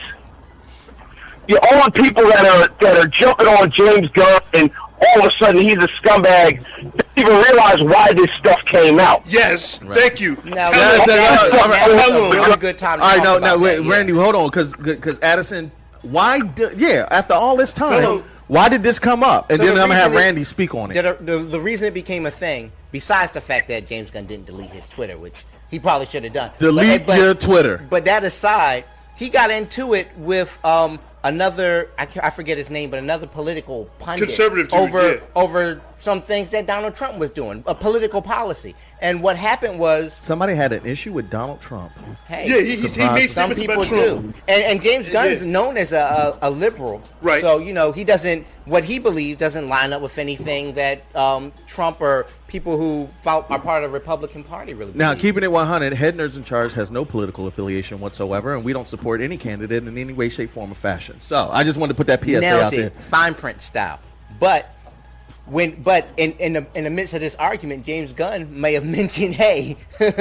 Speaker 11: you all the people that are that are jumping on James Gunn and all of a sudden he's a scumbag. Don't even realize why this stuff came out.
Speaker 2: Yes, thank you.
Speaker 8: Now,
Speaker 2: Tell
Speaker 7: Yeah,
Speaker 2: him.
Speaker 7: yeah, yeah. All right.
Speaker 2: Tell
Speaker 8: a
Speaker 2: him.
Speaker 8: really good time. To
Speaker 7: All right,
Speaker 8: talk
Speaker 7: now, now,
Speaker 8: about
Speaker 7: wait,
Speaker 8: that, yeah.
Speaker 7: Randy, hold on, because because Addison, why? Do, yeah, after all this
Speaker 2: Hello.
Speaker 7: time, why did this come up? And
Speaker 8: So
Speaker 7: then
Speaker 8: the
Speaker 7: I'm gonna have
Speaker 8: reason it-
Speaker 7: Randy speak on it.
Speaker 8: Did a- the, the reason it became a thing, besides the fact that James Gunn didn't delete his Twitter, which he probably should have done. But-
Speaker 7: Delete
Speaker 8: but-
Speaker 7: your Twitter.
Speaker 8: But that aside, he got into it with um, another, I, ca- I forget his name, but another political pundit.
Speaker 2: Conservative dude,
Speaker 8: over
Speaker 2: yeah.
Speaker 8: Over some things that Donald Trump was doing, a political policy. And what happened was,
Speaker 7: Somebody had an issue with Donald Trump.
Speaker 8: hey.
Speaker 2: Yeah, he, he's, he made
Speaker 8: some
Speaker 2: statements
Speaker 8: people
Speaker 2: about Trump.
Speaker 8: do, and and James Gunn is
Speaker 2: Yeah.
Speaker 8: known as a, a, a liberal,
Speaker 2: Right.
Speaker 8: So you know he doesn't what he believes doesn't line up with anything that um, Trump or people who fou- are part of the Republican Party really.
Speaker 7: Now,
Speaker 8: believe.
Speaker 7: keeping it 100, Head Nerds in Charge has no political affiliation whatsoever, and we don't support any candidate in any way, shape, form, or fashion. So I just wanted to put that PSA out
Speaker 8: nailed
Speaker 7: there.
Speaker 8: it, fine print style. But when but in in the, in the midst of this argument, James Gunn may have mentioned, hey,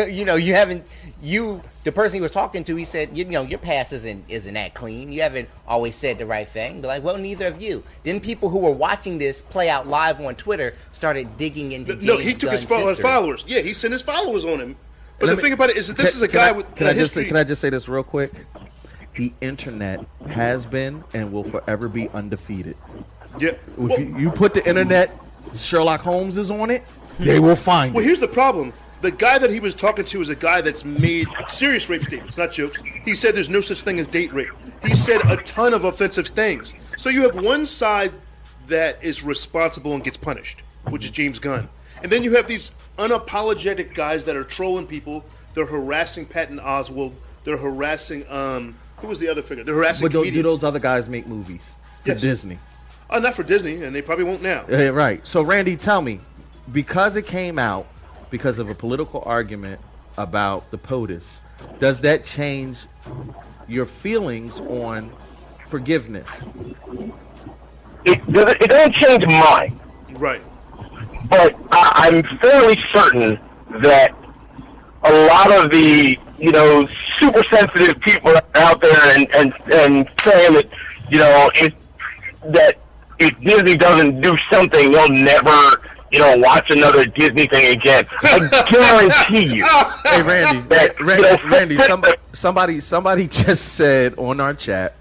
Speaker 8: you know, you haven't you the person he was talking to, he said, you, know, your past isn't isn't that clean. You haven't always said the right thing. Be like, well, neither of you. Then people who were watching this play out live on Twitter started digging into. James
Speaker 2: No, he took his
Speaker 8: Gunn's
Speaker 2: fo-
Speaker 8: history.
Speaker 2: followers. Yeah, he sent his followers on him. But
Speaker 7: Let
Speaker 2: the
Speaker 7: me-
Speaker 2: thing about it is that this
Speaker 7: Can-
Speaker 2: is a
Speaker 7: can
Speaker 2: guy
Speaker 7: I-
Speaker 2: with
Speaker 7: Can
Speaker 2: a
Speaker 7: I just say,
Speaker 2: history.
Speaker 7: can I just say this real quick? The internet has been and will forever be undefeated.
Speaker 2: yeah.
Speaker 7: If
Speaker 2: Well,
Speaker 7: you, you put the internet, Sherlock Holmes is on it. They will find
Speaker 2: well,
Speaker 7: it.
Speaker 2: here's the problem. The guy that he was talking to is a guy that's made serious rape statements, not jokes. He said there's no such thing as date rape. He said a ton of offensive things. So you have one side that is responsible and gets punished, which is James Gunn. And then you have these unapologetic guys that are trolling people. They're harassing Patton Oswald. They're harassing um who was the other figure? They're harassing
Speaker 7: But do, do
Speaker 2: comedians.
Speaker 7: those other guys make movies for
Speaker 2: Yes.
Speaker 7: Disney?
Speaker 2: Uh, not for Disney, and they probably won't now.
Speaker 7: Yeah, Uh, right. So, Randy, tell me, because it came out because of a political argument about the POTUS, does that change your feelings on forgiveness?
Speaker 11: It doesn't, it doesn't change mine,
Speaker 2: Right.
Speaker 11: but I, I'm fairly certain that a lot of the you know super sensitive people out there and and and saying that you know it that if Disney doesn't do something, we'll never you know watch another Disney thing again. I guarantee you.
Speaker 7: Hey, Randy, Ra- Randy, Randy, somebody, somebody, somebody just said on our chat.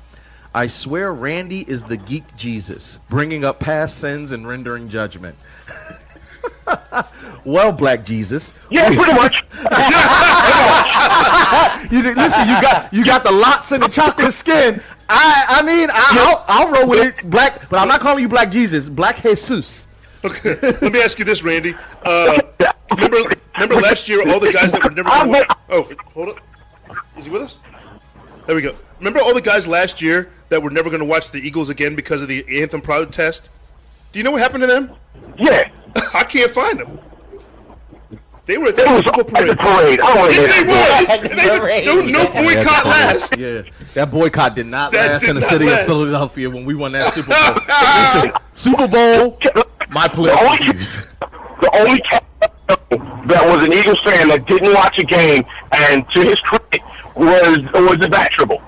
Speaker 7: I swear, Randy is the geek Jesus, bringing up past sins and rendering judgment. well, Black Jesus,
Speaker 11: Yeah, pretty much.
Speaker 7: You did, listen. You got you got the lots and the chocolate skin. I I mean I I'll, I'll roll with it. Black, but I'm not calling you Black Jesus. Black Jesus.
Speaker 2: Okay. Let me ask you this, Randy. Uh, remember, remember last year, all the guys that were never.
Speaker 11: I'm
Speaker 2: Gonna watch, oh, hold up. Is he with us? There we go. Remember all the guys last year that were never going to watch the Eagles again because of the anthem protest. Do you know what happened to them?
Speaker 11: Yeah.
Speaker 2: I can't find them. They were at
Speaker 11: It
Speaker 2: the
Speaker 11: was
Speaker 2: Super Bowl
Speaker 11: at the
Speaker 2: parade.
Speaker 11: parade. I don't want to hear
Speaker 2: Yes, they
Speaker 11: that.
Speaker 2: were.
Speaker 8: At the
Speaker 2: They were-
Speaker 8: parade.
Speaker 2: there was no boycott last.
Speaker 7: Yeah, that boycott did not
Speaker 2: That
Speaker 7: last
Speaker 2: did
Speaker 7: in the
Speaker 2: not
Speaker 7: city
Speaker 2: last.
Speaker 7: of Philadelphia when we won that Super
Speaker 2: Oh,
Speaker 7: Bowl. Listen, Super Bowl, my political views.
Speaker 11: The only cat that was an Eagles fan that didn't watch a game, and to his credit, was was a bat triple.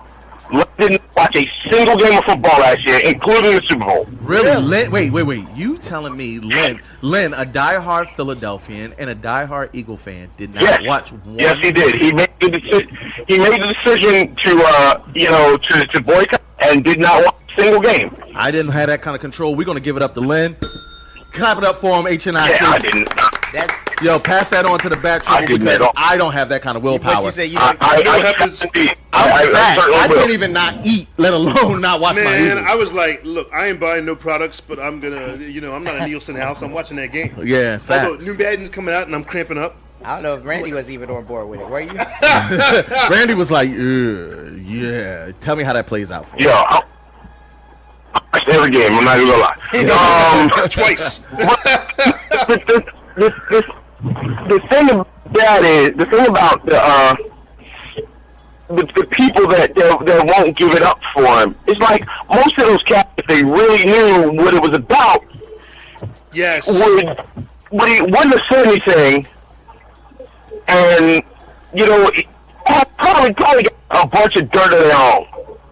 Speaker 11: Lynn didn't watch a single game of football last year, including the Super Bowl.
Speaker 7: Really, Lynn? Wait, wait, wait. You telling me Lynn, Lynn, a diehard Philadelphian and a diehard Eagle fan, did not
Speaker 11: Yes.
Speaker 7: watch one?
Speaker 11: Yes, he did. He made the decision. He made the decision to uh, you know to, to boycott and did not watch a single game.
Speaker 7: I didn't have that kind of control. We're gonna give it up to Lynn. Clap it up for him, H and I.
Speaker 11: Yeah, I didn't.
Speaker 7: Yo, pass that on to the back
Speaker 11: I
Speaker 7: triple
Speaker 11: didn't
Speaker 7: because
Speaker 11: at all.
Speaker 7: I don't have that kind of willpower.
Speaker 11: you say you don't- I- I- I-
Speaker 7: I,
Speaker 2: certainly
Speaker 7: I
Speaker 2: will.
Speaker 7: can't even not eat, let alone not watch my
Speaker 2: Man,
Speaker 7: Eagles.
Speaker 2: I was like, look, I ain't buying no products, but I'm gonna, you know, I'm not a Nielsen house. I'm watching that game.
Speaker 7: Yeah,
Speaker 2: Although
Speaker 7: facts.
Speaker 2: New Madden's coming out and I'm cramping up.
Speaker 8: I don't know if Randy was even on board with it. Were you?
Speaker 7: Randy was like, "Ugh, yeah, tell me how that plays out. For
Speaker 11: Yeah, I watched every game. I'm not even gonna lie.
Speaker 7: Oh.
Speaker 11: Um,
Speaker 2: Twice.
Speaker 11: the, the, the, the, the thing about that is the thing about the uh, the, the people that, that that won't give it up for him. It's like most of those cats, if they really knew what it was about,
Speaker 2: yes,
Speaker 11: would would he wouldn't have said anything, and you know it- probably probably got a bunch of dirt of their own.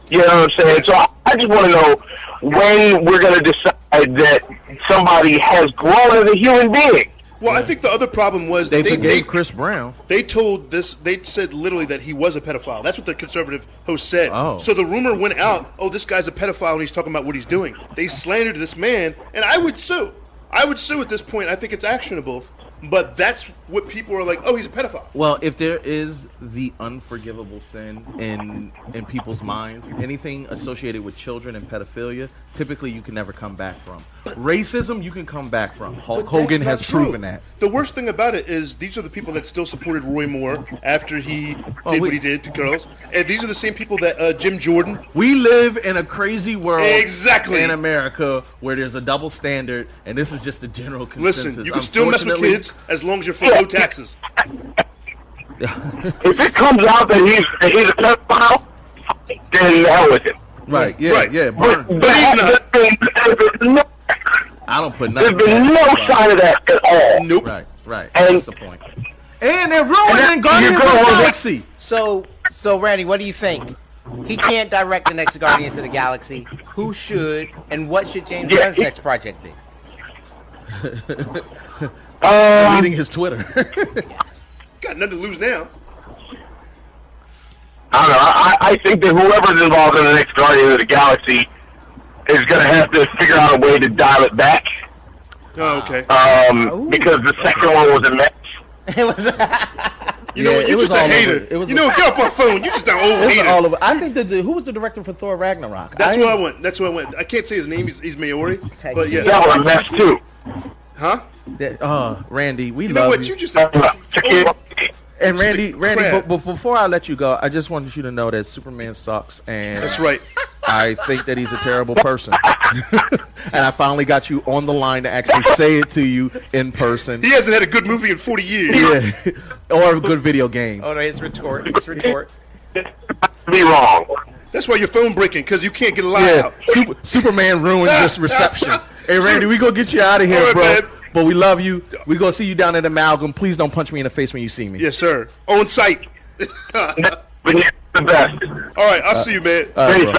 Speaker 11: You know what I'm saying? So I, I just want to know when we're going to decide that somebody has grown as a human being.
Speaker 2: Well, I think the other problem was
Speaker 7: They,
Speaker 2: they they,
Speaker 7: forgave Chris Brown.
Speaker 2: they told this. They said literally that he was a pedophile. That's what the conservative host said. Oh. So the rumor went out. Oh, this guy's a pedophile, and he's talking about what he's doing. They slandered this man, and I would sue. I would sue at this point. I think it's actionable. But that's what people are like. Oh, he's a pedophile.
Speaker 7: Well, if there is the unforgivable sin in in people's minds, anything associated with children and pedophilia, typically you can never come back from. Racism, you can come back from. Hulk
Speaker 2: But
Speaker 7: Hogan
Speaker 2: that's
Speaker 7: has
Speaker 2: not true.
Speaker 7: proven that.
Speaker 2: The worst thing about it is these are the people that still supported Roy Moore after he did
Speaker 7: Oh, we-
Speaker 2: what he did to girls, and these are the same people that uh, Jim Jordan.
Speaker 7: We live in a crazy world,
Speaker 2: Exactly.
Speaker 7: in America, where there's a double standard, and this is just the general consensus.
Speaker 2: Listen, you can still mess with
Speaker 7: Unfortunately-
Speaker 2: kids as long as you're for low taxes.
Speaker 11: If it comes out that he's that he's a pedophile, then the hell with him.
Speaker 7: Right? Yeah,
Speaker 11: Right.
Speaker 7: yeah.
Speaker 11: But,
Speaker 7: Burn.
Speaker 11: but there's been, there's been no,
Speaker 7: I don't put
Speaker 11: there's
Speaker 7: nothing.
Speaker 11: been no sign of that at all.
Speaker 2: Nope.
Speaker 7: Right, right.
Speaker 11: And
Speaker 7: That's the point. And they're ruining Guardians of
Speaker 11: you're
Speaker 7: the
Speaker 11: going-
Speaker 7: Galaxy.
Speaker 8: So, so Randy, what do you think? He can't direct the next Guardians of the Galaxy. Who should and what should James
Speaker 11: Yeah,
Speaker 8: Gunn's
Speaker 11: he-
Speaker 8: next project be?
Speaker 11: um,
Speaker 7: Reading his Twitter.
Speaker 2: Got nothing to lose now. Oh,
Speaker 11: I don't know. I, I I think that whoever's involved in the next Guardian of the Galaxy is going to have to figure out a way to dial it back
Speaker 2: Oh, okay.
Speaker 7: Uh,
Speaker 11: um, because the second one was a mess.
Speaker 8: It was
Speaker 2: You know
Speaker 7: Yeah,
Speaker 2: what?
Speaker 7: it
Speaker 2: You're
Speaker 7: was
Speaker 2: just a
Speaker 7: all over.
Speaker 2: hater.
Speaker 7: It was
Speaker 2: You know, what? get off my phone. You're just an old
Speaker 7: It's
Speaker 2: hater.
Speaker 7: all over. I think that the, who was the director for Thor Ragnarok?
Speaker 2: That's
Speaker 7: I-
Speaker 2: who I went. That's who I went. I can't say his name. He's, he's Maori. But yeah.
Speaker 11: That was a mess too.
Speaker 2: Huh?
Speaker 7: That, uh, Randy, we
Speaker 2: You know
Speaker 7: love
Speaker 2: what?
Speaker 7: you.
Speaker 2: You just.
Speaker 11: I don't know.
Speaker 2: Oh,
Speaker 7: and Randy,
Speaker 2: a
Speaker 7: Randy,
Speaker 2: crab.
Speaker 7: but, but before I let you go, I just wanted you to know that Superman sucks, and
Speaker 2: that's right.
Speaker 7: I think that he's a terrible person. and I finally got you on the line to actually say it to you in person.
Speaker 2: He hasn't had a good movie in 40 years.
Speaker 7: Yeah. or a good video game.
Speaker 8: Oh no, it's retort. It's retort.
Speaker 11: Be wrong.
Speaker 2: That's why your phone breaking because you can't get a line
Speaker 7: Yeah,
Speaker 2: out.
Speaker 7: Super, Superman ruined this reception. Hey, Randy, we gonna get you out of here,
Speaker 2: All right,
Speaker 7: bro.
Speaker 2: man.
Speaker 7: But we love you. We gonna see you down at Amalgam. Please don't punch me in the face when you see me.
Speaker 2: Yes, sir. On site.
Speaker 11: But yeah, the best.
Speaker 2: All right. I'll
Speaker 7: Uh,
Speaker 2: see you, man.
Speaker 7: All right, bro.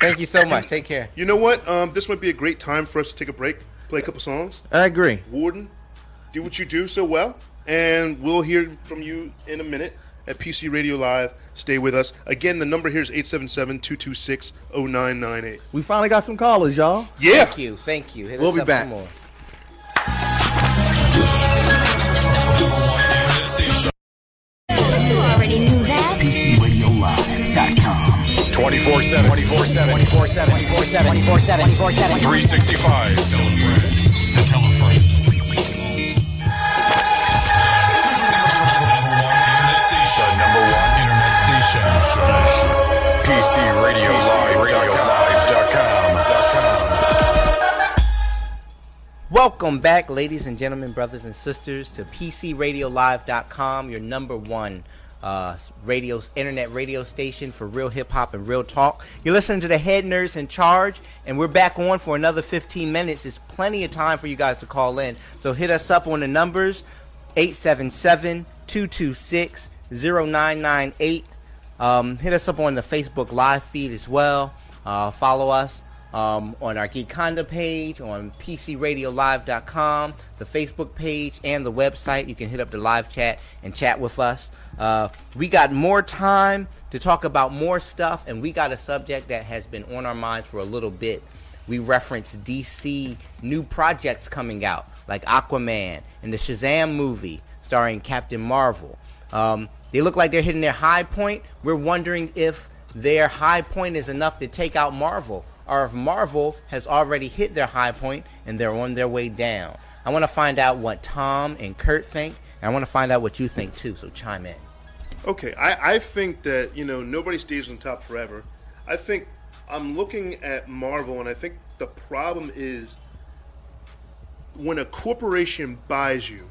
Speaker 8: Thank you so much. Take care.
Speaker 2: You know what? Um, this might be a great time for us to take a break, play a couple songs.
Speaker 7: I agree.
Speaker 2: Warden, do what you do so well, and we'll hear from you in a minute at PC Radio Live. Stay with us. Again, the number here is 877-226-0998.
Speaker 7: We finally got some callers, y'all.
Speaker 2: Yeah.
Speaker 8: Thank you. Thank you. Hit
Speaker 7: We'll
Speaker 8: us
Speaker 7: be
Speaker 8: up
Speaker 7: back.
Speaker 8: some more.
Speaker 12: You already knew that. PCRadiolive.com.
Speaker 6: 24 7. 24 7. 24 7. 24 7. 24 7. 24 7. 365. Telephone. To telephone. The number one internet station. PC Radio Live. Radio
Speaker 8: Welcome back, ladies and gentlemen, brothers and sisters, to PCRadioLive.com, your number one uh, radio, internet radio station for real hip hop and real talk. You're listening to the Head Nerds in Charge, and we're back on for another 15 minutes. It's plenty of time for you guys to call in, so hit us up on the numbers. 877 226 0998. Um, Hit us up on the Facebook live feed as well. Uh, follow us um, on our Geek Conda page, on PCRadioLive.com, the Facebook page, and the website. You can hit up the live chat and chat with us. Uh, we got more time to talk about more stuff, and we got a subject that has been on our minds for a little bit. We referenced DC new projects coming out, like Aquaman and the Shazam movie starring Captain Marvel. Um, they look like they're hitting their high point. We're wondering if their high point is enough to take out Marvel, or if Marvel has already hit their high point and they're on their way down. I want to find out what Tom and Kurt think, and I want to find out what you think too. So chime in.
Speaker 2: Okay, I, I think that, you know, nobody stays on top forever. I think I'm looking at Marvel, and I think the problem is when a corporation buys you,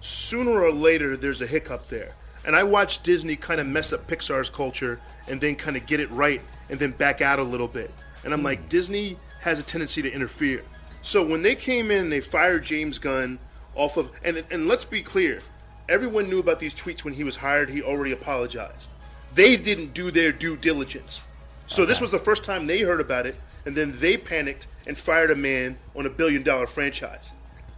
Speaker 2: sooner or later there's a hiccup there. And I watched Disney kind of mess up Pixar's culture and then kind of get it right and then back out a little bit. And I'm like, Disney has a tendency to interfere. So when they came in, they fired James Gunn off of, and, and let's be clear, everyone knew about these tweets when he was hired. He already apologized. They didn't do their due diligence. So this was the first time they heard about it, and then they panicked and fired a man on a billion dollar franchise.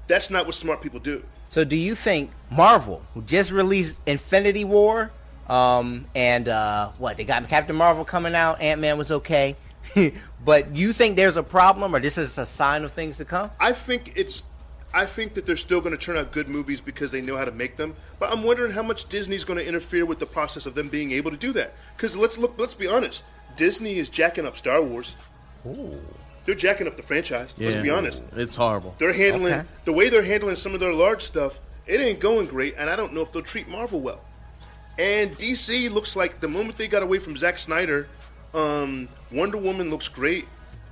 Speaker 2: That's not what smart people do.
Speaker 8: So do you think Marvel, who just released Infinity War, um, and uh, what they got Captain Marvel coming out, Ant Man was okay, but you think there's a problem, or this is a sign of things to come?
Speaker 2: I think it's. I think that they're still going to turn out good movies because they know how to make them. But I'm wondering how much Disney's going to interfere with the process of them being able to do that. Because let's look. Let's be honest. Disney is jacking up Star Wars.
Speaker 8: Ooh.
Speaker 2: They're jacking up the franchise. Let's
Speaker 7: Yeah.
Speaker 2: be honest.
Speaker 7: It's horrible.
Speaker 2: They're handling
Speaker 7: Okay.
Speaker 2: the way they're handling some of their large stuff. It ain't going great, and I don't know if they'll treat Marvel well. And DC looks like the moment they got away from Zack Snyder, um, Wonder Woman looks great,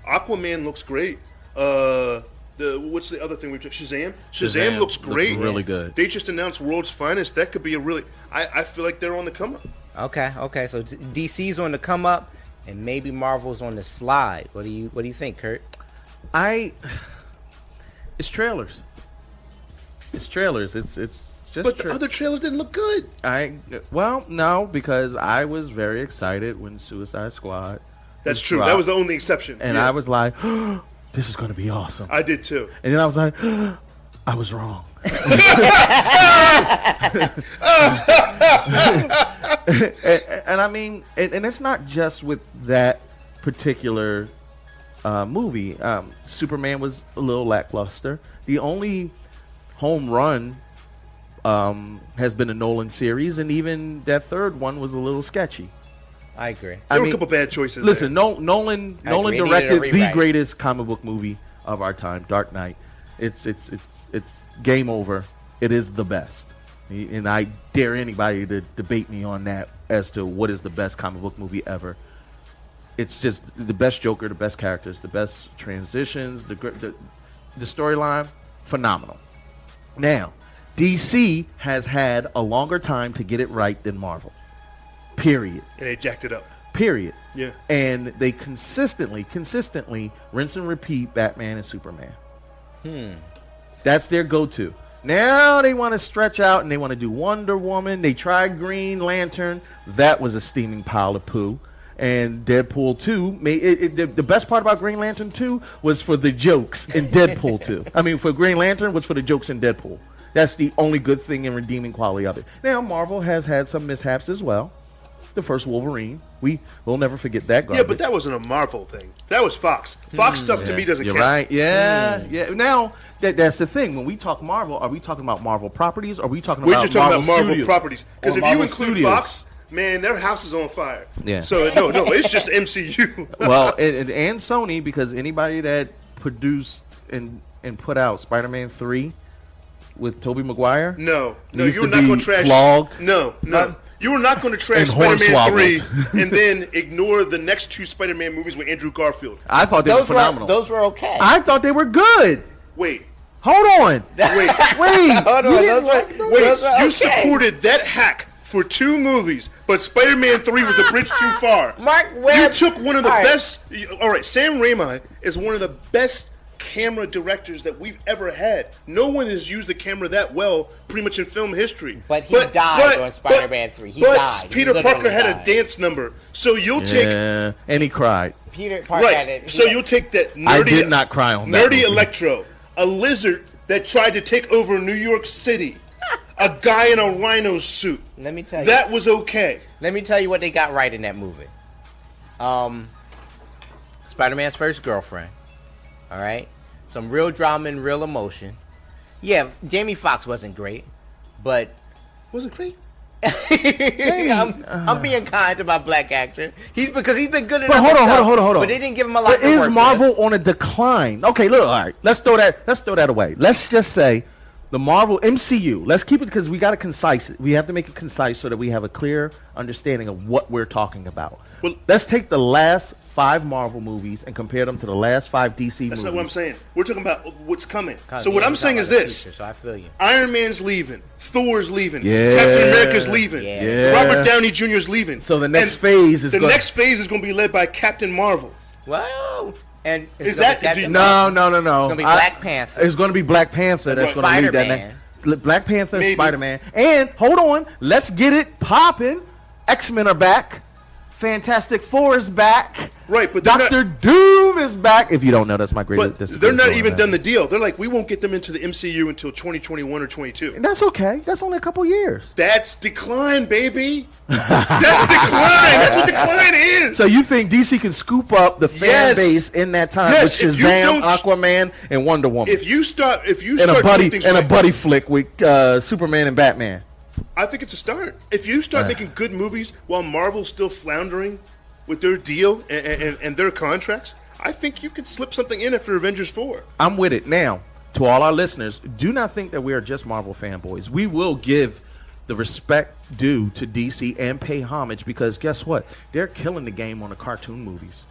Speaker 2: Aquaman looks great. Uh, the what's the other thing we took? Shazam. Shazam,
Speaker 7: Shazam
Speaker 2: looks
Speaker 7: looks
Speaker 2: great.
Speaker 7: really good.
Speaker 2: They just announced World's Finest. That could be a really. I, I feel like they're on the come up.
Speaker 8: Okay, okay. So d- DC's on the come up, and maybe Marvel's on the slide. What do you What do you think, Kurt?
Speaker 7: I. It's trailers. It's trailers. It's it's just.
Speaker 2: But
Speaker 7: tra-
Speaker 2: the other trailers didn't look good.
Speaker 7: I well no because I was very excited when Suicide Squad.
Speaker 2: That's
Speaker 7: was
Speaker 2: true. That
Speaker 7: dropped.
Speaker 2: was the only exception.
Speaker 7: And
Speaker 2: Yeah.
Speaker 7: I was like, "This is going to be awesome."
Speaker 2: I did too.
Speaker 7: And then I was like, "I was wrong." and, and I mean, and, and it's not just with that particular uh, movie. Um, Superman was a little lackluster. The only home run um, has been a Nolan series, and even that third one was a little sketchy.
Speaker 8: I agree.
Speaker 2: There were a couple bad choices
Speaker 7: Listen, no, Nolan
Speaker 2: I
Speaker 7: Nolan
Speaker 2: agree. It needed a
Speaker 7: directed the
Speaker 2: rewrite.
Speaker 7: greatest comic book movie of our time, Dark Knight. It's it's it's it's game over. It is the best, and I dare anybody to debate me on that as to what is the best comic book movie ever. It's just the best Joker, the best characters, the best transitions, the gr- the, the storyline, phenomenal. Now, DC has had a longer time to get it right than Marvel. Period.
Speaker 2: And they jacked it up.
Speaker 7: Period.
Speaker 2: Yeah.
Speaker 7: And they consistently, consistently rinse and repeat Batman and Superman.
Speaker 8: Hmm.
Speaker 7: That's their go-to. Now they want to stretch out and they want to do Wonder Woman. They tried Green Lantern. That was a steaming pile of poo. And Deadpool 2, made, it, it- the, the best part about Green Lantern 2 was for the jokes in Deadpool 2. I mean, for Green Lantern was for the jokes in Deadpool. That's the only good thing and redeeming quality of it. Now, Marvel has had some mishaps as well. The first Wolverine, we will never forget that garbage.
Speaker 2: Yeah, but that wasn't a Marvel thing. That was Fox. Fox stuff to
Speaker 7: Hmm, Yeah.
Speaker 2: me doesn't
Speaker 7: You're
Speaker 2: count.
Speaker 7: right. Yeah, yeah. Now that that's the thing. When we talk Marvel, are we talking about Marvel properties? Or are we talking
Speaker 2: We're
Speaker 7: about
Speaker 2: just talking about Marvel
Speaker 7: Studios?
Speaker 2: properties because
Speaker 7: Or
Speaker 2: if
Speaker 7: Marvel
Speaker 2: you include
Speaker 7: Studios?
Speaker 2: Fox, man, their house is on fire.
Speaker 7: Yeah.
Speaker 2: So no, no, it's just MCU.
Speaker 7: well, and, and, and Sony because anybody that produced and and put out Spider-Man three with Toby Maguire.
Speaker 2: No, no,
Speaker 7: used
Speaker 2: you were
Speaker 7: to
Speaker 2: not
Speaker 7: be
Speaker 2: going to trash.
Speaker 7: flogged.
Speaker 2: No, no, you were not going to trash
Speaker 7: And
Speaker 2: Spider-Man three
Speaker 7: hornswoggled.
Speaker 2: and then ignore the next two Spider-Man movies with Andrew Garfield.
Speaker 7: I thought they were phenomenal.
Speaker 8: were okay.
Speaker 7: I thought they were good.
Speaker 2: Wait,
Speaker 7: Hold on.
Speaker 2: wait,
Speaker 7: wait. You didn't like those?
Speaker 2: wait. You supported that hack for two movies, but Spider-Man three was a bridge too far.
Speaker 8: Mark
Speaker 2: You took one of the best. All right, Sam Raimi is one of the best camera directors that we've ever had. No one has used the camera that well, pretty much in film history.
Speaker 8: But he died on Spider-Man 3. He
Speaker 2: but
Speaker 8: died. He
Speaker 2: Peter
Speaker 8: literally
Speaker 2: Parker had
Speaker 8: died.
Speaker 2: a dance number, so you'll
Speaker 13: Yeah, and he cried.
Speaker 8: Peter
Speaker 2: take
Speaker 8: Parker had
Speaker 2: right.
Speaker 8: it.
Speaker 2: So you'll take that. Nerdy,
Speaker 13: I did not cry on that
Speaker 2: Nerdy
Speaker 13: movie.
Speaker 2: Electro, a lizard that tried to take over New York City, a guy in a rhino suit.
Speaker 8: Let me tell you.
Speaker 2: That was okay.
Speaker 8: Let me tell you what they got right in that movie. Um, Spider Man's first girlfriend. All right, some real drama and real emotion. Yeah, Jamie Foxx wasn't great, but
Speaker 2: was it great?
Speaker 8: I'm, I'm being kind to my black actor. He's because he's been good enough.
Speaker 7: Uh-huh. But hold
Speaker 8: and
Speaker 7: on, hold
Speaker 8: stuff,
Speaker 7: on, hold on, hold on.
Speaker 8: But they didn't give him a lot.
Speaker 7: But
Speaker 8: to
Speaker 7: is
Speaker 8: work
Speaker 7: Marvel on a decline? Okay, look, all right. Let's throw that. Let's throw that away. Let's just say the Marvel MCU. Let's keep it because we got to concise it. We have to make it concise so that we have a clear understanding of what we're talking about. let's take the last five Marvel movies and compare them to the last five DC
Speaker 2: That's
Speaker 7: movies.
Speaker 2: not what I'm saying. We're talking about what's coming.
Speaker 8: with.
Speaker 2: so what I'm saying is this:
Speaker 8: so I feel you.
Speaker 2: Iron Man's leaving, Thor's leaving,
Speaker 7: Yeah.
Speaker 2: Captain America's leaving,
Speaker 7: Yeah.
Speaker 2: Robert Downey Jr.'s leaving.
Speaker 7: So the next phase is
Speaker 2: the
Speaker 7: gonna-
Speaker 2: next phase is going to be led by Captain Marvel.
Speaker 8: Wow. And
Speaker 2: is that do you-
Speaker 7: No, no, no, no.
Speaker 8: It's gonna be
Speaker 7: I-
Speaker 8: Black Panther.
Speaker 7: It's gonna be Black Panther. That's
Speaker 8: Right.
Speaker 7: gonna lead that.
Speaker 8: Spider-Man.
Speaker 7: na- L- Black Panther,
Speaker 8: Maybe.
Speaker 7: Spider Man, and hold on, let's get it popping. X Men are back. Fantastic Four is back.
Speaker 2: Right, but they're not-
Speaker 7: Doctor Doom is back. If you don't know, that's my greatest.
Speaker 2: But
Speaker 7: that's the
Speaker 2: they're
Speaker 7: greatest
Speaker 2: not
Speaker 7: villain
Speaker 2: even
Speaker 7: ever.
Speaker 2: done the deal. They're like, we won't get them into the MCU until 2021 or 22.
Speaker 7: And that's okay. That's only a couple years.
Speaker 2: That's decline, baby. That's decline. That's what decline is.
Speaker 7: So you think DC can scoop up the fan
Speaker 2: Yes.
Speaker 7: base in that time
Speaker 2: Yes,
Speaker 7: with
Speaker 2: if you
Speaker 7: Shazam,
Speaker 2: don't-
Speaker 7: Aquaman, and Wonder Woman,
Speaker 2: If you stop, if you
Speaker 7: and
Speaker 2: start
Speaker 7: a buddy
Speaker 2: doing things
Speaker 7: and a
Speaker 2: right-
Speaker 7: buddy flick with uh, Superman and Batman?
Speaker 2: I think it's a start. If you start
Speaker 7: Uh.
Speaker 2: making good movies while Marvel's still floundering with their deal and, and, and their contracts, I think you could slip something in after Avengers 4.
Speaker 7: I'm with it now. To all our listeners, do not think that we are just Marvel fanboys. We will give the respect due to DC and pay homage because guess what? They're killing the game on the cartoon movies.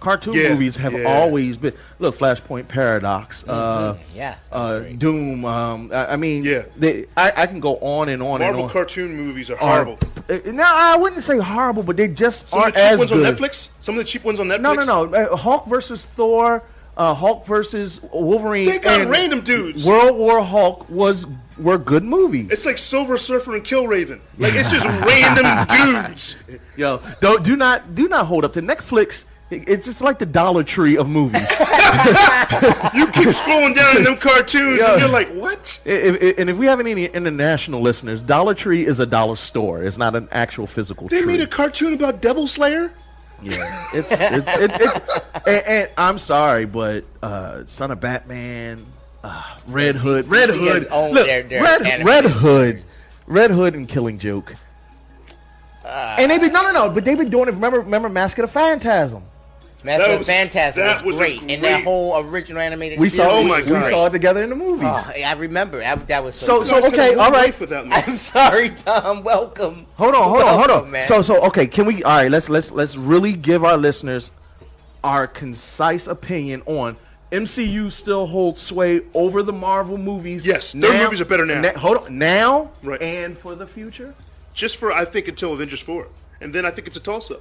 Speaker 7: Cartoon
Speaker 13: Yeah,
Speaker 7: movies have
Speaker 13: yeah.
Speaker 7: always been look Flashpoint Paradox, uh,
Speaker 13: Mhm. Yeah,
Speaker 7: uh, Doom. Um, I, I mean, yeah, they, I, I can go on and on
Speaker 2: Marvel
Speaker 7: and on. Uh, eh,
Speaker 2: cartoon movies are horrible.
Speaker 7: no, I wouldn't say horrible, but they just
Speaker 2: Some of
Speaker 7: aren't
Speaker 2: the cheap
Speaker 7: as
Speaker 2: ones
Speaker 7: good.
Speaker 2: on Netflix. Some of the cheap ones on Netflix.
Speaker 7: No, no, no. Uh, Hulk versus Thor, uh, Hulk versus Wolverine.
Speaker 2: They got
Speaker 7: and
Speaker 2: random dudes.
Speaker 7: World War Hulk was were good movies.
Speaker 2: It's like Silver Surfer and Kill Raven. Like it's just random dudes.
Speaker 7: Yo, don't do not do not hold up to Netflix. it- It's just like the Dollar Tree of movies.
Speaker 2: you keep scrolling down in them cartoons, and you're like, what?
Speaker 7: and if we have any international listeners, Dollar Tree is a dollar store. It's not an actual physical.
Speaker 2: They
Speaker 7: tree.
Speaker 2: made a cartoon about Devil Slayer.
Speaker 7: Yeah, it's, it's it, it, and, and I'm sorry, but uh, Son of Batman, uh, Red Hood, Red
Speaker 8: DC has
Speaker 7: Hood,
Speaker 8: owned
Speaker 7: look,
Speaker 8: their- their
Speaker 7: Red,
Speaker 8: animated
Speaker 7: Red Hood, Red Hood, and Killing Joke. and they've been no, no, no, but they've been doing it. Remember, remember, Mask of the Phantasm.
Speaker 8: Master
Speaker 7: That
Speaker 8: of
Speaker 7: was-
Speaker 8: Phantasm
Speaker 7: that
Speaker 8: was,
Speaker 7: was a
Speaker 8: great, and that
Speaker 7: great-
Speaker 8: whole original animated.
Speaker 7: We saw,
Speaker 2: Oh
Speaker 8: series
Speaker 7: we,
Speaker 8: was
Speaker 7: we
Speaker 8: great.
Speaker 7: saw it together in the movie.
Speaker 8: Oh, I remember. I, that was
Speaker 7: So-
Speaker 8: so.
Speaker 7: so, okay, all right.
Speaker 8: I'm sorry, Tom. Welcome.
Speaker 7: Hold on, hold on, hold
Speaker 8: Welcome,
Speaker 7: on.
Speaker 8: man.
Speaker 7: So so okay, can we all right, let's let's let's really give our listeners our concise opinion on MCU still holds sway over the Marvel movies. Yes,
Speaker 2: their movies are better now.
Speaker 7: hold on. Now
Speaker 2: Right.
Speaker 7: And for the future?
Speaker 2: Just for I think until Avengers 4. And then I think it's a toss up.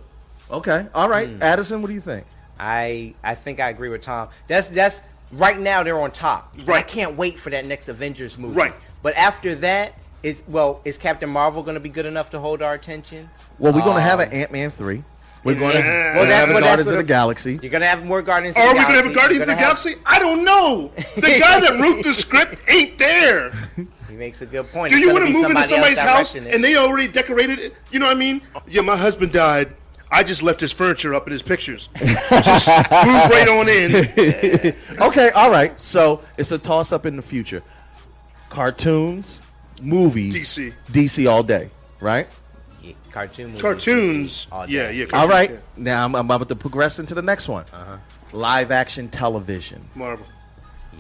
Speaker 7: Okay. All right.
Speaker 8: Hmm.
Speaker 7: Addison, what do you think?
Speaker 8: I I think I agree with Tom. That's that's right now they're on top. Right. I can't wait for that next Avengers movie. Right. But after that is well, is Captain Marvel going to be good enough to hold our attention?
Speaker 7: Well, we're gonna have
Speaker 8: Um,
Speaker 7: an Ant Man three. We're
Speaker 8: is
Speaker 7: gonna, we're
Speaker 8: it- well,
Speaker 7: gonna
Speaker 8: that's
Speaker 7: have a
Speaker 8: what- that's
Speaker 7: Guardians of
Speaker 8: what-
Speaker 7: the Galaxy.
Speaker 8: You're gonna have more Guardians.
Speaker 2: Uh, Are
Speaker 8: of
Speaker 2: we
Speaker 8: the
Speaker 2: gonna have a Guardians
Speaker 8: You're
Speaker 2: of the
Speaker 8: gonna have-
Speaker 2: Galaxy? I don't know. The guy that wrote the script ain't there.
Speaker 8: He makes a good point.
Speaker 2: Do
Speaker 8: It's
Speaker 2: you
Speaker 8: gonna
Speaker 2: want to
Speaker 8: be
Speaker 2: move into
Speaker 8: somebody else
Speaker 2: somebody's house
Speaker 8: directing it.
Speaker 2: and they already decorated it? You know what I mean? Yeah, my husband died. I just left his furniture up in his pictures. just move right on in.
Speaker 7: okay, all right. So it's a toss up in the future. Cartoons, movies,
Speaker 2: DC.
Speaker 7: DC all day, right?
Speaker 8: Yeah, cartoon movies.
Speaker 2: Cartoons.
Speaker 8: All day.
Speaker 2: Yeah, yeah. Cartoons,
Speaker 7: All right.
Speaker 2: yeah.
Speaker 7: Now I'm, I'm about to progress into the next one. Uh-huh. Live action television.
Speaker 2: Marvel.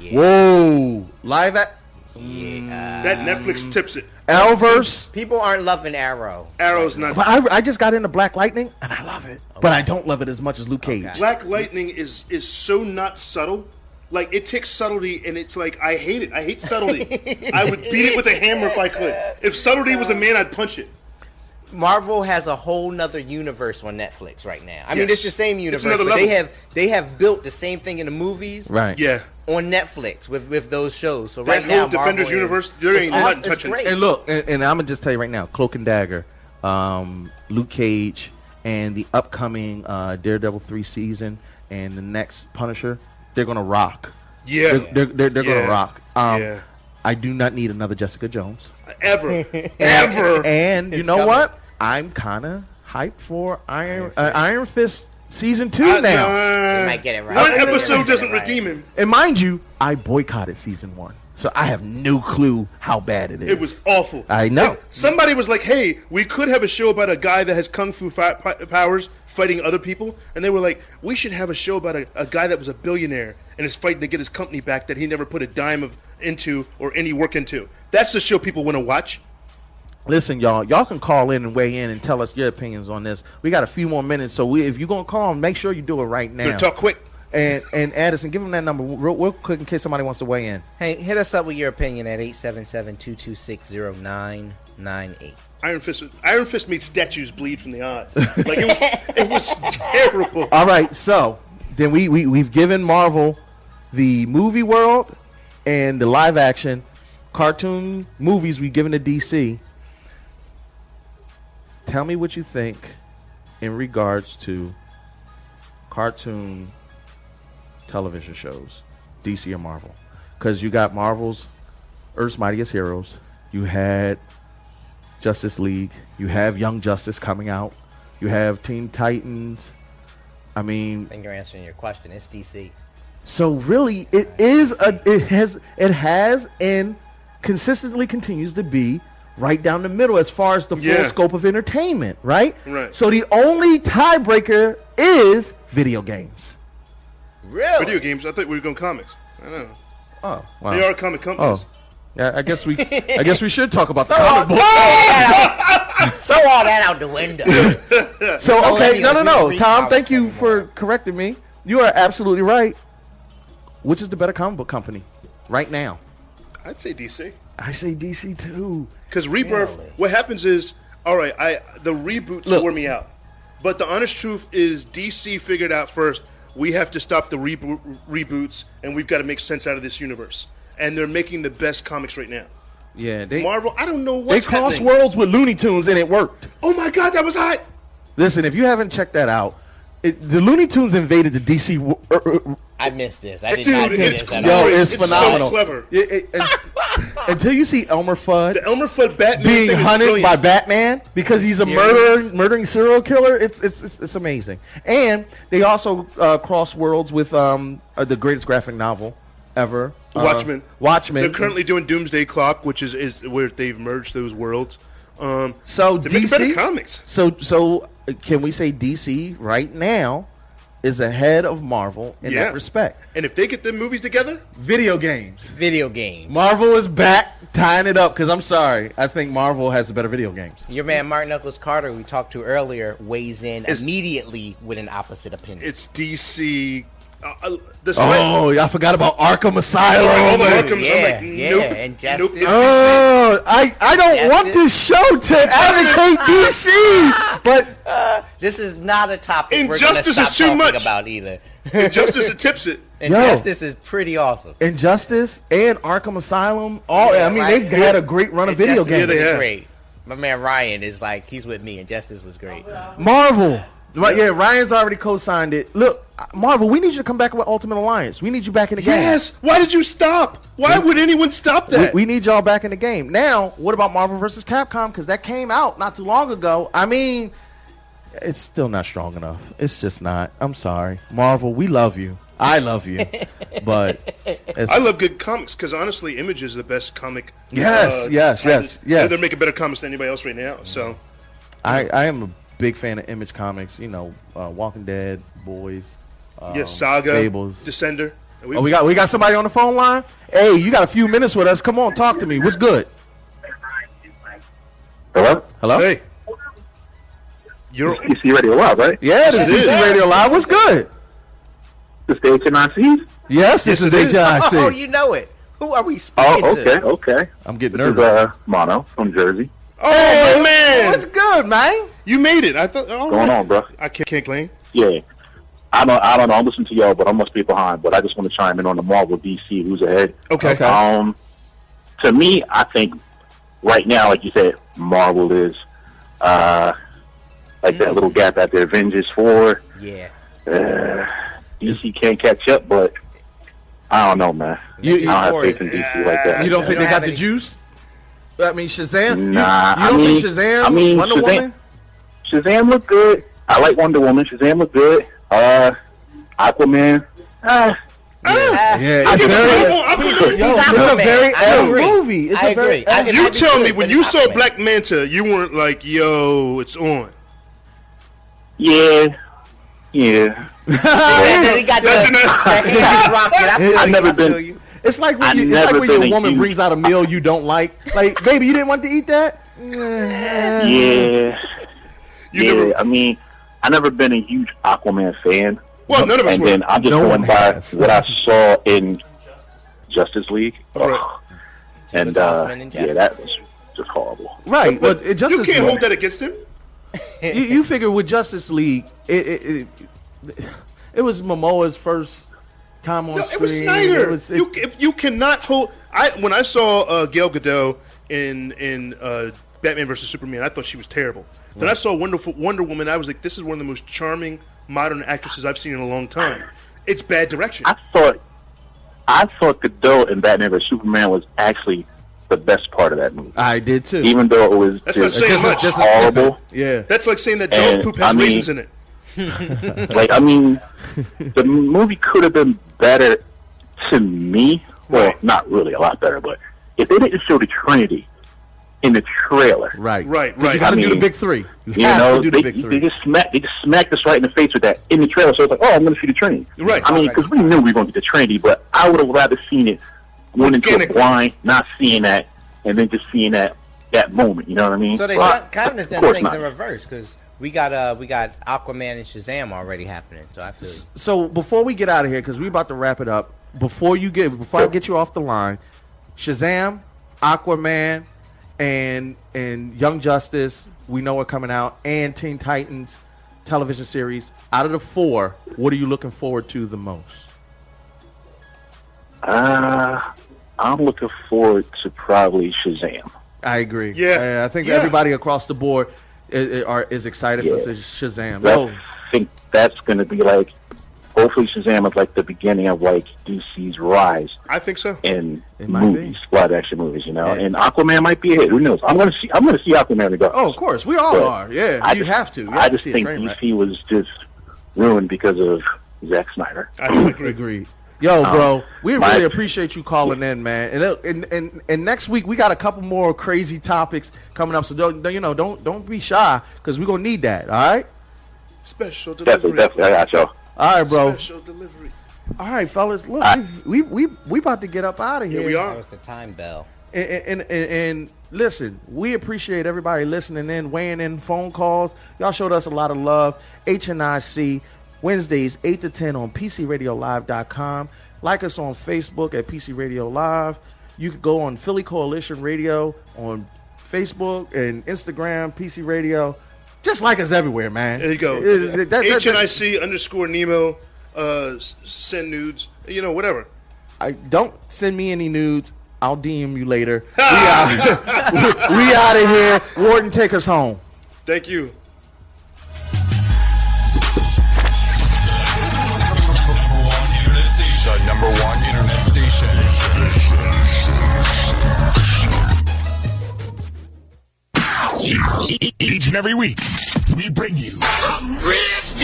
Speaker 7: Whoa, live at
Speaker 2: That Netflix tips it.
Speaker 7: Elverse.
Speaker 8: People aren't loving Arrow.
Speaker 2: Arrow's not.
Speaker 7: But I, I just got into Black Lightning and I love it, but I don't love it as much as Luke Cage.
Speaker 2: Black Lightning is is so not subtle. Like it takes subtlety, and it's like I hate it. I hate subtlety. I would beat it with a hammer if I could. If subtlety was a man, I'd punch it.
Speaker 8: Marvel has a whole nother universe on Netflix right now. I mean,
Speaker 2: Yes.
Speaker 8: it's the same
Speaker 2: It's
Speaker 8: universe.
Speaker 2: another
Speaker 8: but they
Speaker 2: level.
Speaker 8: have they have built the same thing in the movies,
Speaker 2: Right. Yeah.
Speaker 8: on Netflix with with those shows. So
Speaker 2: That
Speaker 8: right
Speaker 2: whole
Speaker 8: now,
Speaker 2: Defenders
Speaker 8: Marvel
Speaker 2: universe,
Speaker 8: is,
Speaker 2: there
Speaker 8: it's
Speaker 2: ain't
Speaker 8: aw-
Speaker 2: nothing
Speaker 8: it's
Speaker 2: touching it.
Speaker 8: great.
Speaker 7: And look, and, and I'm gonna just tell you right now, Cloak and Dagger, um, Luke Cage, and the upcoming uh, Daredevil three season, and the next Punisher, they're gonna rock.
Speaker 2: Yeah.
Speaker 7: they're they're, they're, they're
Speaker 2: Yeah.
Speaker 7: gonna rock. Um,
Speaker 2: Yeah.
Speaker 7: I do not need another Jessica Jones.
Speaker 2: Ever.
Speaker 7: And-
Speaker 2: Ever.
Speaker 7: And you
Speaker 2: It's
Speaker 7: know
Speaker 2: coming.
Speaker 7: what? I'm kind of hyped for Iron uh, Iron Fist season two
Speaker 2: I-
Speaker 7: now.
Speaker 2: uh, One episode doesn't redeem him.
Speaker 7: And mind you, I boycotted season one, so I have no clue how bad it is.
Speaker 2: It was awful.
Speaker 7: I know.
Speaker 2: Like, somebody was like, "Hey, we could have a show about a guy that has kung fu fi- pi- powers fighting other people," and they were like, "We should have a show about a, a guy that was a billionaire and is fighting to get his company back that he never put a dime of into or any work into." That's the show people want to watch.
Speaker 7: Listen, y'all, y'all can call in and weigh in and tell us your opinions on this. We got a few more minutes, so we, if you're gonna call, make sure you do it right now.
Speaker 2: talk quick.
Speaker 7: And and Addison, give them that number real, real quick in case somebody wants to weigh in.
Speaker 8: Hey, hit us up with your opinion at 877-226-0998.
Speaker 2: Iron Fist. Iron Fist made statues bleed from the eyes. Like it was, it was terrible.
Speaker 7: All right, so then we, we we've given Marvel the movie world and the live action cartoon movies we've given to DC. Tell me what you think in regards to cartoon television shows, DC or Marvel. Because you got Marvel's Earth's Mightiest Heroes, you had Justice League, you have Young Justice coming out, you have Teen Titans. I mean,
Speaker 8: I think you're answering your question. It's DC.
Speaker 7: so really, it is a it has it has and consistently continues to be right down the middle as far as the
Speaker 2: Yeah.
Speaker 7: full scope of entertainment, right?
Speaker 2: Right.
Speaker 7: So the only tiebreaker is video games.
Speaker 8: Really?
Speaker 2: Video games. I thought we were going comics. I don't know.
Speaker 7: Oh,
Speaker 2: They are comic companies.
Speaker 7: Oh. Yeah, I guess we I guess we should talk about the comic book.
Speaker 8: Throw all that out the window.
Speaker 7: So
Speaker 8: Don't let
Speaker 7: okay,
Speaker 8: me-
Speaker 7: no, no,
Speaker 8: we don't
Speaker 7: no,
Speaker 8: read
Speaker 7: Tom.
Speaker 8: comics
Speaker 7: Thank you for correcting me. You are absolutely right. Which is the better comic book company right now?
Speaker 2: I'd say DC.
Speaker 7: I say DC too.
Speaker 2: Because Rebirth, what happens is, all right, I the reboots wore me out. But the honest truth is, DC figured out first. We have to stop the reboot, reboots, and we've got to make sense out of this universe. And they're making the best comics right now.
Speaker 7: Yeah, they
Speaker 2: Marvel, I don't know
Speaker 7: they
Speaker 2: what's
Speaker 7: cross
Speaker 2: happening.
Speaker 7: worlds with Looney Tunes and it worked.
Speaker 2: Oh my god, that was hot!
Speaker 7: Listen, if you haven't checked that out, it, the Looney Tunes invaded the DC. wo- er, er,
Speaker 8: I missed this. I did
Speaker 2: Dude,
Speaker 8: not see
Speaker 2: it's
Speaker 8: this at
Speaker 7: Yo,
Speaker 8: all.
Speaker 7: it's,
Speaker 2: Oh, It's so
Speaker 7: phenomenal.
Speaker 2: clever.
Speaker 7: It- it- it's- until you see Elmer Fudd
Speaker 2: The Elmer Fudd Batman
Speaker 7: being
Speaker 2: thing is
Speaker 7: hunted
Speaker 2: brilliant.
Speaker 7: by Batman because he's a murderer, murdering serial killer, it's it's it's, it's amazing. And they also uh, cross worlds with um, uh, the greatest graphic novel ever, uh,
Speaker 2: Watchmen.
Speaker 7: Watchmen.
Speaker 2: They're currently doing Doomsday Clock, which is, is where they've merged those worlds. Um,
Speaker 7: So
Speaker 2: they're making
Speaker 7: DC
Speaker 2: better comics.
Speaker 7: So so uh, can we say DC right now is ahead of Marvel in
Speaker 2: Yeah.
Speaker 7: that respect?
Speaker 2: And if they get their movies together,
Speaker 7: Video games.
Speaker 8: Video game.
Speaker 7: Marvel is back tying it up because I'm sorry, I think Marvel has the better video games.
Speaker 8: Your man Martin Knuckles Carter, we talked to earlier, weighs in immediately with an opposite opinion.
Speaker 2: it's DC. Uh, uh, the
Speaker 7: Oh, I forgot about Arkham Asylum.
Speaker 2: all the
Speaker 7: and-
Speaker 2: Arkhams, I'm
Speaker 8: yeah,
Speaker 2: like,
Speaker 8: yeah,
Speaker 2: nope,
Speaker 8: and Justice.
Speaker 2: nope, it's DC.
Speaker 7: Oh, I, I don't
Speaker 8: That's
Speaker 7: want
Speaker 8: it.
Speaker 7: this show to advocate DC, but
Speaker 8: This is not a topic
Speaker 2: Injustice
Speaker 8: we're
Speaker 2: is
Speaker 8: gonna stop
Speaker 2: too
Speaker 8: talking
Speaker 2: much.
Speaker 8: about either.
Speaker 2: Injustice it tips it.
Speaker 8: Injustice is pretty awesome.
Speaker 7: Injustice and Arkham Asylum, all I mean,
Speaker 8: right.
Speaker 7: they've had a great run of video
Speaker 8: Injustice
Speaker 7: games.
Speaker 2: Yeah, they
Speaker 8: was
Speaker 2: have.
Speaker 8: Great. My man Ryan is like he's with me. Injustice was great.
Speaker 7: Marvel. Right, yeah, Ryan's already co-signed it. Look, uh, Marvel, we need you to come back with Ultimate Alliance. We need you back in the
Speaker 2: Yes. Why did you stop? Why would anyone stop
Speaker 7: game.
Speaker 2: that?
Speaker 7: We, we need y'all back in the game. Now, what about Marvel versus Capcom? Because that came out not too long ago. I mean, it's still not strong enough. It's just not. I'm sorry, Marvel. We love you. I love you, but it's,
Speaker 2: I love good comics because honestly, Image is the best comic.
Speaker 7: Yes, yes,
Speaker 2: title.
Speaker 7: yes, yes.
Speaker 2: They're making better comics than anybody else right now. So
Speaker 7: I, I am a big fan of Image Comics. You know, uh, Walking Dead, Boys. Um,
Speaker 2: yeah, Saga,
Speaker 7: Fables.
Speaker 2: Descender. We,
Speaker 7: Oh, we got we got somebody on the phone line. Hey, you got a few minutes with us? Come on, talk to me. What's good?
Speaker 11: Hello?
Speaker 7: Hello.
Speaker 2: Hey, you're
Speaker 11: PC Radio Live, right?
Speaker 7: Yeah, this
Speaker 2: Yes, it
Speaker 7: is
Speaker 2: is.
Speaker 7: DC Radio Live. What's good?
Speaker 11: The stage NIC?
Speaker 7: Yes,
Speaker 2: Yes,
Speaker 7: this is
Speaker 2: it is.
Speaker 7: HIC.
Speaker 8: Oh, you know it. Who are we speaking
Speaker 11: Oh,
Speaker 8: to?
Speaker 11: okay, okay.
Speaker 7: I'm getting
Speaker 11: This is
Speaker 7: nervous.
Speaker 11: uh, Mono from Jersey.
Speaker 2: Oh
Speaker 14: Hey,
Speaker 2: man,
Speaker 14: what's
Speaker 2: good, man? You made it. I thought. all
Speaker 11: going
Speaker 2: right.
Speaker 11: on, bro?
Speaker 2: I can't, can't claim.
Speaker 11: Yeah. I don't, I don't know. I'm listening to y'all, but I must be behind. But I just want to chime in on the Marvel DC who's ahead.
Speaker 2: Okay.
Speaker 11: Um, to me, I think right now, like you said, Marvel is uh, like
Speaker 7: Mm.
Speaker 11: that little gap after Avengers four.
Speaker 8: Yeah.
Speaker 11: Uh, DC can't catch up, but I don't know, man. I don't have faith in DC like that.
Speaker 7: You don't think
Speaker 11: man.
Speaker 7: they got the juice? I mean, Shazam.
Speaker 11: Nah,
Speaker 7: you, you don't
Speaker 11: I mean,
Speaker 7: think Shazam?
Speaker 11: I mean,
Speaker 7: Wonder
Speaker 11: Shazam,
Speaker 7: Woman.
Speaker 11: Shazam looked good. I like Wonder Woman. Shazam looked good. Uh, Aquaman. Ah.
Speaker 14: Yeah,
Speaker 11: I
Speaker 14: it's
Speaker 11: give it
Speaker 14: very-
Speaker 11: to him. I give it to him.
Speaker 14: Yo, it's a very L movie. It's a very L-
Speaker 2: you tell me when you saw Black Manta, you weren't like, "Yo, it's on."
Speaker 11: Yeah, yeah.
Speaker 8: he got the, that he got the rocket. I feel you. I feel you.
Speaker 14: It's like when,
Speaker 11: I've
Speaker 14: you, it's
Speaker 11: never
Speaker 14: like when your
Speaker 11: been a
Speaker 14: woman
Speaker 11: huge-
Speaker 14: brings out a meal you don't like. Like, baby, you didn't want to eat that. Yeah.
Speaker 11: Yeah. yeah, I mean, I never been a huge Aquaman fan.
Speaker 2: Well, none of us
Speaker 11: And
Speaker 2: were.
Speaker 11: then I'm just
Speaker 2: No
Speaker 11: going
Speaker 2: one
Speaker 11: by what I saw in Justice League, Ugh. and uh,
Speaker 2: Hoffman and
Speaker 11: yeah, that was just horrible.
Speaker 7: Right, but it
Speaker 2: you
Speaker 7: Justice
Speaker 2: can't
Speaker 7: League-
Speaker 2: hold that against him.
Speaker 7: you, you figure with Justice League, it it, it
Speaker 14: It was Momoa's first time on
Speaker 2: No,
Speaker 14: screen.
Speaker 2: it was Snyder.
Speaker 14: It was- it-
Speaker 2: you, if you cannot hold, I when I saw uh, Gail Godot in in uh, Batman versus Superman, I thought she was terrible. Then I
Speaker 15: Right.
Speaker 2: saw Wonderful Wonder Woman. I was like, this is one of the most charming modern actresses I've seen in a long time. It's bad direction.
Speaker 11: I thought I thought Godot in Batman vs Superman was actually the best part of that movie.
Speaker 2: Uh,
Speaker 7: I did too,
Speaker 11: even though it was
Speaker 2: That's
Speaker 11: just,
Speaker 2: not saying much.
Speaker 11: just horrible.
Speaker 7: Yeah,
Speaker 2: that's like saying that
Speaker 11: And,
Speaker 2: dog poop has
Speaker 11: I mean-
Speaker 2: raisins in it.
Speaker 11: like I mean, the movie could have been better to me. Well, not really a lot better, but if they didn't show the Trinity in the trailer,
Speaker 7: right,
Speaker 2: right,
Speaker 7: 'Cause You got to do the big three. You,
Speaker 11: You
Speaker 7: have to
Speaker 11: know,
Speaker 7: do
Speaker 11: they,
Speaker 7: the big
Speaker 11: they
Speaker 7: three.
Speaker 11: just smacked they just smacked us right in the face with that in the trailer. So it's like, oh, I'm going to see the Trinity.
Speaker 2: Right.
Speaker 11: I mean, because we knew we were going to get the Trinity, but I would have rather seen it going into it blind, not seeing that, and then just seeing that that moment. You know what I mean?
Speaker 8: So they
Speaker 11: Well,
Speaker 8: kind- kind of
Speaker 11: of
Speaker 8: done
Speaker 11: course
Speaker 8: things
Speaker 11: not.
Speaker 8: in reverse because we got uh we got Aquaman and Shazam already happening. So I feel you.
Speaker 7: So before we get out of here, because we're about to wrap it up, before you get before I get you off the line, Shazam, Aquaman, and and Young Justice, we know are coming out, and Teen Titans television series. Out of the four, what are you looking forward to the most?
Speaker 11: Uh, I'm looking forward to probably Shazam.
Speaker 7: I agree.
Speaker 11: Yeah.
Speaker 7: Uh, I think
Speaker 11: Yeah.
Speaker 7: everybody across the board is, are is excited for Shazam.
Speaker 11: That's-
Speaker 7: Oh,
Speaker 11: I think that's going to be like, hopefully, Shazam is like the beginning of like DC's rise
Speaker 2: I think so.
Speaker 11: in
Speaker 2: might
Speaker 11: movies, live action movies. You know, and Aquaman might be a hit. Who knows? I'm going to see. I'm going to see Aquaman regardless.
Speaker 7: oh, of course, we all
Speaker 11: But
Speaker 7: are. Yeah,
Speaker 11: I
Speaker 7: you
Speaker 11: just-
Speaker 7: have to. You
Speaker 11: I
Speaker 7: have to
Speaker 11: just
Speaker 7: see a
Speaker 11: think
Speaker 7: train wreck.
Speaker 11: DC was just ruined because of Zack Snyder.
Speaker 2: I
Speaker 7: agree. Yo,
Speaker 11: Um,
Speaker 7: bro, we
Speaker 11: my-
Speaker 7: really appreciate you calling in, man. And, it- and and and next week we got a couple more crazy topics coming up. So don't don't- you know don't don't be shy because we're gonna need that. All right,
Speaker 2: Special
Speaker 11: Definitely,
Speaker 2: delivery.
Speaker 11: definitely. I got y'all.
Speaker 7: all right, bro.
Speaker 2: Special delivery.
Speaker 7: All right, fellas, look, we we we, we about to get up out of here.
Speaker 8: That was the time bell.
Speaker 7: And and, and and listen, we appreciate everybody listening in, weighing in, phone calls. Y'all showed us a lot of love. HNIC Wednesdays eight to ten on PCRadioLive.com. Like us on Facebook at PC Radio Live. You could go on Philly Coalition Radio on Facebook and Instagram, PC Radio. Just like us everywhere, man.
Speaker 2: There you go.
Speaker 7: It- it- that- that- that-
Speaker 2: HNIC underscore Nemo. Uh, s- send nudes. You know, whatever.
Speaker 7: I don't send me any nudes. I'll DM you later. we out. we out of here. Warden, take us home.
Speaker 2: Thank you.
Speaker 6: The number one internet station.
Speaker 16: Each and every week, we bring you
Speaker 6: Rich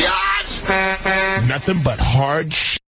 Speaker 16: nothing but hard shit.